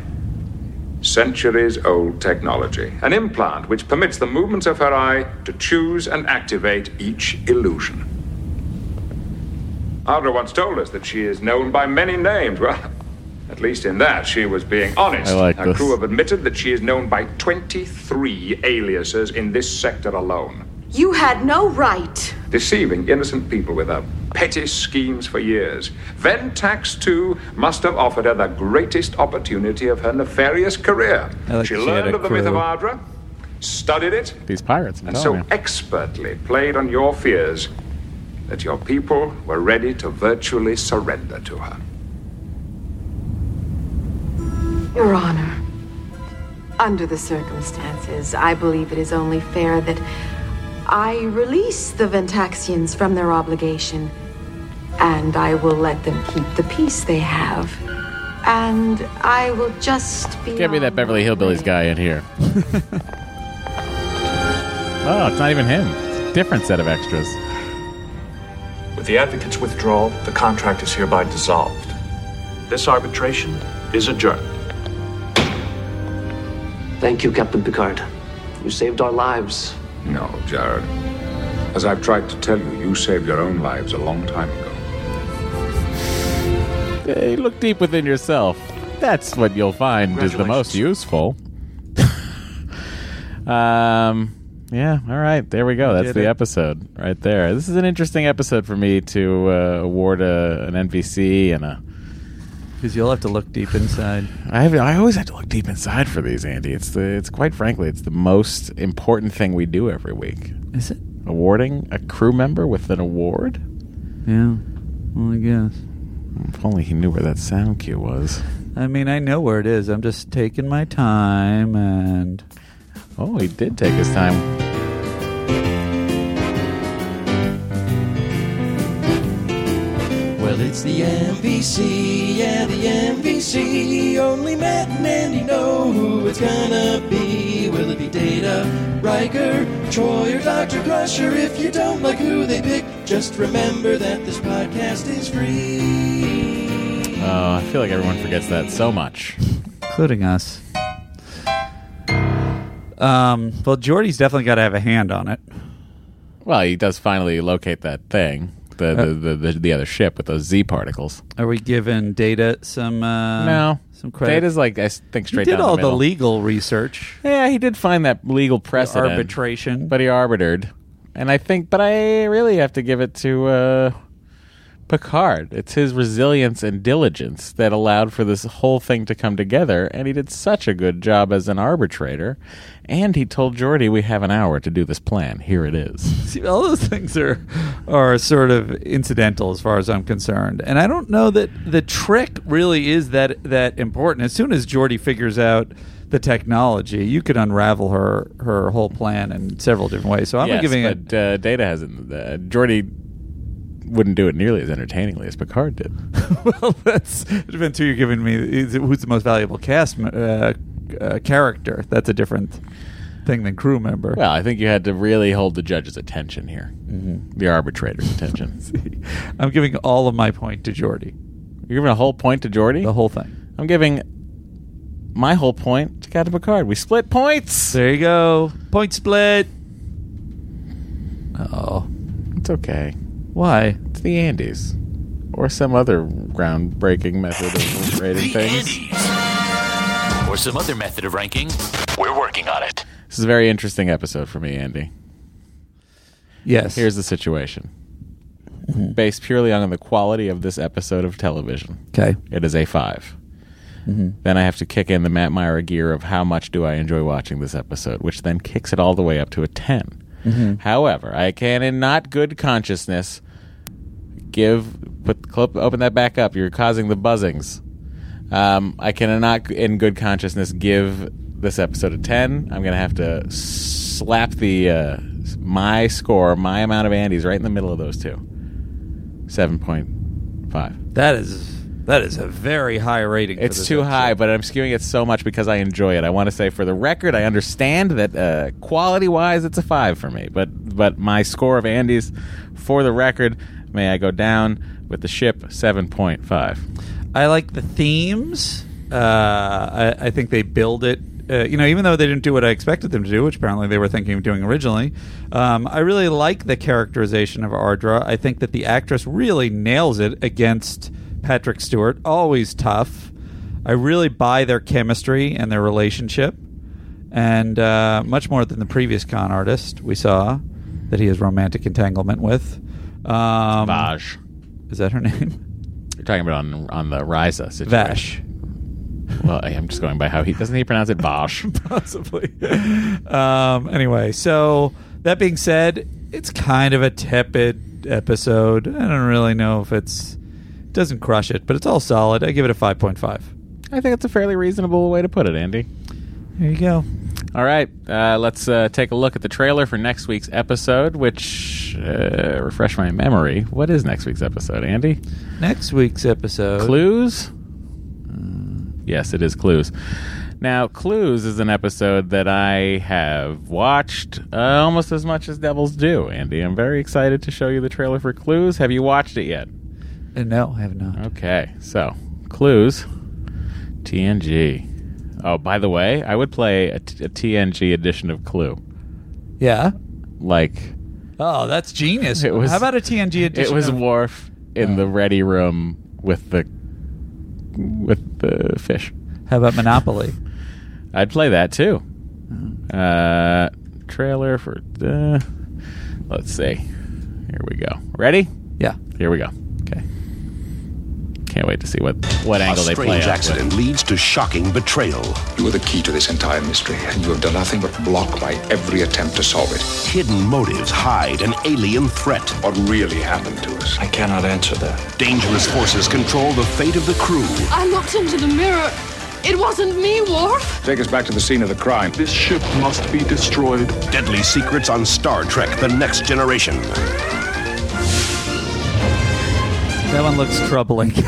Centuries old technology, an implant which permits the movements of her eye to choose and activate each illusion. Ardra once told us that she is known by many names. Well, at least in that she was being honest.
I like
Her
this.
crew have admitted that she is known by 23 aliases in this sector alone,
You had no right.
deceiving innocent people with her petty schemes for years. Ventax, too, must have offered her the greatest opportunity of her nefarious career.
I
she
like that she had
learned
a
of the myth of
crew. Oh,
Ardra, studied it,
These pirates, I'm
and
telling
so
you.
expertly played on your fears that your people were ready to virtually surrender to her.
Your Honor, under the circumstances, I believe it is only fair that I release the Ventaxians from their obligation, and I will let them keep the peace they have. And I will just be.
Get me that
on
Beverly
my
Hillbillies
way.
guy in here. oh, it's not even him. It's a different set of extras.
With the advocate's withdrawal, the contract is hereby dissolved. This arbitration is adjourned.
Thank you, Captain Picard. You saved our lives.
No, Jared. As I've tried to tell you, you saved your own lives a long time ago.
Hey, look deep within yourself. That's what you'll find is the most useful. um, yeah, all right. There we go. That's
did
the
it.
episode right there. This is an interesting episode for me to uh, award a, an NVC and a.
Because you'll have to look deep inside.
I have. I always have to look deep inside for these, Andy. It's the. It's quite frankly, it's the most important thing we do every week.
Is it?
Awarding a crew member with an award.
Yeah. Well, I guess.
If only he knew where that sound cue was.
I mean, I know where it is. I'm just taking my time and.
Oh, he did take his time.
Well, it's the MVC, yeah, the MVC. Only Matt and Andy know who it's
it's gonna be. Will it be Data, Riker, Troy, or Dr. Crusher? If you don't like who they pick, just remember that this podcast is free.
Oh, I feel like everyone forgets that so much.
including us. Um, well, Jordy's definitely got to have a hand on it.
Well, he does finally locate that thing, the
Uh,
the, the, the, the other ship with those Z particles.
Are we giving Data some uh,
no,
some credit?
Data's like I s- think straight.
he did
down
all
the,
the,
middle.
legal research.
Yeah, he did find that legal precedent,
arbitration.
but he arbitered, and I think. But I really have to give it to uh, Picard. It's his resilience and diligence that allowed for this whole thing to come together, and he did such a good job as an arbitrator. And he told Geordi, "We have an hour to do this plan. Here it is."
See, all those things are are sort of incidental as far as I'm concerned, and I don't know that the trick really is that that important. As soon as Jordy figures out the technology, you could unravel her her whole plan in several different ways. So I'm
yes,
giving it
but, uh, Data hasn't. Uh, Geordi wouldn't do it nearly as entertainingly as Picard did.
well, that's it's been two you're giving me. Is it- who's the most valuable cast me- uh, uh, character? That's a different thing than crew member.
Well, I think you had to really hold the judge's attention here,
Mhm.
the arbitrator's attention.
I'm giving all of my point to Jordy.
You're giving a whole point to Jordy.
The whole thing.
I'm giving my whole point to Captain Picard. We split points.
There you go. Point split. Oh,
It's okay.
why?
It's the Andes, or some other groundbreaking method of rating things.
Or some other method of ranking. We're working on it.
This is a very interesting episode for me, Andy.
Yes.
Here's the situation. Based purely on the quality of this episode of television.
Okay.
It is a 5
Mhm.
Then I have to kick in the Matt Meyer gear of how much do I enjoy watching this episode, which then kicks it all the way up to a 10.
Mhm.
However, I can, in not good consciousness, give put clip open that back up. You're causing the buzzings. Um, I can, in not in good consciousness, give this episode a ten. I'm gonna have to slap the uh, my score, my amount of Andes, right in the middle of those two. Seven point five.
That is that is a very high rating. for
It's
this
too
episode.
high, but I'm skewing it so much because I enjoy it. I want to say, for the record, I understand that uh, quality-wise, it's a five for me. But but my score of Andy's, for the record, may I go down with the ship seven point five.
I like the themes. Uh, I, I think they build it. Uh, you know, even though they didn't do what I expected them to do, which apparently they were thinking of doing originally, um, I really like the characterization of Ardra. I think that the actress really nails it against Patrick Stewart. Always tough. I really buy their chemistry and their relationship, and uh, much more than the previous con artist we saw that he has romantic entanglement with. Um,
Vaj.
Is that her name?
You're talking about on on the Risa situation.
Vash.
Well, I- I'm just going by how he doesn't he pronounce it Vash.
possibly. um, anyway, so that being said, it's kind of a tepid episode. I don't really know if it's it doesn't crush it, but it's all solid. I give it a five point five.
I think it's a fairly reasonable way to put it, Andy.
There you go.
All right, uh, let's uh, take a look at the trailer for next week's episode. Which uh, refresh my memory. What is next week's episode, Andy?
Next week's episode.
Clues? Yes, it is Clues. Now, Clues is an episode that I have watched uh, almost as much as Devils Do, Andy. I'm very excited to show you the trailer for Clues. Have you watched it yet?
Uh, no, I have not.
Okay, so Clues, TNG. Oh, by the way, I would play a, t- a TNG edition of Clue.
Yeah.
Like,
Oh, that's genius.
It was-
How about a TNG edition?
It was
of-
Worf in
Oh.
the ready room with the with the fish.
How about Monopoly? Mm-hmm.
I'd play that too. Uh, trailer for the. Let's see. Here we go. Ready?
Yeah.
Here we go. Okay. Can't wait to see what what angle
a
they play.
strange
out with.
accident leads to shocking betrayal.
You are the key to this entire mystery, and you have done nothing but block my every attempt to solve it.
Hidden motives hide an alien threat.
What really happened to us? I cannot answer that.
Dangerous forces control the fate of the crew.
I looked into the mirror. It wasn't me, Worf.
Take us back to the scene of the crime.
This ship must be destroyed. Deadly secrets on Star Trek: The Next Generation.
That one looks troubling.
one.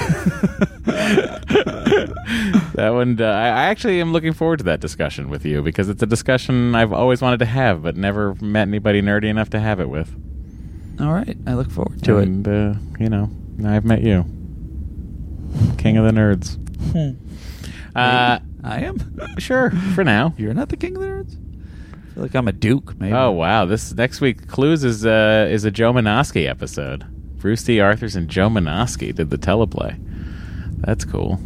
That one. Uh, I I actually am looking forward to that discussion with you because it's a discussion I've always wanted to have, but never met anybody nerdy enough to have it with.
All right, I look forward to it.
and, uh, you know, I've met you, king of the nerds. Uh,
I am
sure for now.
You're not the king of the nerds. I feel like I'm a duke, maybe.
Oh wow! This next week, Clues is uh, is a Joe Manosky episode. Bruce D. Arthur's and Joe Manosky did the teleplay. That's cool.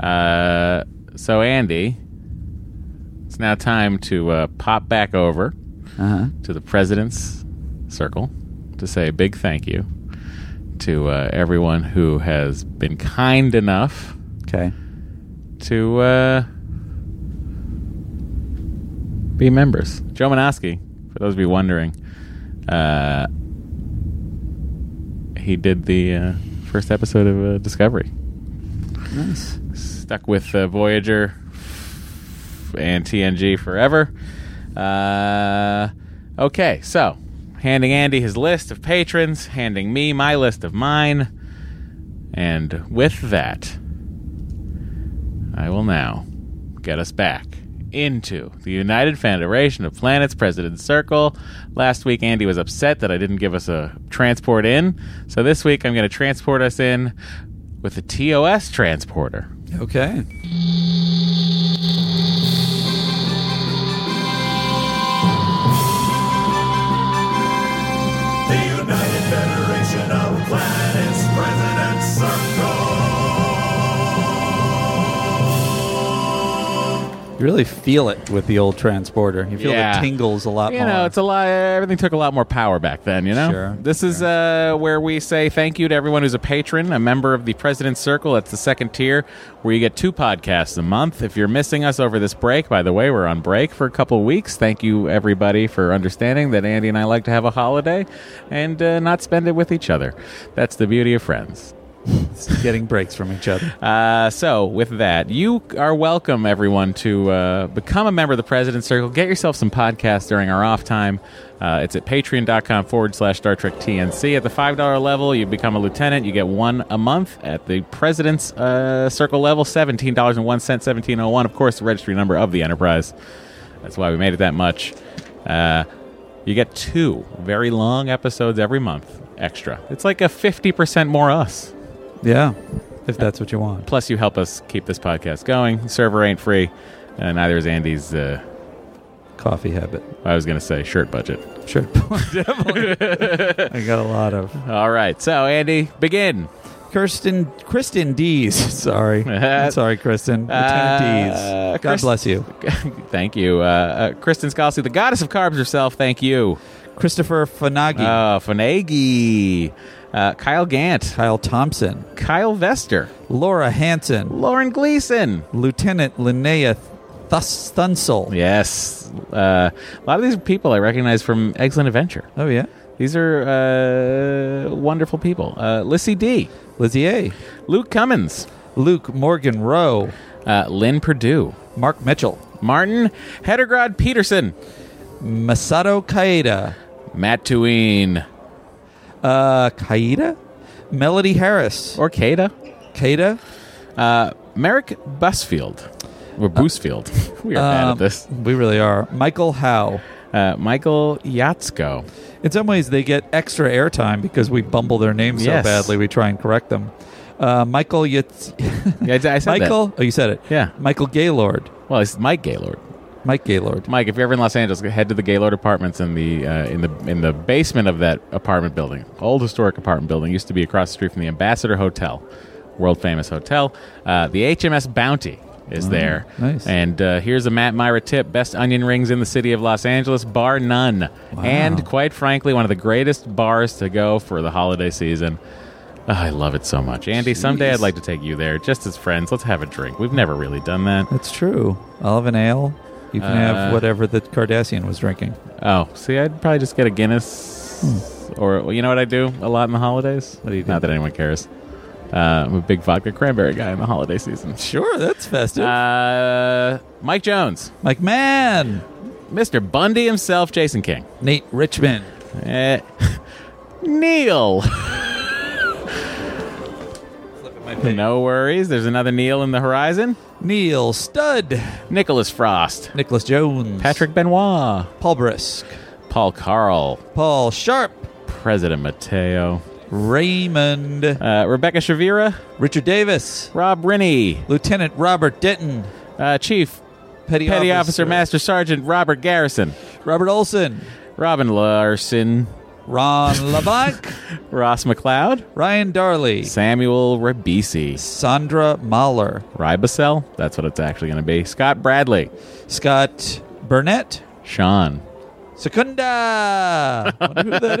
Uh, so Andy, it's now time to uh, pop back over
Uh-huh.
to the president's circle to say a big thank you to uh, everyone who has been kind enough.
Okay.
To uh, be members. Joe Manosky, for those of you wondering, uh, he did the uh, first episode of uh, Discovery.
Nice.
Stuck with uh, Voyager and TNG forever. Uh, okay, so handing Andy his list of patrons, handing me my list of mine, and with that, I will now get us back into the United Federation of Planets President's Circle. Last week, Andy was upset that I didn't give us a transport in, so this week I'm going to transport us in with a TOS transporter.
Okay.
The United Federation of Planets President Circle.
You really feel it with the old transporter. You feel
Yeah.
the tingles a lot
you
more.
know, it's a lot. Everything took a lot more power back then. You know,
Sure,
this is uh, where we say thank you to everyone who's a patron, a member of the President's Circle. That's the second tier, where you get two podcasts a month. If you're missing us over this break, by the way, we're on break for a couple weeks. Thank you everybody for understanding that Andy and I like to have a holiday and uh, not spend it with each other. That's the beauty of friends.
Getting breaks from each other.
Uh, so, with that, you are welcome, everyone, to uh, become a member of the President's Circle. Get yourself some podcasts during our off time. Uh, it's at patreon.com forward slash Star Trek TNC. At the $5 level, you become a lieutenant. You get one a month. At the President's uh, Circle level, $17.01, 1701. Of course, the registry number of the Enterprise. That's why we made it that much. Uh, you get two very long episodes every month extra. It's like a 50% more us.
Yeah, if that's what you want.
Plus, you help us keep this podcast going. The server ain't free, and neither is Andy's uh,
coffee habit.
I was going to say shirt budget.
Shirt I got a lot of.
All right, so Andy, begin.
Kirsten, Kristen Dees. Sorry, I'm sorry, Kristen.
Uh,
Lieutenant Dees. God
Kristen-
bless you.
thank you, uh, uh, Kristen Scalzi, the goddess of carbs herself. Thank you,
Christopher Fanagi.
Uh, Fanagi. Uh, Kyle Gant.
Kyle Thompson.
Kyle Vester.
Laura Hansen.
Lauren Gleason.
Lieutenant Linnea Thus Thunsel.
Yes, uh, a lot of these people I recognize from Excellent Adventure.
Oh yeah,
these are uh, wonderful people. Uh, Lissy D,
Lizzie A,
Luke Cummins,
Luke Morgan Rowe,
uh, Lynn Purdue,
Mark Mitchell,
Martin Hedergrod Peterson,
Masato Kaeda,
Matt Tuine,
uh, Kaeda, Melody Harris,
or Kada,
Kaeda,
uh, Merrick Busfield, or Boosfield. we are bad
Uh, Um,
at this.
We really are. Michael Howe.
Uh, Michael Yatsko.
In some ways, they get extra airtime because we bumble their names
Yes.
so badly. We try and correct them. Uh, Michael Yitz-
Yeah, I, I said that.
Michael. Oh, you said it.
Yeah.
Michael Gaylord.
Well, it's Mike Gaylord.
Mike Gaylord.
Mike, if you're ever in Los Angeles, head to the Gaylord Apartments in the uh, in the in the basement of that apartment building, old historic apartment building, used to be across the street from the Ambassador Hotel, world famous hotel. Uh, the HMS Bounty is there.
Oh, nice.
And uh, here's a Matt Myra tip: best onion rings in the city of Los Angeles, bar none, and quite frankly, one of the greatest bars to go for the holiday season. Oh, I love it so much, Andy. Someday I'd like to take you there, just as friends. Let's have a drink. We've never really done that.
That's true. I'll have an ale. You can
Uh,
have whatever the Cardassian was drinking.
Oh, see, I'd probably just get a Guinness, or well, you know what I do a lot in the holidays. Hmm. What do you do? Not that anyone cares. Uh, I'm a big vodka cranberry guy in the holiday season.
Sure, Oh, that's festive.
Uh, Mike Jones,
Mike Mann,
Mr. Bundy himself, Jason King,
Nate Richmond,
Eh, Neil, No worries. There's another Neil in the horizon.
Neil Stud.
Nicholas Frost.
Nicholas Jones.
Patrick Benoit.
Paul Brisk.
Paul Carl.
Paul Sharp.
President Mateo.
Raymond.
Uh, Rebecca Shavira.
Richard Davis.
Rob Rinney.
Lieutenant Robert Denton.
Uh, Chief.
Petty,
Petty Officer Master Sergeant Robert Garrison.
Robert Olson.
Robin Larson.
Ron Levant.
Ross McLeod.
Ryan Darley.
Samuel Rabisi.
Sandra Mahler.
Ribosel. That's what it's actually going to be. Scott Bradley.
Scott Burnett.
Sean.
Secunda. Wonder who that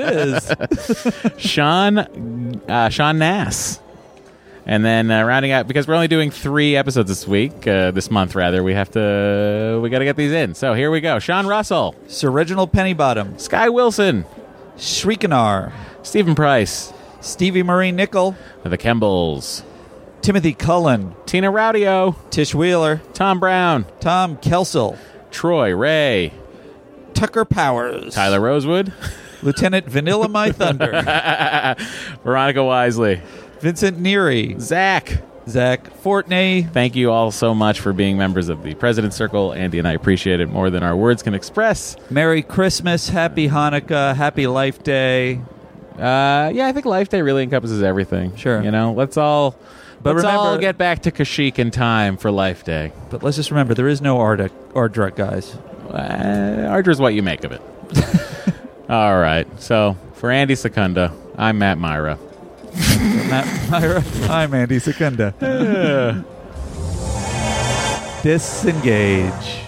is.
Sean. Uh, Sean Nass. And then uh, rounding out because we're only doing three episodes this week, uh, this month rather. We have to we got to get these in. So here we go: Sean Russell,
Sir Reginald Pennybottom,
Sky Wilson,
Shrikanar,
Stephen Price,
Stevie Marie Nickel,
The Kembles,
Timothy Cullen,
Tina Rowdio,
Tish Wheeler,
Tom Brown,
Tom Kelsel,
Troy Ray,
Tucker Powers,
Tyler Rosewood,
Lieutenant Vanilla My Thunder,
Veronica Wisely,
Vincent Neary,
Zach.
Zach Fortney,
Thank you all so much for being members of the President's Circle. Andy and I appreciate it more than our words can express.
Merry Christmas, Happy Hanukkah, Happy Life Day.
Uh, yeah, I think Life Day really encompasses everything.
Sure.
you know, let's all
But
let's
remember-
all get back to Kashik in time for Life Day.
But let's just remember there is no Arda- Ardrek, guys.
Uh, Ardra's what you make of it. all right, so for Andy Secunda, I'm Matt Myra.
Matt Myra, I'm Andy Secunda. Disengage.